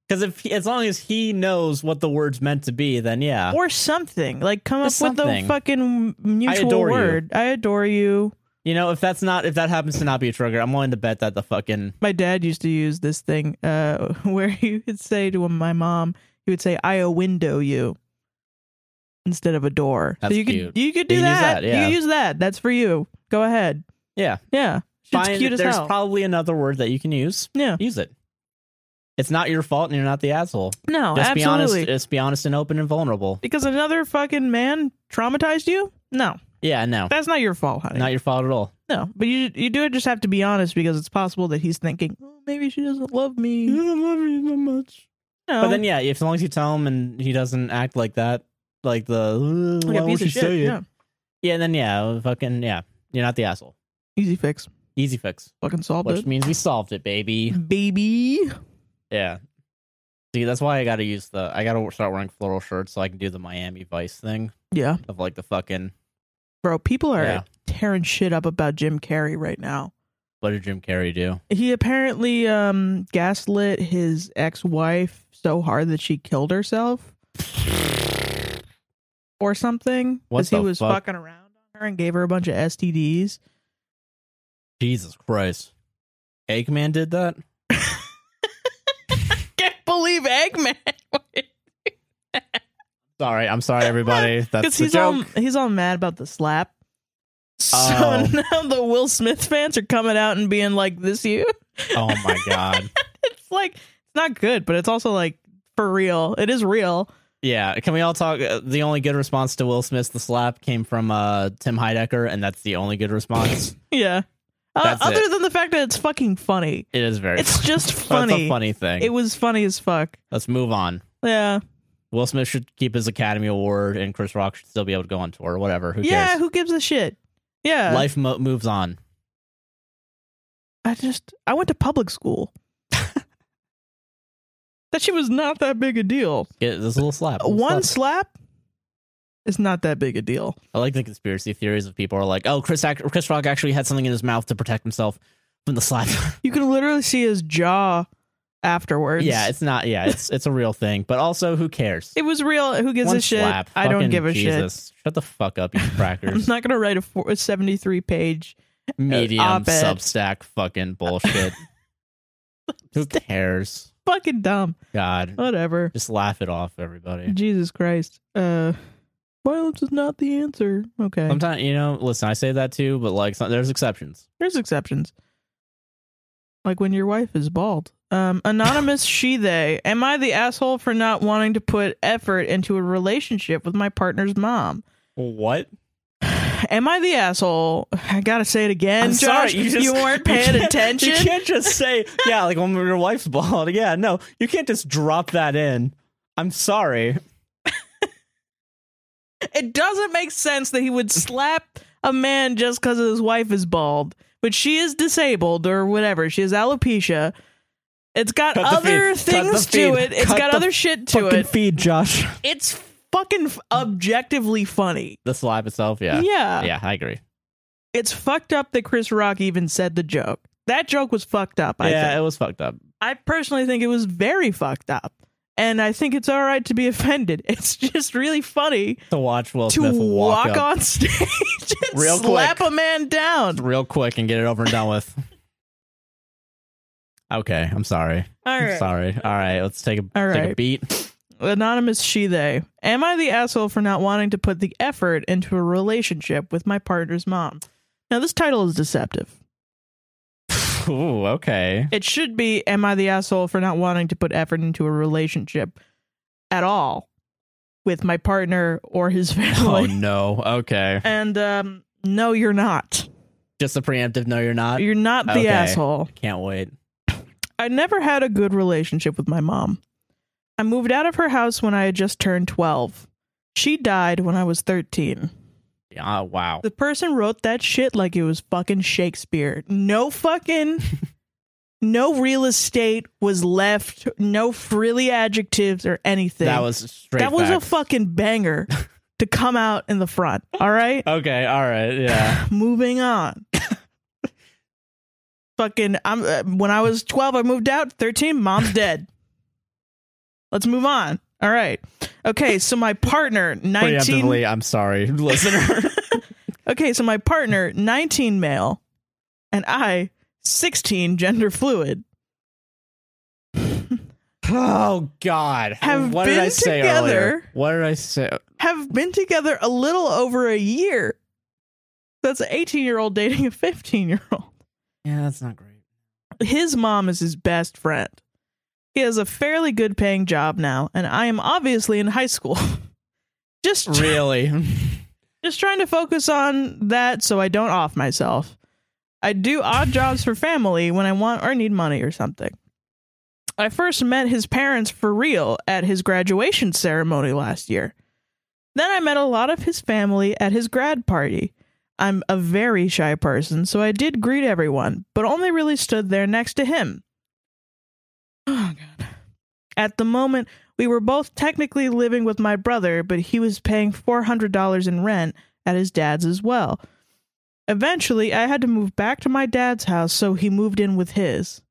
Because if as long as he knows what the word's meant to be, then yeah, or something. Like come Ah. up Just with something. a fucking mutual adore you. word. I adore you. you know, if that's not if that happens to not be a trigger, I'm willing to bet that the fucking my dad used to use this thing uh, <laughs> where he would say to my mom, he would say, "I a window you," instead of a door. That's so you cute. could you could do You can use that. that, yeah. You could use that. That's for you. Go ahead. yeah. Yeah, it's Find- cute as there's hell. probably another word that you can use. yeah. Use it. It's not your fault, and you're not the asshole. No, just be honest. Oh, absolutely. Just be honest and open and vulnerable. Because another fucking man traumatized you. No, Yeah, no, that's not your fault, honey. not your fault at all. no, but you you do just have to be honest because it's possible that he's thinking, oh, maybe she doesn't love me. No, don't love me that much. Mm-hmm. But then, yeah, if as long as you tell him and he doesn't act like that, like the like why a won't piece you of shit. say it? Yeah, yeah, and then yeah, fucking yeah, you're not the asshole. easy fix. Easy fix, Fucking solved which means we solved it, baby. it, baby. Yeah. See, that's why I gotta use the I gotta start wearing floral shirts so I can do the Miami Vice thing Yeah. of like the fucking Bro, people are Yeah. tearing shit up about Jim Carrey right now. what did Jim Carrey do? He apparently um gaslit his ex-wife so hard that she killed herself or something What he the was fuck? fucking around on her and gave her a bunch of STDs. Jesus Christ. Eggman did that? Can't believe Eggman. <laughs> Sorry, I'm sorry <laughs> everybody. Because That's the he's all joke. he's all mad about the slap. So Oh. <laughs> now the Will Smith fans are coming out and being like, "This you?" <laughs> oh my god. It's like it's not good, but it's also like for real. It is real. Yeah, can we all talk uh, the only good response to Will Smith's the slap came from uh Tim Heidecker and that's the only good response. Yeah. Uh, That's other it. than the fact that it's fucking funny. it is very It's <laughs> just That's funny. a funny thing. It was funny as fuck. Let's move on. Yeah. Will Smith should keep his Academy Award and Chris Rock should still be able to go on tour or whatever. Who yeah, uh, cares? who gives a shit? Yeah. Life mo- moves on. I just I went to public <laughs> school. that shit was not that big a deal. Yeah, there's a little slap. a little One slap. slap is not that big a deal. I like the conspiracy theories of people are like, oh, Chris, ac- Chris Rock actually had something in his mouth to protect himself from the slap. <laughs> You can literally see his jaw afterwards. yeah, it's not. Yeah, it's it's a real thing. But also, who cares? it was real. Who gives One a shit? slap. I don't Fucking give a Jesus. Shit. Shut the fuck up, you shit. <laughs> I'm crackers. not gonna write a, four, a 73 page Medium op-ed. Substack fucking <laughs> bullshit. who cares? fucking dumb. God, Whatever. just laugh it off, <laughs> everybody. Jesus Christ. Uh, violence is not the answer. Okay. Sometimes you know, listen, I say that too, but like, some, there's exceptions. There's exceptions. Like when your wife is bald. <laughs> Um, anonymous she they. Am I the asshole for not wanting to put effort into a relationship with my partner's mom? What? Am I the asshole? I gotta say it again. I'm sorry, Josh, <laughs> you, just, weren't paying can't- attention. You can't just say, yeah, like when your wife's bald. <laughs> Yeah, no, you can't just drop that in. I'm sorry. It doesn't make sense that he would slap a man just because his wife is bald, but she is disabled or whatever. She has alopecia. It's got Cut the other feed. Cut the things to feed. it. It's Cut got the other shit to Fucking it. feed Josh. It's fucking f- objectively funny. The slap itself, yeah. Yeah. Yeah, I agree. It's fucked up that Chris Rock even said the joke. That joke was fucked up, I yeah, think. it was fucked up. I personally think it was very fucked up. and I think it's all right to be <laughs> offended. It's just really funny to watch Will to Smith walk, walk, up on <laughs> stage and Real slap a man down. real quick and get it over and done with. <laughs> Okay, I'm sorry. All I'm right. sorry. All right, let's take a All take a right. beat. <laughs> Anonymous she they. Am I the asshole for not wanting to put the effort into a relationship with my partner's mom? Now this title is deceptive. Ooh, <laughs> okay. It should be am I the asshole for not wanting to put effort into a relationship at all with my partner or his Oh family? no. Okay. And um no you're not. Just a preemptive no you're not. You're not the okay. asshole. Can't wait. I never had a good relationship with my mom. I moved out of her house when I had just turned 12. She died when I was 13. Ah, wow. The person wrote that shit like it was fucking Shakespeare. <laughs> No fucking no real estate was left, no frilly adjectives or anything. That was straight That was a facts. fucking <laughs> banger to come out in the front. All right? Okay, all right. Yeah. <laughs> Moving on. fucking I'm uh, when I was 12 I moved out, 13 mom's dead. Let's move on. All right. Okay, so my partner 19 Preemptively, I'm sorry, <laughs> listener. Okay, so my partner, 19 male, and I, 16 gender fluid, oh God. Have what did I been say earlier? together. What did I say? have been together a little over a year. That's an 18 year old dating a 15 year old. Yeah, that's not <laughs> great. His mom is his best friend. He has a fairly good paying job now, and I am obviously in high school. <laughs> Just Really? <laughs> just trying to focus on that so I don't off myself. I do odd jobs for family when I want or need money or something. I first met his parents for real at his graduation ceremony last year. Then I met a lot of his family at his grad party. I'm a very shy person, so I did greet everyone, but only really stood there next to him. Oh, God. At the moment, we were both technically living with my brother, but he was paying $400 in rent at his dad's as well. Eventually, I had to move back to my dad's house, so he moved in with his.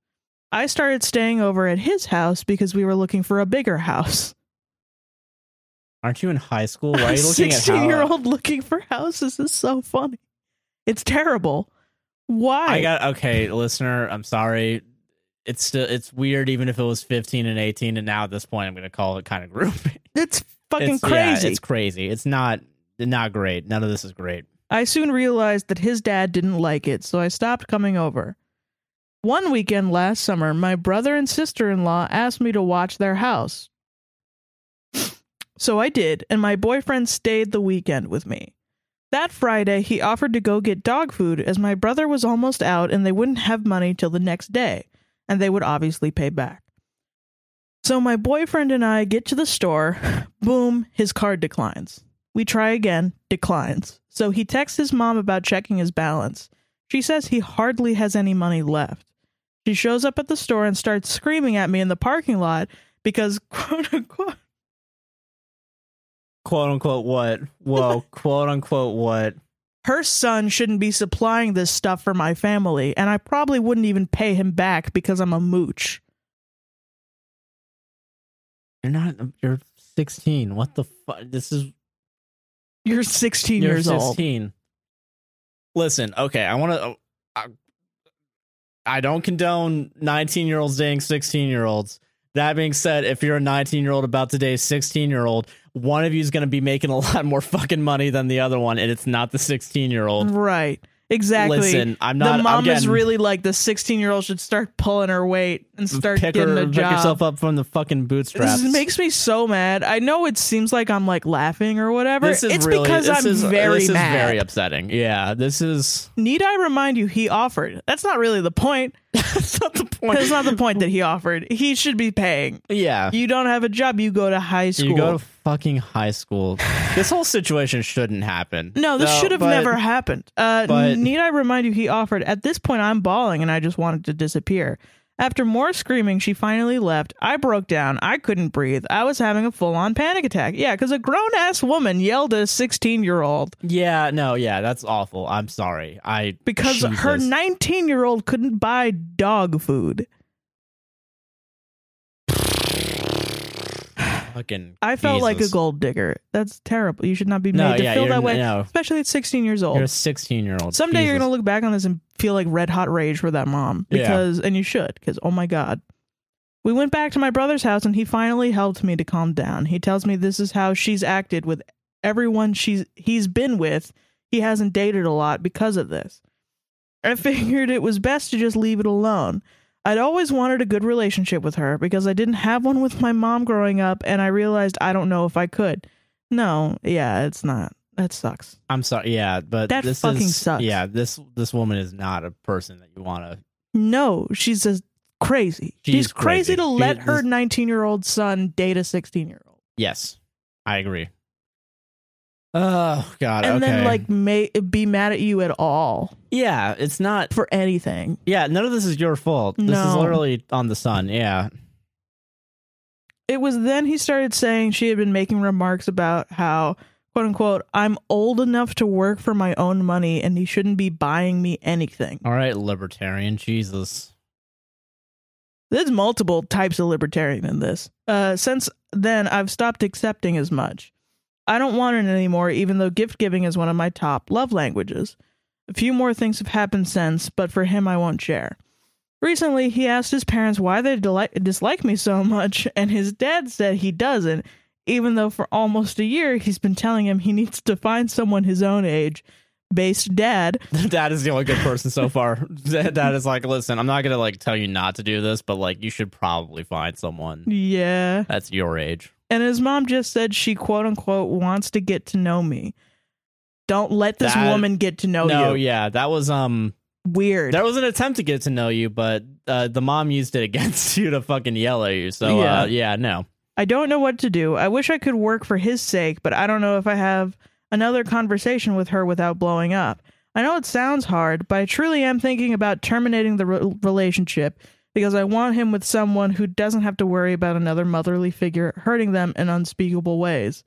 I started staying over at his house because we were looking for a bigger house. <laughs> Aren't you in high school? Why are you looking at 16 how year old looking for houses is so funny. It's terrible. Why? I got okay, listener. I'm sorry. It's still it's weird, even if it was 15 and 18, and now at this point, I'm going to call it kind of <laughs> grouping. it's fucking It's- yeah, crazy. it's crazy. It's not not great. None of this is great. I soon realized that his dad didn't like it, so I stopped coming over. One weekend last summer, my brother and sister in law asked me to watch their house. So I did, and my boyfriend stayed the weekend with me. That Friday, he offered to go get dog food as my brother was almost out and they wouldn't have money till the next day, and they would obviously pay back. So my boyfriend and I get to the store. <sighs> Boom, his card declines. We try again, declines. So he texts his mom about checking his balance. She says he hardly has any money left. She shows up at the store and starts screaming at me in the parking lot because, <laughs> quote unquote, Quote unquote, what? <laughs> Whoa, quote unquote, what? her son shouldn't be supplying this stuff for my family, and I probably wouldn't even pay him back because I'm a mooch. You're not, you're 16. What the fuck? This is You're 16 You're years old. 16. Listen, okay, I want to. I, I don't condone 19 year olds dating 16 year olds. That being said, if you're a 19 year old about to date a 16 year old, one of you is going to be making a <laughs> lot more fucking money than the other one, and it's not the 16 year old. Right. Exactly. Listen, I'm not. the mom I'm getting, is really like the 16 year old should start pulling her weight and start pick, getting her- a pick job. yourself up from the fucking bootstraps. This is- makes me so mad. I know it seems like I'm like laughing or whatever. This is it's really. because this I'm is, very this mad. is very upsetting. Yeah, this is. Need I remind you he offered? That's not really the point. <laughs> That's not the point. That's not the point that he offered. He should be paying. Yeah. You don't have a job, you go to high school. You go to fucking high school. this whole situation shouldn't happen. no, this should have but- never happened. Uh, but- need I remind you he offered? At this point, I'm bawling and I just wanted to disappear. After more screaming, she finally left. I broke down. I couldn't breathe. I was having a full on panic attack. Yeah, because a grown ass woman yelled at a 16 year old. Yeah, no, yeah, that's awful. I'm sorry. I because her Jesus. 19 year old couldn't buy dog food. Fucking I felt like a Jesus. gold digger. That's terrible. You should not be made No, to yeah, feel you're- that way, no. especially at 16 years old. You're a 16 year old. Someday you're Jesus. gonna look back on this and feel like red hot rage for that mom Yeah. because, and you should because oh my god. We went back to my brother's house and he finally helped me to calm down. He tells me this is how she's acted with everyone she's he's been with. He hasn't dated a lot because of this. I <laughs> figured it was best to just leave it alone. I'd always wanted a good relationship with her because I didn't have one with my mom growing up and I realized I don't know if I could. No, yeah, it's not. That sucks. I'm sorry. Yeah, but That this fucking is, sucks. Yeah, this this woman is not a person that you want to. No, she's a crazy. She's She's, crazy. crazy, to let She- her this- 19 year old son date a 16 year old. Yes, I agree. Oh God. And okay. then, like, may, be mad at you at all yeah, it's not. for anything. Yeah, none of this is your fault. This is No. literally on the sun. Yeah. It was then he started saying she had been making remarks about how, quote unquote, I'm old enough to work for my own money and he shouldn't be buying me anything. All right, libertarian. Jesus. There's multiple types of libertarian in this. Uh, since then, I've stopped accepting as much. I don't want it anymore, even though gift giving is one of my top love languages. A few more things have happened since, but for him, I won't share. Recently, he asked his parents why they deli- dislike me so much, and his dad said he doesn't, even though for almost a year he's been telling him he needs to find someone his own age. Based dad, that is <laughs> the only good person so far. <laughs> That that is like, listen, I'm not gonna like tell you not to do this, but like, you should probably find someone yeah. that's your age. And his mom just said she quote unquote wants to get to know me. Don't let this That- woman get to know no, you. yeah, that was um, Weird. there was an attempt to get to know you, but uh, the mom used it <laughs> against you to fucking yell at you. So yeah, Yeah. uh, yeah no, I don't know what to do. I wish I could work for his sake, but I don't know if I have another conversation with her without blowing up. I know it sounds hard, but I truly am thinking about terminating the re- relationship because I want him with someone who doesn't have to worry about another motherly figure hurting them in unspeakable ways.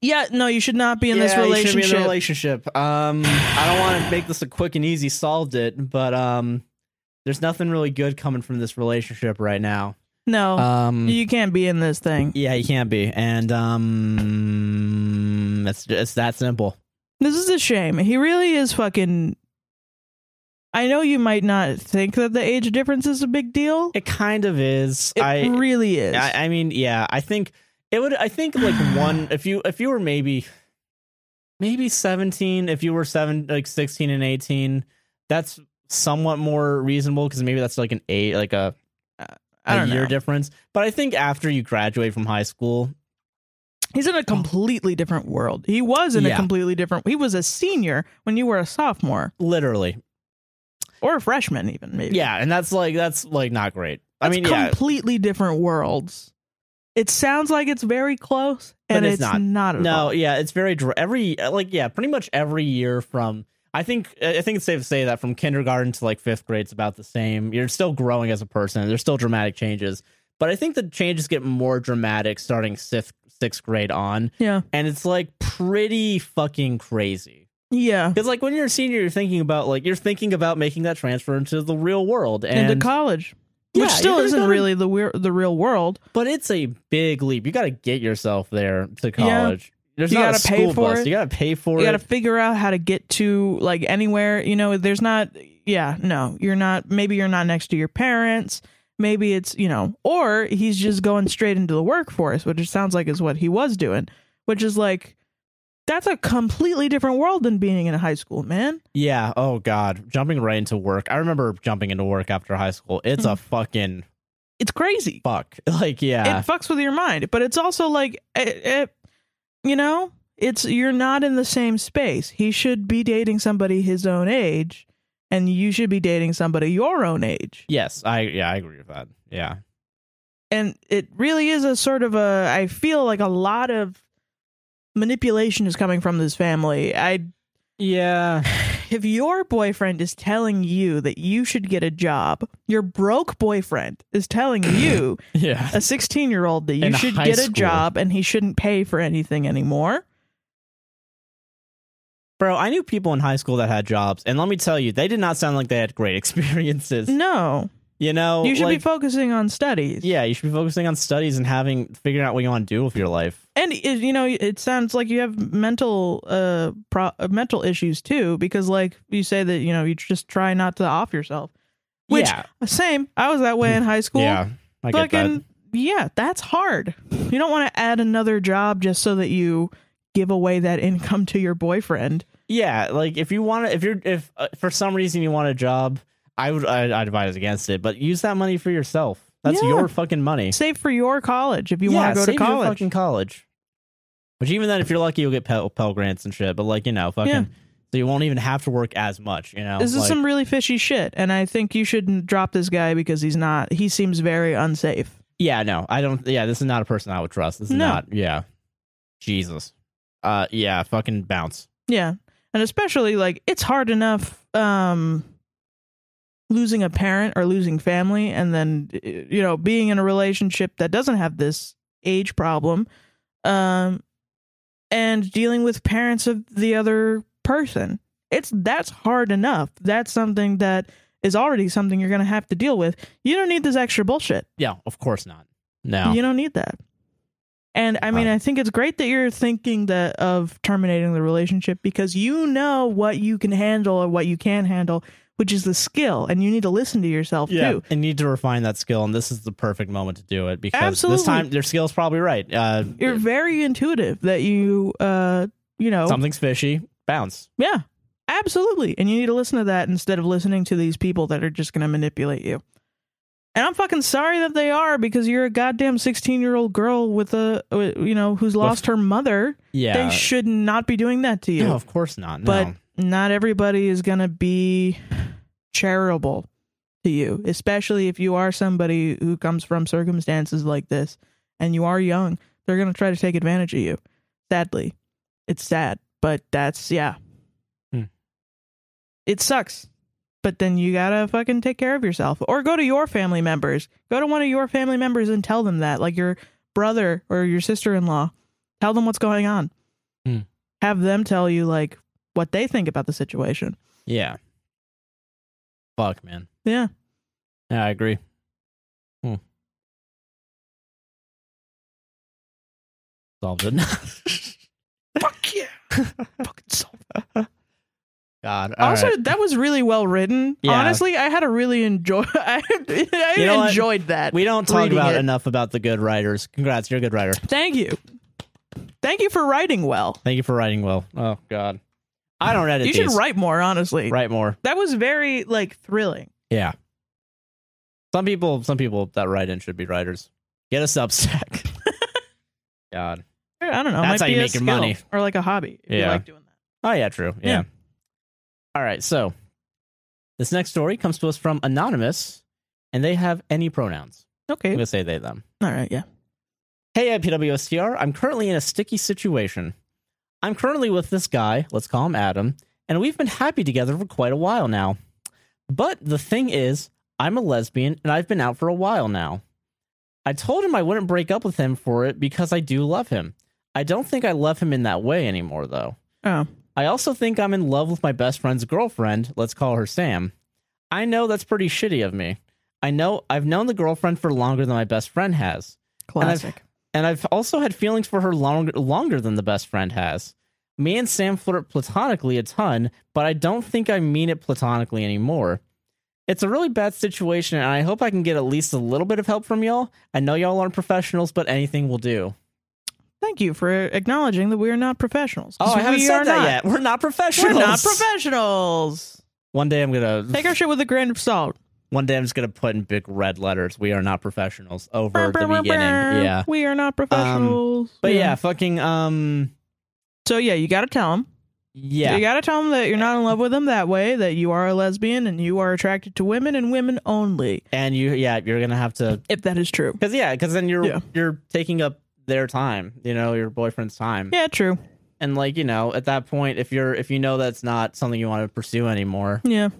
Yeah, no, you should not be in this relationship. be in a relationship. Um, I don't want to make this a quick and easy solved it, but um, there's nothing really good coming from this relationship right now. no, Um, Oh, you can't be in this thing. yeah, you can't be, and um, it's it's that simple. This is a shame. He really is fucking. I know you might not think that the age difference is a big deal. It kind of is. It I really is. I, I mean, yeah, I think it would. I think <sighs> like one, if you if you were maybe maybe seventeen, if you were seven like sixteen and eighteen, that's somewhat more reasonable because maybe that's like an eight, like a, I a don't year know. difference. But I think after you graduate from high school, He's in a completely different world. He was in Yeah. a completely different. He was a senior when you were a sophomore literally, or a freshman, even maybe. yeah, and that's like that's like not great. I That's mean, yeah, completely different worlds. It sounds like it's very close, But and it's it's, not. not. at No, all. yeah, it's very dr- every uh, like yeah, pretty much every year from I think I think it's safe to say that from kindergarten to like fifth grade it's about the same. You're still growing as a person. There's still dramatic changes, but I think the changes get more dramatic starting sixth sixth grade on, Yeah, and it's like pretty fucking crazy. yeah. Because like when you're a senior, you're thinking about like you're thinking about making that transfer into the real world and Into college, Yeah, which still you're gonna isn't go to- really the weir- the real world. But it's a big leap. You got to get yourself there to Yeah. college. There's You not gotta a pay school for bus. it. You got to pay for you it. got to figure out how to get to like anywhere you know there's not yeah no you're not maybe you're not next to your parents maybe it's you know or he's just going straight into the workforce which it sounds like is what he was doing which is like that's a completely different world than being in high school man Yeah. Oh God, jumping right into work. I remember jumping into work after high school. It's Hmm. a fucking it's crazy fuck. <laughs> Like, yeah, it fucks with your mind but it's also like it, it you know it's you're not in the same space he should be dating somebody his own age and you should be dating somebody your own age yes, I yeah, I agree with that. Yeah, and it really is a sort of a i feel like a lot of manipulation is coming from this family i yeah, if your boyfriend is telling you that you should get a job your broke boyfriend <coughs> is telling you <laughs> yeah. a 16 year old that you In should high get a school. job and he shouldn't pay for anything anymore Bro, I knew people in high school that had jobs, and let me tell you, they did not sound like they had great <laughs> experiences. no You know, Mm-hmm. you should be like, focusing on studies. yeah, you should be focusing on studies and having figuring out what you want to do with your life. and it- you know it sounds like you have mental uh pro- uh, mental issues too because like you say that you know you just try not to off yourself Which- yeah, same i was that way in high school yeah, I get that. fucking yeah that's hard you don't want to add another job just so that you give away that income to your boyfriend Yeah, like if you want to, if you're, if uh, for some reason you want a job, I would, I, I'd advise against it. But use that money for yourself. That's Yeah. your fucking money. save for your college if you yeah, want to go save to your college fucking college. Which even then, if you're lucky, you'll get Pell, Pell grants and shit. But like you know, fucking, Yeah. so you won't even have to work as much. You know, this is Like, some really fishy shit and i think you shouldn't drop this guy because he's not he seems very unsafe Yeah, no, I don't. Yeah, this is not a person I would trust. This is No. not. Yeah, Jesus. Uh, yeah, fucking bounce. Yeah. And especially like it's hard enough um losing a parent or losing family and then uh, you know being in a relationship that doesn't have this age problem um and dealing with parents of the other person. It's that's hard enough. That's something that is already something you're going to have to deal with. You don't need this extra bullshit. Yeah, of course not. No. You don't need that. And I mean, Right. I think it's great that you're thinking that of terminating the relationship because you know what you can handle or what you can handle, which is the skill, and you need to listen to yourself too. and need to refine that skill, and this is the perfect moment to do it because Absolutely. this time your skill's probably right. Uh, You're very intuitive that you, uh, you know, something's fishy. Bounce. yeah, absolutely, and you need to listen to that instead of listening to these people that are just going to manipulate you. And I'm fucking sorry that they are because you're a goddamn 16 year old girl with a, uh, you know, who's lost her mother. Yeah. They should not be doing that to you. no, of course not. No. but not everybody is going to be charitable to you, especially if you are somebody who comes from circumstances like this and you are young. They're going to try to take advantage of you. Sadly, it's sad, but that's, yeah. Hmm. It sucks. But then you got to fucking take care of yourself or go to your family members. Go to one of your family members and tell them that, like your brother or your sister in law. Tell them what's going on. Hmm. Have them tell you, like, what they think about the situation. yeah. Fuck, man. Yeah. <laughs> Yeah, I agree. Hmm. Solved it. <laughs> Fuck yeah. <laughs> Fucking so. God. all Also, right. that was really well written. Yeah. Honestly, I had a really enjoy. <laughs> I, I You know what? enjoyed that. we don't talk reading about it. enough about the good writers. Congrats, you're a good writer. Thank you. Thank you for writing well. Thank you for writing well. Oh God, I don't edit. you should these. write more. Honestly, Write more. that was very like thrilling. Yeah. Some people, some people that write in should be writers. Get a Substack. God. I don't know. That's might how be you a make your skill money. or like a hobby. If you Yeah. like doing that. Oh yeah, true. Yeah. Yeah. All right. So this next story comes to us from anonymous, and they have any pronouns. I'm Okay. gonna say they them. All right. Yeah. Hey, IPWSTR, I'm currently in a sticky situation. I'm currently with this guy, let's call him Adam, and we've been happy together for quite a while now. But the thing is, I'm a lesbian and I've been out for a while now. I told him I wouldn't break up with him for it because I do love him. I don't think I love him in that way anymore, though. Oh. I also think I'm in love with my best friend's girlfriend, let's call her Sam. I know that's pretty shitty of me. I know I've known the girlfriend for longer than my best friend has. And I've- Classic. And I've also had feelings for her longer longer than the best friend has. Me and Sam flirt platonically a ton, but I don't think I mean it platonically anymore. It's a really bad situation, and I hope I can get at least a little bit of help from y'all. I know y'all aren't professionals, but anything will do. Thank you for acknowledging that we are not professionals. 'Cause Oh, I haven't we said are that not. yet. We're not We're professionals. not professionals. One day I'm gonna. Take our shit with a grain of salt. one day I'm just gonna put in big red letters. We are not professionals over Brr, the brr, brr, beginning. brr. Yeah, Um, We are not professionals. but yeah. fucking um, So yeah, you got to tell him. yeah, You got to tell him that you're not in love with him that way, that you are a lesbian and you are attracted to women and women only. and you, yeah, you're gonna have to If that is true. Because yeah, because then you're Yeah. you're taking up their time, you know, your boyfriend's time, Yeah, true. and like you know, at that point, if you're if you know that's not something you want to pursue anymore, Yeah.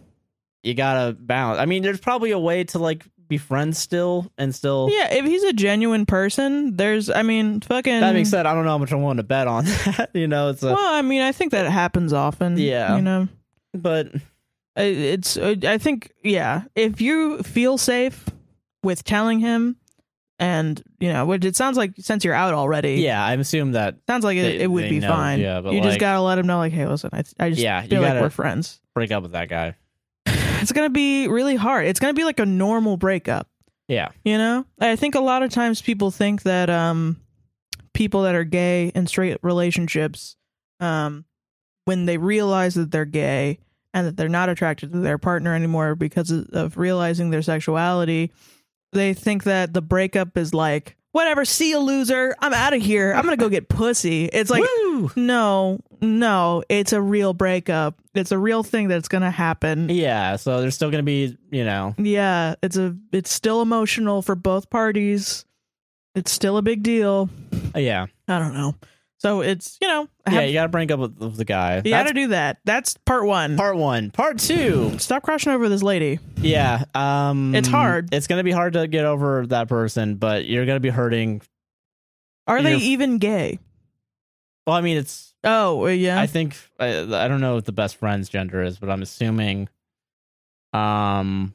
you gotta balance. I mean, there's probably a way to like be friends still and still. Yeah, if he's a genuine person, there's I mean, fucking That being said, I don't know how much I'm willing to bet on <laughs> that. you know, it's a Well, I mean, I think that happens often. Yeah. You know. but I- It's. uh, I think. Yeah. If you feel safe with telling him, and you know, which it sounds like since you're out already, Yeah, I assume that sounds like it, They- it would they be know, fine. yeah, but you just like- gotta let him know, like, hey, listen, I, I just Yeah, you feel like gotta- we're friends. <laughs> break up with that guy. It's gonna be really hard. It's gonna be like a normal breakup. Yeah. You know, I think a lot of times people think that um, people that are gay in straight relationships, um, when they realize that they're gay and that they're not attracted to their partner anymore because of- of realizing their sexuality, they think that the breakup is like, whatever, see you, loser. I'm out of here. I'm gonna go get pussy. It's like, Woo! no, no, it's a real breakup. It's a real thing that's gonna happen. Yeah, so there's still gonna be, you know, Yeah, it's a it's still emotional for both parties. It's still a big deal. yeah, I don't know. So it's you know I yeah. have- you gotta break up with, with the guy. you got That's to do that. That's part one. part one. Part two. Stop crushing over this lady. Yeah, um, It's hard. It's gonna be hard to get over that person, but you're gonna be hurting. Are they You're- even gay? Well, I mean, it's. Oh uh, yeah. I think I, I don't know what the best friend's gender is, but I'm assuming. Um.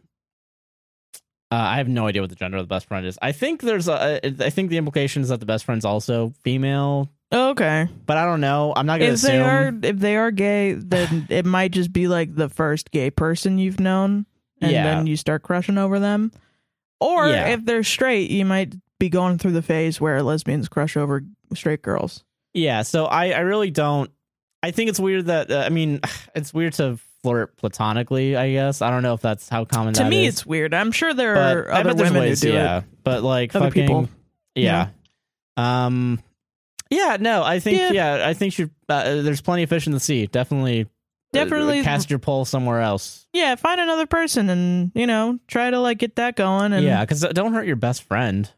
Uh, I have no idea what the gender of the best friend is. I think there's a. uh, I think the implication is that the best friend's also female, okay. but I don't know. I'm not gonna If assume. they are if they are gay, <sighs> then it might just be like the first gay person you've known, and Yeah. then you start crushing over them. Or Yeah. if they're straight, you might be going through the phase where lesbians crush over straight girls. Yeah, so I, I really don't. I think it's weird that uh, I mean, <sighs> it's weird to flirt platonically. I guess I don't know if that's how common to that me is, it's weird i'm sure there but are I other bet there's women ways, who do yeah. it But like Other fucking, people, yeah. Um, yeah, no, I think yeah, I think you. Uh, there's plenty of fish in the sea. Definitely, uh, Definitely- cast your pole somewhere else. yeah find another person and you know try to like get that going and yeah, because don't hurt your best friend.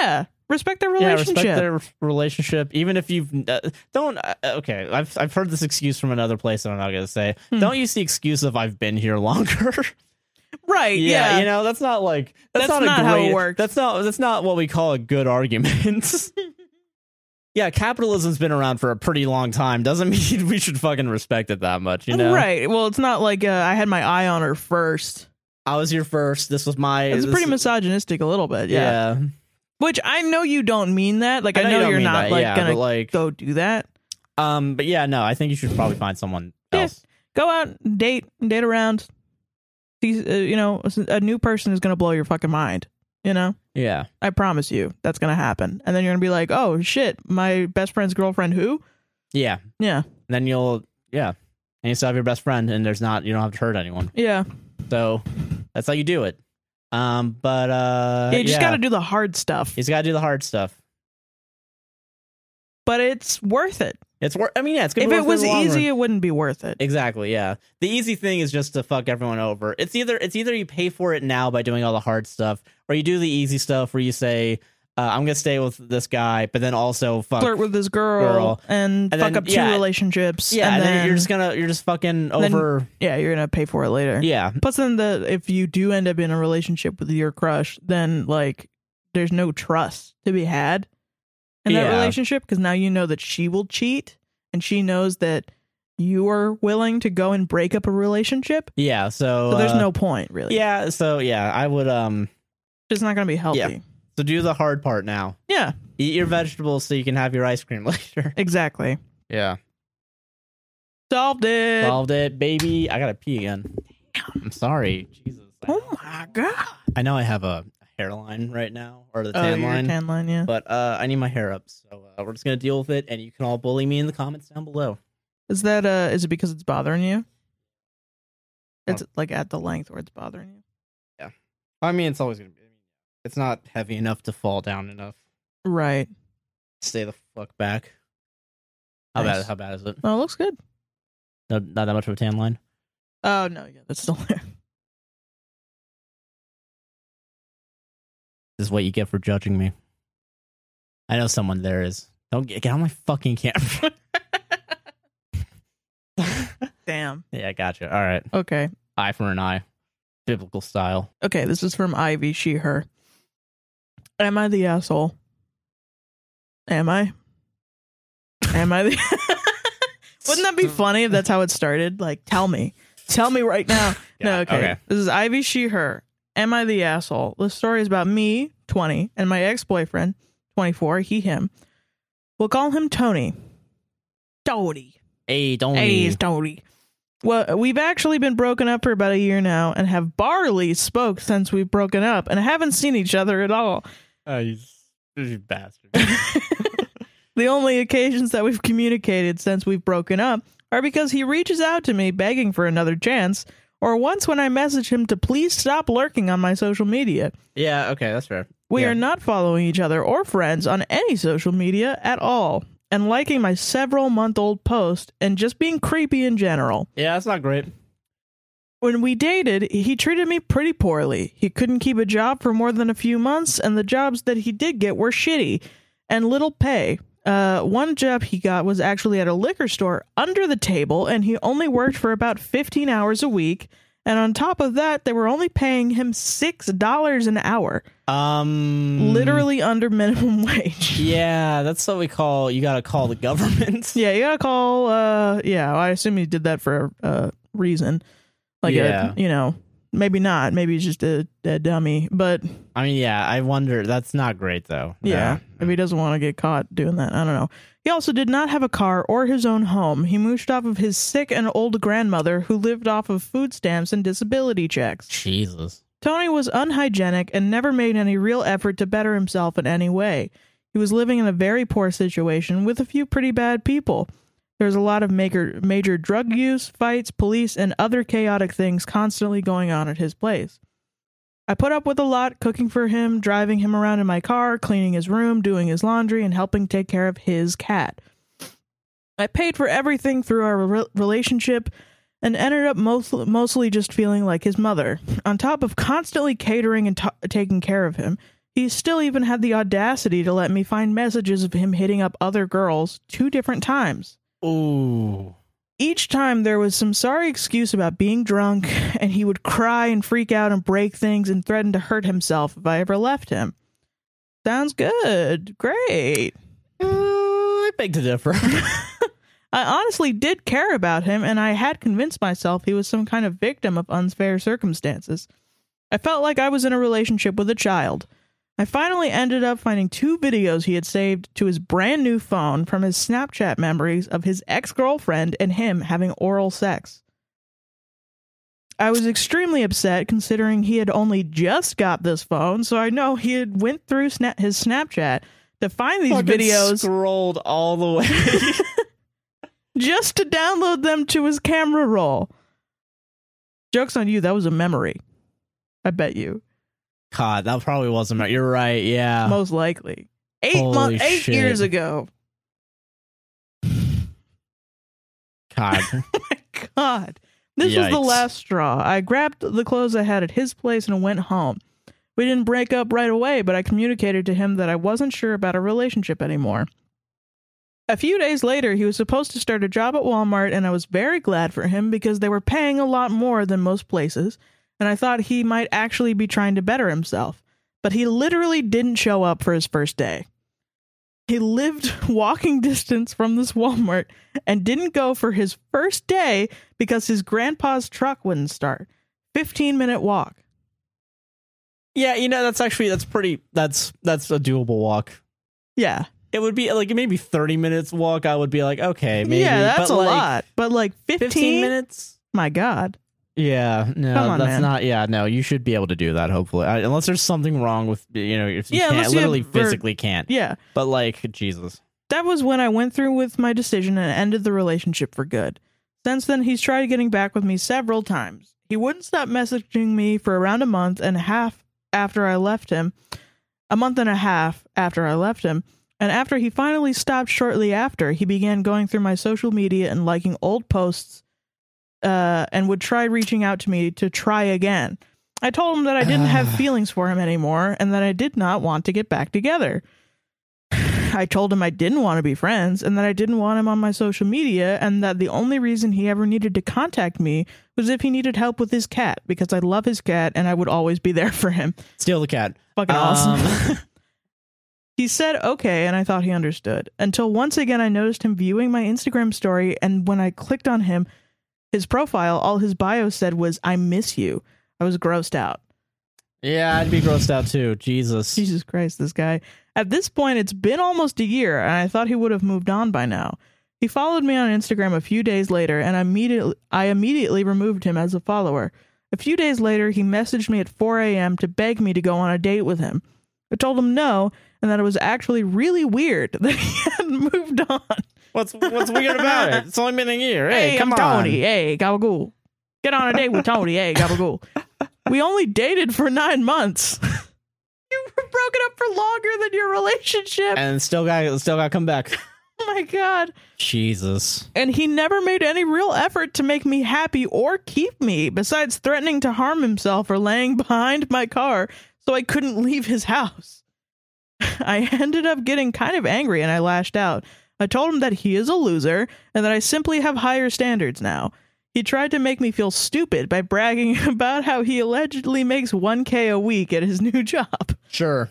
yeah, respect their Yeah, relationship respect their relationship. Even if you've uh, don't uh, okay, I've I've heard this excuse from another place, and I'm not gonna say. Hmm. Don't use the excuse of I've been here longer. <laughs> <laughs> right yeah, you know that's not like that's, That's not a how great, it works. That's not that's not what we call a good argument. <laughs> yeah, capitalism's been around for a pretty long time. Doesn't <laughs> mean we should fucking respect it that much, you know. right well it's not like uh, i had my eye on her first I was here first. This was my. it's this- pretty misogynistic a little bit yeah. Yeah, which i know you don't mean that like i, you know, don't you're mean not that, like yeah, gonna but like go do that um, but yeah, no, I think you should probably find someone Yeah. else. go out date date around these uh, you know a new person is gonna blow your fucking mind you know Yeah, I promise you, that's gonna happen. And then you're gonna be like, oh shit, my best friend's girlfriend who? yeah. Yeah, And then you'll yeah, and you still have your best friend, and there's not you don't have to hurt anyone. yeah. So that's how you do it. Um, but uh, yeah you just gotta do the hard stuff, He's got to do the hard stuff. but it's worth it. It's worth. I mean, yeah, it's gonna If be it worth was in the long easy, run. it wouldn't be worth it. exactly. Yeah, the easy thing is just to fuck everyone over. It's either it's either you pay for it now by doing all the hard stuff, or you do the easy stuff where you say, uh, "I'm gonna stay with this guy," but then also fuck. Flirt with this girl, Girl. and, And fuck then- up two yeah. relationships. yeah, and, and then, then, you're just gonna you're just fucking then- over. yeah, you're gonna pay for it later. yeah, Plus, then the if you do end up in a relationship with your crush, then like there's no trust to be had in that Yeah. relationship because now you know that she will cheat and she knows that you are willing to go and break up a relationship. yeah. So, So there's uh, no point really. Yeah, so yeah, I would um. it's not gonna be healthy. So do the hard part now. Yeah, Eat your vegetables so you can have your ice cream <laughs> later. exactly. Yeah, Solved it. solved it, baby. I gotta pee again. I'm sorry, Jesus. oh my god. I know I have a hairline right now, or the Oh, tan your line, tan line. Yeah. but uh, I need my hair up, so uh, we're just gonna deal with it. And you can all bully me in the comments down below. Is that uh? Is it because it's bothering you? Oh. It's like at the length where it's bothering you. I mean, it's always gonna be. It's not heavy enough to fall down enough. Right. Stay the fuck back. How Nice. bad? How bad is it? Oh, it looks good. No, not that much of a tan line. Oh no, yeah, that's still <laughs> there. This is what you get for judging me. I know someone there is. Don't get, get on my fucking camera. <laughs> Damn. yeah, gotcha. All right, Okay. eye for an eye, biblical style. Okay, this is from Ivy, she, her. Am I the asshole? Am I? <laughs> Am I the. Wouldn't that be funny if that's how it started? Like, tell me. Tell me right <laughs> now. no, God, okay. This is Ivy She Her. Am I the asshole? The story is about me, 20, and my ex boyfriend, 24, he, him. We'll call him Tony. Tony. Hey, don't. Hey, it's Tony. Well, we've actually been broken up for about a year now and have barely spoke since we've broken up and haven't seen each other at all. Uh, you, you <laughs> bastard. The only occasions that we've communicated since we've broken up are because he reaches out to me begging for another chance, or once when I message him to please stop lurking on my social media. yeah. Okay, that's fair. We Yeah. are not following each other or friends on any social media at all, and liking my several month old post and just being creepy in general. Yeah, that's not great. When we dated, he treated me pretty poorly. He couldn't keep a job for more than a few months, and the jobs that he did get were shitty and little pay. Uh, one job he got was actually at a liquor store under the table, and he only worked for about 15 hours a week. And on top of that, they were only paying him $6 an hour, Um, literally under minimum <laughs> wage. Yeah, that's what we call. You gotta call the <laughs> government. yeah, you gotta call, uh, yeah, I assume he did that for a uh, reason. Like, Yeah. a, you know, maybe not. Maybe he's just a, a dummy, but I mean, yeah. I wonder. That's not great though. Yeah. If he doesn't want to get caught doing that, I don't know. He also did not have a car or his own home. He mooched off of his sick and old grandmother who lived off of food stamps and disability checks. Jesus. Tony was unhygienic and never made any real effort to better himself in any way. He was living in a very poor situation with a few pretty bad people. There's a lot of major, major drug use, fights, police, and other chaotic things constantly going on at his place. I put up with a lot, cooking for him, driving him around in my car, cleaning his room, doing his laundry, and helping take care of his cat. I paid for everything through our re- relationship and ended up most- mostly just feeling like his mother. On top of constantly catering and ta taking care of him, he still even had the audacity to let me find messages of him hitting up other girls two different times. Ooh. Each time there was some sorry excuse about being drunk, <laughs> and he would cry and freak out and break things and threaten to hurt himself if I ever left him. Sounds good. Great. Uh, I beg to <laughs> differ. I honestly did care about him, and I had convinced myself he was some kind of victim of unfair circumstances. I felt like I was in a relationship with a child. I finally ended up finding two videos he had saved to his brand new phone from his Snapchat memories of his ex girlfriend and him having oral sex. I was extremely upset considering he had only just got this phone, so I know he had went through sna- his Snapchat to find these Fucking videos scrolled all the way. <laughs> just to download them to his camera roll. Joke's on you, that was a memory. I bet you. God, that probably wasn't right. You're right. Yeah. Most likely. Eight Ah. Holy months eight shit. years ago. God. My God. This was the Yikes. last straw. I grabbed the clothes I had at his place and went home. We didn't break up right away, but I communicated to him that I wasn't sure about our relationship anymore. A few days later, he was supposed to start a job at Walmart, and I was very glad for him because they were paying a lot more than most places, and I thought he might actually be trying to better himself. But he literally didn't show up for his first day. He lived <laughs> walking distance from this Walmart and didn't go for his first day because his grandpa's truck wouldn't start. 15 minute walk. <laughs> yeah, you know that's actually that's pretty. That's that's a doable walk. Yeah. It would be like maybe 30 minutes walk. I would be like, okay, maybe. yeah, that's but a like, lot. But like 15, 15, minutes. My God. Yeah, no, Come on, that's man. not. Yeah, no, you should be able to do that. Hopefully, I, unless there's something wrong with you know, if you Yeah, can't, unless you literally have- or- physically can't. Yeah. But like, Jesus, That was when I went through with my decision and ended the relationship for good. Since then, he's tried getting back with me several times. He wouldn't stop messaging me for around a month and a half after I left him. A month and a half after I left him. And after he finally stopped shortly after, he began going through my social media and liking old posts uh, and would try reaching out to me to try again. I told him that I didn't have feelings for him anymore and that I did not want to get back together. <sighs> I told him I didn't want to be friends and that I didn't want him on my social media and that the only reason he ever needed to contact me was if he needed help with his cat because I love his cat and I would always be there <laughs> for him. steal the cat. Fucking awesome. <laughs> Um, <laughs> He said okay, and I thought he understood. Until once again, I noticed him viewing my Instagram story, and when I clicked on him, his profile, all his bio said was "I miss you." I was grossed out. Yeah, I'd be grossed out too. Jesus. <laughs> Jesus Christ, this guy. At this point, it's been almost a year, and I thought he would have moved on by now. He followed me on Instagram a few days later, and I immediately, I immediately removed him as a follower. A few days later, he messaged me at 4 a.m. to beg me to go on a date with him. I told him no, and that it was actually really weird <laughs> that he had moved on. What's what's weird about it? It's only been a year. <laughs> Hey, Hey, come I'm on. Tony. Hey, Gabagool. Get on a date with Tony. Hey, <laughs> Gabagool. We only dated for nine months. <laughs> you were broken up for longer than your relationship. And still got still got to come <laughs> back. oh my god. Jesus. And he never made any real effort to make me happy or keep me, besides threatening to harm himself or laying <laughs> behind my car so I couldn't leave his house. <laughs> I ended up getting kind of angry and I lashed out. I told him that he is a loser and that I simply have higher standards now. He tried to make me feel stupid by bragging <laughs> about how he allegedly makes 1K a week at his new <laughs> job. Sure.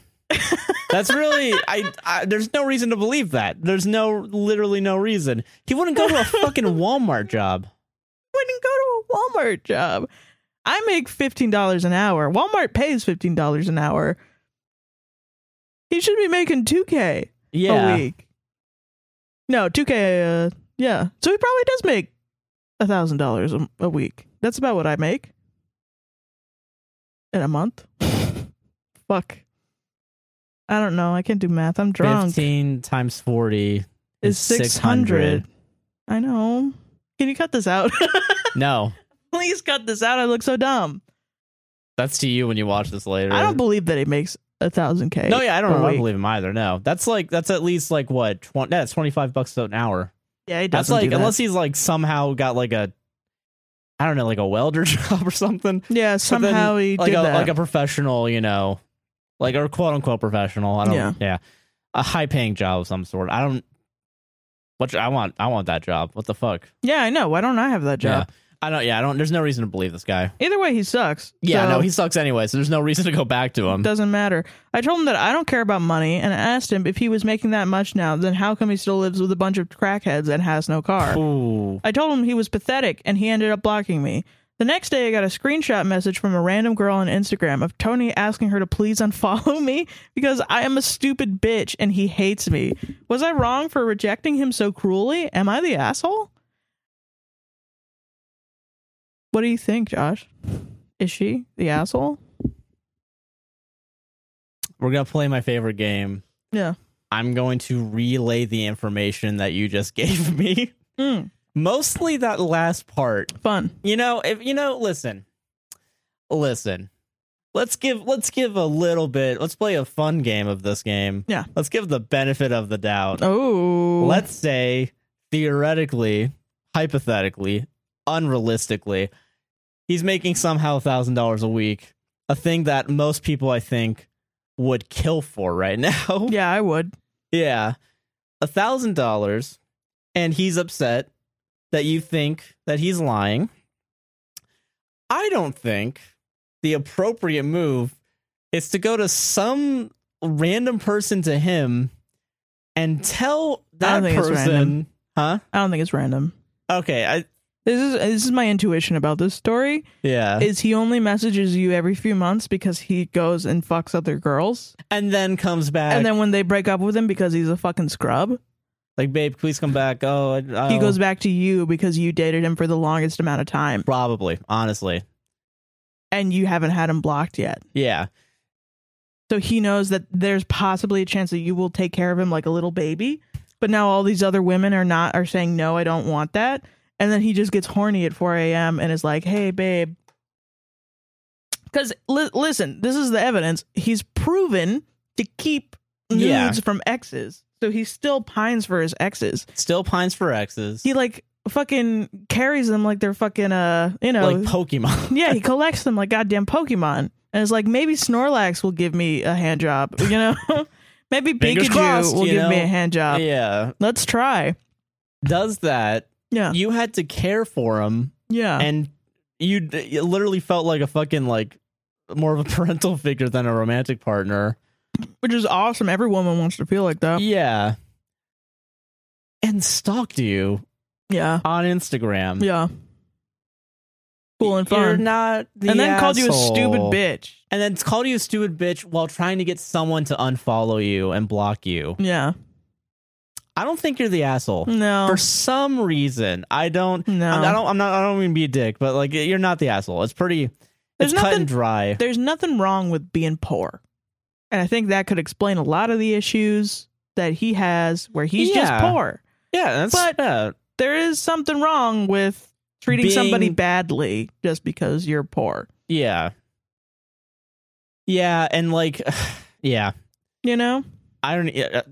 That's really I, I there's no reason to believe that. There's no literally no reason. He wouldn't go to a fucking Walmart job. wouldn't go to a Walmart job. I make $15 an hour. Walmart pays $15 an hour. He should be making 2K Yeah. a week. No, 2K, uh, yeah. So he probably does make $1,000 a- a week. That's about what I make in a month. <laughs> Fuck. I don't know. I can't do math. I'm drunk. 15 times 40 Is is 600. 600. I know. Can you cut this out? <laughs> No. Please cut this out. I look so dumb. That's to you when you watch this later. I don't believe that it makes a thousand k. No, yeah, I don't a know. I week. believe him either. No. That's like that's at least like what 20 that's 25 bucks an hour. yeah, it That's doesn't. like do that. unless he's like somehow got like a I don't know, like a welder <laughs> job or something. yeah, But then, somehow he like did a that. like a professional, you know, like or quote unquote professional. I don't Yeah. yeah. A high paying job of some sort. I don't what I want I want that job. What the fuck? yeah, I know. Why don't I have that job? Yeah. I don't yeah, I don't there's no reason to believe this guy. Either way, he sucks. Yeah, so no, he sucks anyway, so there's no reason to go back to him. doesn't matter. I told him that I don't care about money, and I asked him if he was making that much now. Then how come he still lives with a bunch of crackheads and has <laughs> no car? Ooh. I told him he was pathetic, and he ended up blocking me. The next day, I got a screenshot message from a random girl on Instagram of Tony asking her to please unfollow me <laughs> because I am a stupid bitch and he hates me. Was I wrong for rejecting him so cruelly? Am I the asshole? What do you think, Josh? Is she the asshole? We're gonna play my favorite game. Yeah. I'm going to relay the information that you just <laughs> gave me. Mm, Mostly that last part. fun. You know, if you know, listen, listen. Let's give let's give a little bit. Let's play a fun game of this game. Yeah. Let's give the benefit of the doubt. Oh. Let's say theoretically, hypothetically, unrealistically, he's making somehow a thousand dollars a week, a thing that most people I think would kill for right <laughs> now. Yeah, I would. Yeah. A thousand dollars and he's upset that you think that he's lying. I don't think the appropriate move is to go to some random person to him and tell I that don't think it's person random. Huh? I don't think it's random. Okay, I This is this is my intuition about this story. yeah. is he only messages you every few months because he goes and fucks other girls and then comes back and then when they break up with him because he's a fucking scrub like babe, please come back. Oh, I, oh. he goes back to you because you dated him for the longest amount of time probably, honestly. and you haven't had him blocked yet Yeah. so he knows that there's possibly a chance that you will take care of him like a little baby but now all these other women are not are saying no i don't want that and then he just gets horny at 4 a.m and is like hey babe because li- listen this is the evidence he's proven to keep nudes Yeah. from exes so he still pines for his exes Still pines for exes. he like fucking carries them like they're fucking uh you know like Pokemon. <laughs> yeah, he collects them like goddamn Pokemon. And it's like maybe Snorlax will give me a hand job, you know? <laughs> maybe Fingers Pikachu crossed, will you give me know? a hand job. yeah. Let's try. Does that Yeah. Uh-huh. you had to care for him Yeah. and you, d- you literally felt like a fucking like more of a <laughs> parental figure than a romantic partner Which is awesome. Every woman wants to feel like that. yeah and stalked you Yeah. on instagram Yeah. cool and You're fun. not the and then called you a stupid asshole. bitch. And then called you a stupid bitch while trying to get someone to unfollow you and block you. Yeah. I don't think you're the asshole. No. For some reason, I don't. no. I'm- I don't. I'm not. I don't mean to be a dick, but like you're not the asshole. It's pretty. There's it's cut nothing- and dry. There's nothing wrong with being poor. And I think that could explain a lot of the issues that he has where he's just Yeah. poor. Yeah, that's But- yeah. There is something wrong with treating Being- somebody badly just because you're poor. yeah, yeah, and like, <sighs> yeah. You know? I don't. yeah,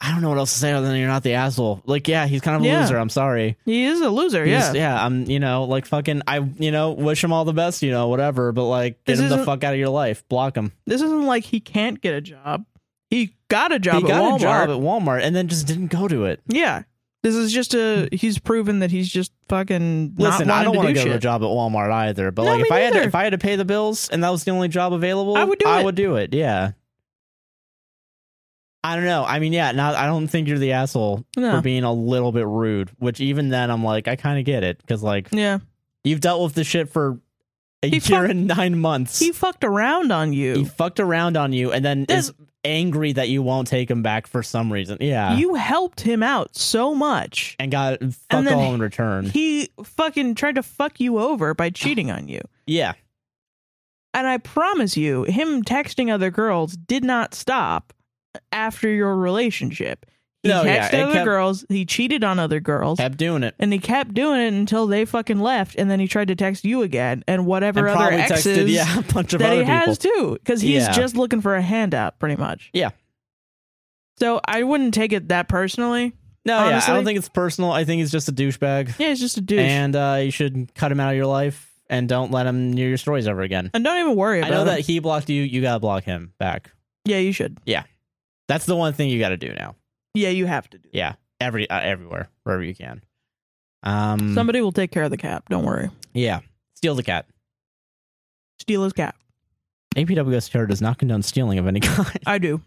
I don't know what else to say other than you're not the asshole. Like, yeah, he's kind of a Yeah. loser. I'm sorry. He is a loser, He's- yeah. yeah. I'm. You know, like fucking. I. You know, wish him all the best. You know, whatever. But like, get This him the isn't- fuck out of your life. Block him. This isn't like he can't get a job. He got a job he at got Walmart. a job at Walmart and then just didn't go to it. yeah. This is just a he's proven that he's just fucking not Listen, I don't want want to go shit. to a job at Walmart either. But No, like, me if I had to, neither. if I had to pay the bills and that was the only job available, I would do I it. would do it. Yeah. I don't know. I mean, yeah. Not. I don't think you're the asshole No. for being a little bit rude. Which even then, I'm like, I kind of get it because like Yeah. you've dealt with this shit for a He year fuck- and nine months. He fucked around on you. He fucked around on you and then This- is angry that you won't take him back for some reason. Yeah. You helped him out so much. and got fuck And then all in return. He fucking tried to fuck you over by cheating on you. yeah. And I promise you, him texting other girls did not stop after your relationship. He No, yeah, texted it other kept- girls, he cheated on other girls, Kept doing it. and he kept doing it until they fucking left. And then he tried to text you again and whatever And other probably exes texted yeah, <laughs> a bunch of that other he people. has too. Because he's Yeah. just looking for a handout, pretty much. Yeah. So I wouldn't take it that personally. No, yeah, I honestly. don't think it's personal. I think he's just a douchebag, Yeah, he's just a douche. and uh, you should cut him out of your life and don't let him near your stories ever again. And don't even worry I about know it. that he blocked you. You gotta block him back. Yeah, you should. That's the one thing you gotta do now. Yeah, you have to do. that. Yeah, every uh, everywhere, wherever you can. Um, Somebody will take care of the cap. Don't worry. yeah, steal the cat. Steal his cap. APWSTR does not condone stealing of any <laughs> kind. I do.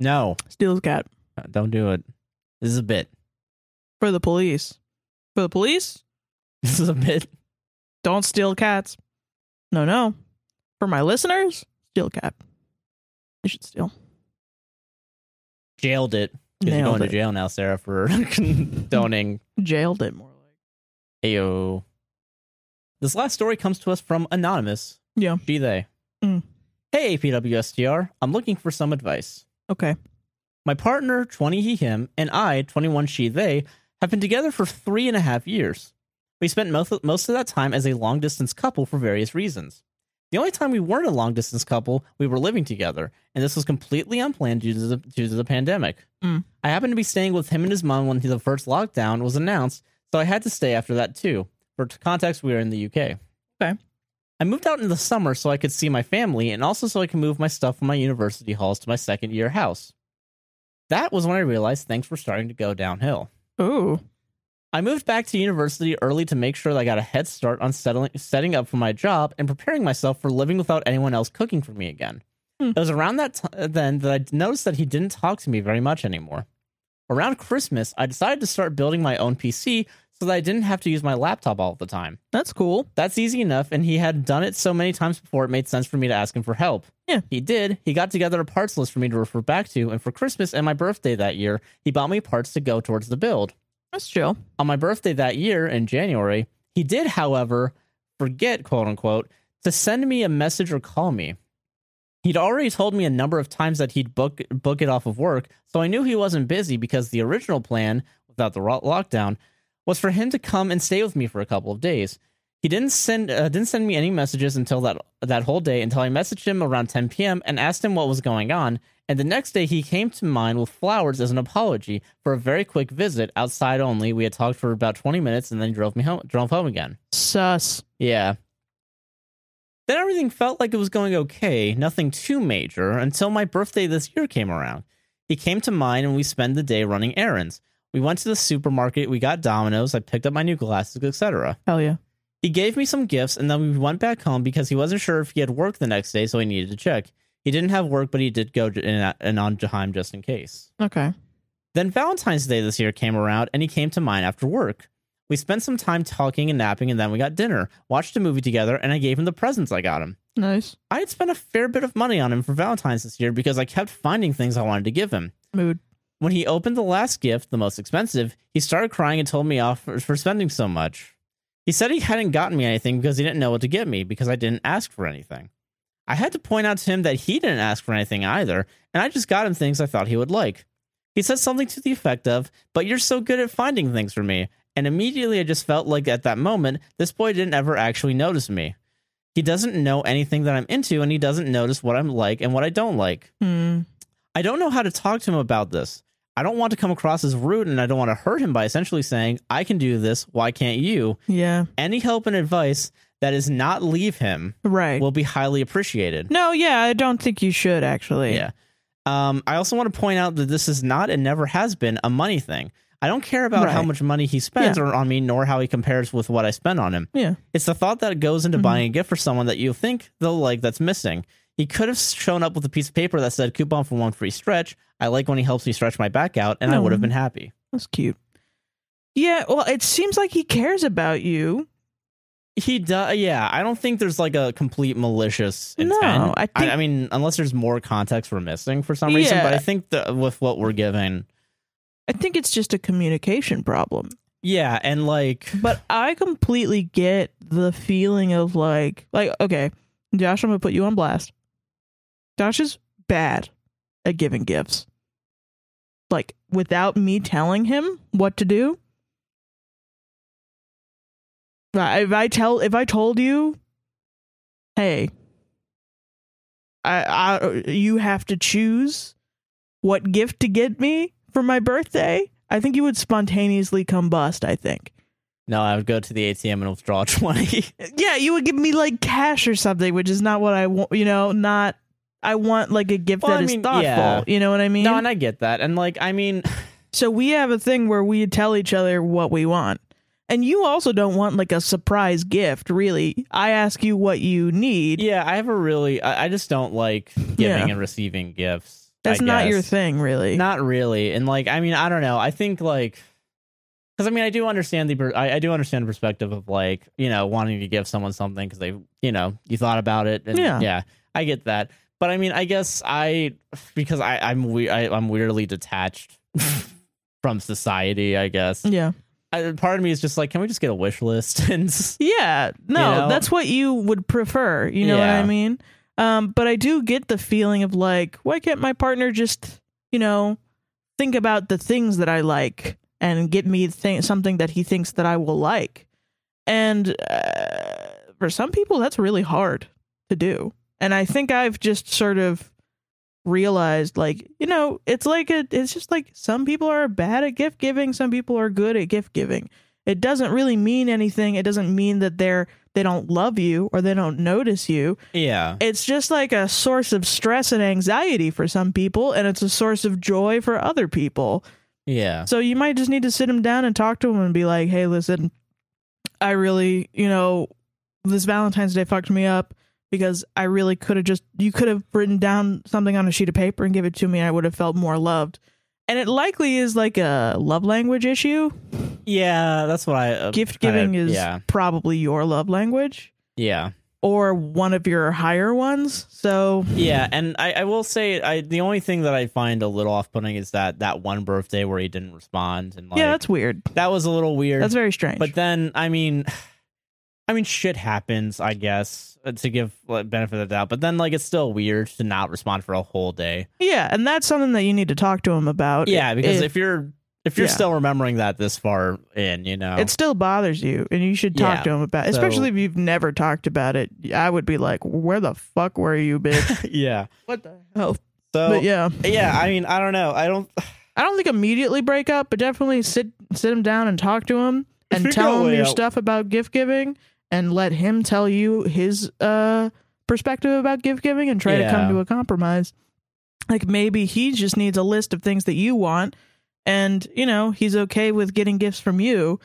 no, Steal his cap don't do it. This is a bit. <laughs> for the police. For the police, This is a bit. don't steal cats. No, no. For my listeners, steal cap. You should steal. Jailed it. 'Cause You're Nailed going to it. jail now, Sarah, for <laughs> condoning Jailed it more like. Ayo. This last story comes to us from Anonymous. Yeah. She, they. Mm. Hey, APWSTR. I'm looking for some advice. Okay. My partner, 20 he, him, and I, 21 she, they, have been together for three and a half years. We spent most of, most of that time as a long distance couple for various reasons. The only time we weren't a long distance couple, we were living together, and this was completely unplanned due to the, due to the pandemic. Mm. I happened to be staying with him and his mom when the first lockdown was announced, so I had to stay after that too. For context, we were in the UK. Okay. I moved out in the summer so I could see my family and also so I could move my stuff from my university halls to my second year house. That was when I realized things were starting to go downhill. Ooh. I moved back to university early to make sure that I got a head start on settling, setting up for my job and preparing myself for living without anyone else cooking for me again. Hmm. It was around that t- uh, then that I noticed that he didn't talk to me very much anymore. Around Christmas, I decided to start building my own PC so that I didn't have to use my laptop all the time. That's cool. That's easy enough, and he had done it so many times before it made sense for me to ask him for help. Yeah. He did. He got together a parts list for me to refer back to, and for Christmas and my birthday that year, he bought me parts to go towards the build. That's chill. On my birthday that year in January, he did, however, forget, quote unquote, to send me a message or call me. He'd already told me a number of times that he'd book book it off of work, so I knew he wasn't busy because the original plan, without the ro- lockdown, was for him to come and stay with me for a couple of days. He didn't send uh, didn't send me any messages until that that whole day until I messaged him around 10 p.m. and asked him what was going on. And the next day he came to mine with flowers as an apology for a very quick visit outside only. We had talked for about 20 minutes and then drove me home drove home again. Sus. Yeah. Then everything felt like it was going okay, nothing too major, until my birthday this year came around. He came to mine and we spent the day running errands. We went to the supermarket, we got Domino's, I picked up my new glasses, etc. Hell yeah. He gave me some gifts and then we went back home because he wasn't sure if he had work the next day, so he needed to check. He didn't have work, but he did go j- in, in on Jaheim just in case. Okay. Then Valentine's Day this year came around and he came to mine after work. We spent some time talking and napping, and then we got dinner, watched a movie together, and I gave him the presents I got him. Nice. I had spent a fair bit of money on him for Valentine's this year because I kept finding things I wanted to give him. Mood. When he opened the last gift, the most expensive, he started crying and told me off for, for spending so much. He said he hadn't gotten me anything because he didn't know what to get me because I didn't ask for anything. I had to point out to him that he didn't ask for anything either, and I just got him things I thought he would like. He said something to the effect of, But you're so good at finding things for me. And immediately I just felt like at that moment, this boy didn't ever actually notice me. He doesn't know anything that I'm into, and he doesn't notice what I'm like and what I don't like. Hmm. I don't know how to talk to him about this. I don't want to come across as rude and I don't want to hurt him by essentially saying, I can do this. Why can't you? Yeah. Any help and advice that is not leave him Right. will be highly appreciated. no, yeah, I don't think you should actually. Yeah. Um, I also want to point out that this is not and never has been a money thing. I don't care about how Right. much money he spends or on me, nor how he compares with what I spend on him. Yeah. It's the thought that goes into Mhm. buying a gift for someone that you think they'll like that's missing. He could have shown up with a piece of paper that said coupon for one free stretch. I like when he helps me stretch my back out, and I No. would have been happy. That's cute. Yeah, well, it seems like he cares about you. He does. Yeah, I don't think there's like a complete malicious No, intent. I I, think- I mean, unless there's more context we're missing for some reason, but I Yeah. think that with what we're given, I think it's just a communication problem. yeah, and like, <laughs> But I completely get the feeling of like, like, okay, Josh, I'm gonna put you on blast. Josh is bad at giving gifts. Like without me telling him what to do. Right, If I tell, if I told you, hey, I, I, you have to choose what gift to get me for my birthday. I think you would spontaneously combust. I think. no, I would go to the ATM and withdraw <laughs> twenty. Yeah, you would give me like cash or something, which is not what I want. You know, not I want like a gift Well, that I is mean, thoughtful. yeah. You know what I mean? no, and I get that, and like, I mean, so we have a thing where we tell each other what we want, and you also don't want like a surprise gift. Really, I ask you what you need. yeah, I have a really, I, I just don't like giving Yeah. and receiving gifts. That's I not your guess. thing, really. Not really, and like, I mean, I don't know. I think like, because I mean, I do understand the, per- I, I do understand the perspective of like, you know, wanting to give someone something because they, you know, you thought about it, and yeah, Yeah. I get that. But I mean, I guess I, because I, I'm, we- I, I'm weirdly detached <laughs> from society. I guess yeah. I, part of me is just like, can we just get a wish list <laughs> and Yeah, no, You know? that's what you would prefer. You know Yeah. what I mean? Um, but I do get the feeling of like, why can't my partner just, you know, think about the things that I like and get me th- something that he thinks that I will like? And uh, for some people, that's really hard to do. And I think I've just sort of realized like you know it's like a it's just like some people are bad at gift giving some people are good at gift giving it doesn't really mean anything it doesn't mean that they're they don't love you or they don't notice you yeah, it's just like a source of stress and anxiety for some people and it's a source of joy for other people yeah, so you might just need to sit him down and talk to him and be like hey listen i really you know this valentine's day fucked me up because i really could have just you could have written down something on a sheet of paper and give it to me i would have felt more loved and it likely is like a love language issue yeah? That's what I uh, gift kinda- giving is yeah, probably your love language yeah. or one of your higher ones. So Yeah, and I, I will say I the only thing that I find a little off putting is that that one birthday where he didn't respond and like yeah, that's weird. that was a little weird. That's very strange. but then I mean <sighs> I mean shit happens, I guess, uh, to give like, benefit of the doubt. But then like it's still weird to not respond for a whole day. yeah, and that's something that you need to talk to him about. Yeah, because if, It- you're if you're yeah. still remembering that this far in, you know. it still bothers you, and you should talk oh. Yeah. to him about, So- especially if you've never talked about it. I would be like, "Where the fuck were <laughs> you, bitch? <laughs> yeah. what the hell?" So but yeah, yeah, I mean, I don't know. I don't I don't think immediately break up, but definitely sit sit him down and talk to him and Figure out a tell way him your out. stuff about gift giving and let him tell you his uh perspective about gift giving and try Yeah. to come to a compromise. Like maybe he just needs a list of things that you want and you know, he's okay with getting gifts from you,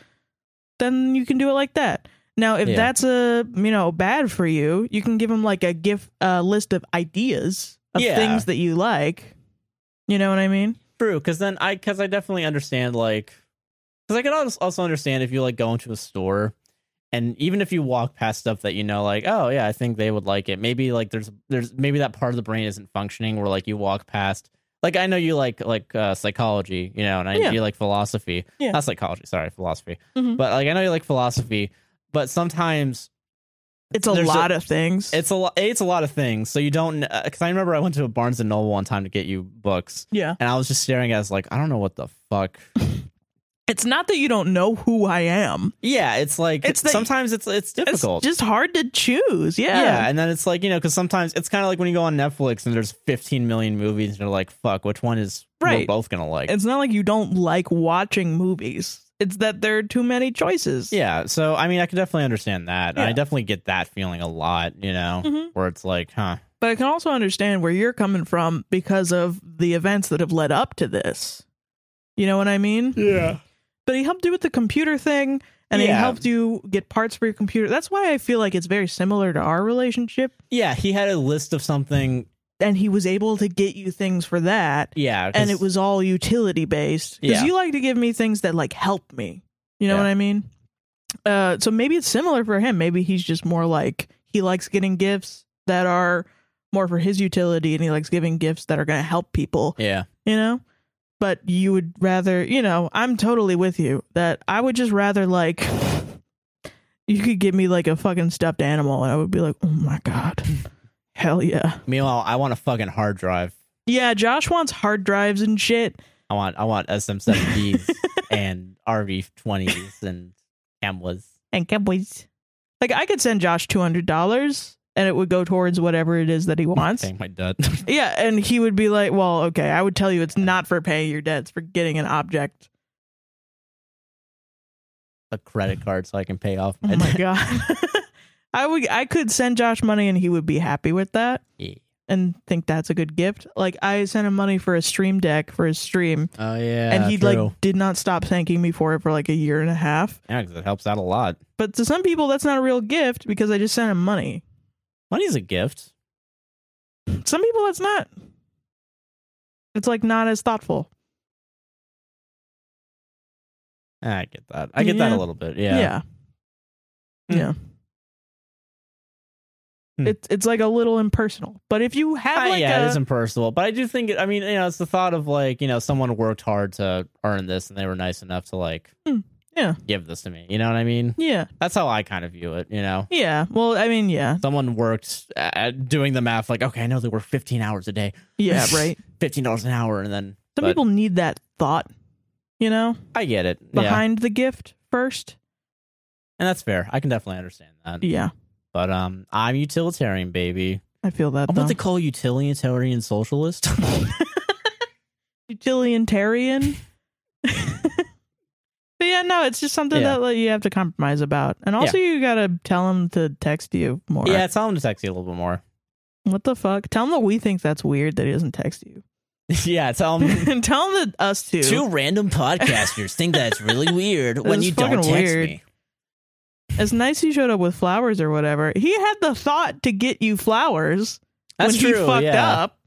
then you can do it like that. Now, if Yeah. that's a you know bad for you, you can give him like a gift uh, list of ideas of Yeah. things that you like. You know what I mean? True, because then I because I definitely understand like Because I can als- also understand if you like go into a store, and even if you walk past stuff that you know, like, oh yeah, I think they would like it. Maybe like there's there's maybe that part of the brain isn't functioning where like you walk past. Like I know you like like uh, psychology, you know, and I Yeah. you like philosophy. Yeah. Not psychology, sorry, philosophy. Mhm. But like I know you like philosophy, but sometimes It's a There's a- lot of things. it's a lot. It's a lot of things. So you don't. Because I remember I went to a Barnes and Noble one time to get you books, yeah. and I was just staring at. it, I was like, I don't know what the fuck. It's not that you don't know who I am. Yeah, it's like It's that- sometimes it's it's It's difficult. just hard to choose. yeah. Yeah. and then it's like you know because sometimes it's kind of like when you go on Netflix and there's 15 million movies and you're like, fuck, which one is we're Right. both gonna like? It's not like you don't like watching movies. It's that there are too many choices. yeah, so I mean, I can definitely understand that. and I Yeah. definitely get that feeling a lot, you know, Mhm. where it's like, huh, But I can also understand where you're coming from because of the events that have led up to this. You know what I mean? yeah, But he helped you with the computer thing and he Yeah. helped you get parts for your computer. That's why I feel like it's very similar to our relationship. yeah. He had a list of something. And he was able to get you things for that. Yeah, And 'cause- it was all utility based. Because Yeah. you like to give me things that like help me. You know Yeah. what I mean? Uh, so maybe it's similar for him. Maybe he's just more like he likes getting gifts that are more for his utility and he likes giving gifts that are going to help people yeah, you know but you would rather you know i'm totally with you that i would just rather like you could give me like a fucking stuffed animal and i would be like oh my god hell yeah Meanwhile, I want a fucking hard drive. yeah josh wants hard drives and shit I want I want <laughs> SM7Bs and RV20s and Camwas. and cowboys like i could send josh $200 and it would go towards whatever it is that he wants Paying my debt. <laughs> yeah and he would be like well okay i would tell you it's not for paying your debts for getting an object a credit card so I can pay off my oh <laughs> my debt. god i would i could send josh money and he would be happy with that <laughs> Yeah. and think that's a good gift. Like I sent him money for a stream deck for his stream, Oh yeah. and he true. like did not stop thanking me for it for like a year and a half. Yeah, 'cause it helps out a lot. But to some people, that's not a real gift because I just sent him money. Money's a gift. Some people, that's not. It's like not as thoughtful. I get that. I get that Yeah. a little bit. Yeah. Hmm. Yeah. Hmm. It's it's like a little impersonal. But if you have I- like yeah, a, it is impersonal, but I do think. It, I mean, you know, it's the thought of like, you know, someone worked hard to earn this, and they were nice enough to like, Hmm. Yeah. give this to me. You know what I mean? yeah, That's how I kind of view it. You know, yeah. Well, I mean, yeah, someone worked at doing the math like okay i know they work 15 hours a day <laughs> yeah, right. $15 an hour and then Some but people need that thought, you know, i get it yeah behind the gift first. and that's fair i can definitely understand that Yeah, but um i'm utilitarian baby I feel that. i'm though. what they call utilitarian <laughs> socialist <laughs> utilitarian. but yeah, no, it's just something Yeah. that like, you have to compromise about, and also you gotta tell them to text you more. <laughs> yeah tell him to text you a little bit more <laughs> What the fuck? Tell him that we think that's weird that he doesn't text you, yeah tell him <laughs> and tell him that us too. Um, two random podcasters think that's <laughs> really weird when is you don't fucking text weird. me It's nice he showed up with flowers or whatever. He had the thought to get you flowers that's when true he fucked yeah up.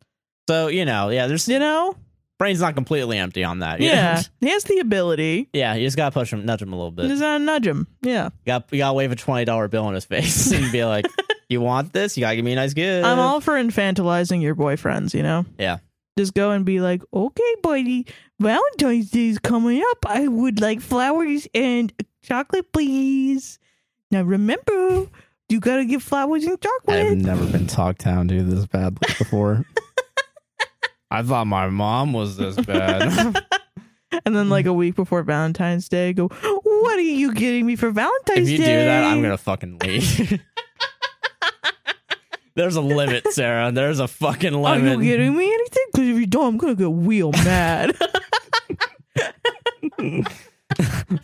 so you know yeah there's <laughs> You know? brain's not completely empty on that you know? Yeah, he has the ability. <laughs> yeah you just gotta push him nudge him a little bit Just not nudge him. Yeah, You got you gotta wave a twenty dollar bill in his face <laughs> and be <laughs> like, "You want this? You gotta give me a nice gift." I'm all for infantilizing your boyfriends, you know? Yeah. Just go and be like, okay, buddy, Valentine's Day's coming up. I would like flowers and chocolate, please. Now remember, you gotta get flowers and chocolate. never been talked down to this badly before. <laughs> I thought my mom was this <laughs> <laughs> bad. and then, like, a week before Valentine's Day, go, what are you getting me for if Valentine's Day? you do that, I'm gonna fucking leave. <laughs> There's a limit, Sarah. There's a fucking Are you limit. getting me anything? Because if you don't, I'm gonna get real mad. <laughs> <laughs>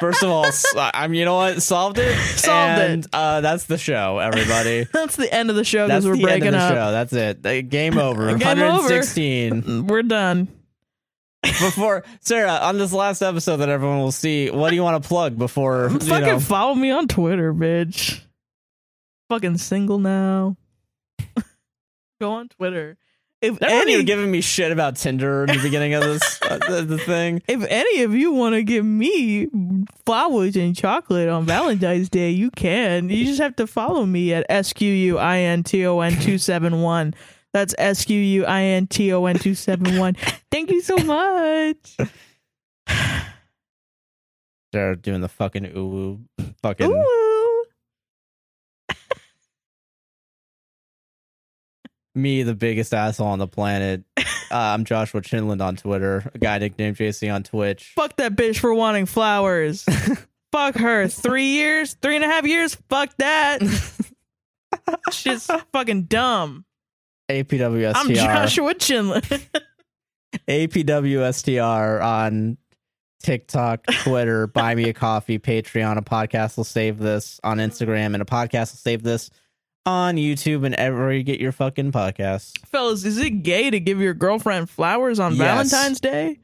First of all, s- I'm. You know what? Solved it. Solved it. and, Uh, that's the show, <laughs> everybody. That's the end of the show That's because we're the end of breaking the up. show. That's it. Uh, <laughs> Game over. Game over. 116. <laughs> We're done. before Sarah on this last episode that everyone will see. What do you want to plug before you Fucking know? follow me on Twitter, bitch. <laughs> Fucking single now. Go on Twitter. if They're not any, even giving me shit about Tinder in the beginning of this uh, the, the thing. if any of you want to give me flowers and chocolate on Valentine's Day, you can. You just have to follow me at S Q U I N T O N two seven one. That's S Q U I N T O N two seven one. Thank you so much. They're doing the fucking ooh ooh, fucking Ooh. me, the biggest asshole on the <laughs> planet. Uh, I'm Joshua Chinland on Twitter, a guy nicknamed JC on Twitch. Fuck that bitch for wanting flowers. Fuck her. Three years, three and a half years. Fuck that. Shit's fucking dumb. APWSTR. I'm Joshua Chinlin. APWSTR on TikTok, <laughs> Twitter, buy me a coffee, Patreon, a podcast will save this on Instagram, and a podcast will save this on YouTube and everywhere you get your fucking podcasts. Fellas, is it gay to give your girlfriend flowers on Yes. Valentine's Day?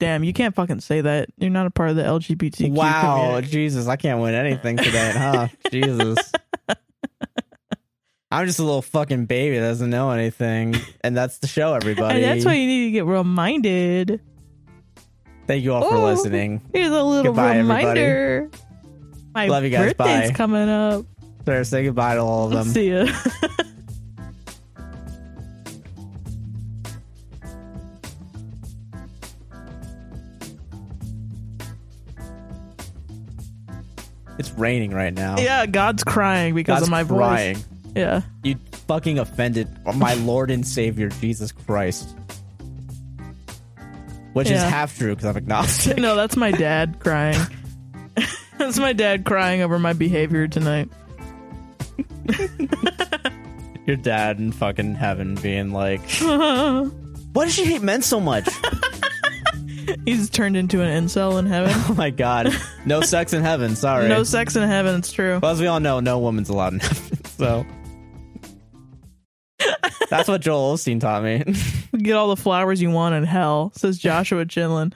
Damn, you can't fucking say that. You're not a part of the LGBTQ wow, community. Jesus, I can't win anything today, <laughs> huh? Jesus. I'm just a little fucking baby that doesn't know anything. And that's the show, everybody. And that's why you need to get reminded. Thank you all for Oh. listening. Here's a little Goodbye, reminder. My Love you guys. birthday's Bye. coming up. Sarah, say goodbye to all of them. See ya. <laughs> It's raining right now. yeah, God's crying because God's of my crying. voice. Yeah. You fucking offended <laughs> my Lord and Savior Jesus Christ. Which is Yeah. half true because I'm <laughs> agnostic. No, that's my dad crying. <laughs> that's my dad crying over my behavior tonight. <laughs> Your dad in fucking heaven being <laughs> like, why does she hate men so much? He's turned into an incel in heaven. <laughs> oh my god. No sex in heaven, sorry. No sex in heaven, it's true. well, as we all know, no woman's allowed in heaven, <laughs> so. That's what Joel Osteen taught me. <laughs> <laughs> Get all the flowers you want in hell, says Joshua Chinlin.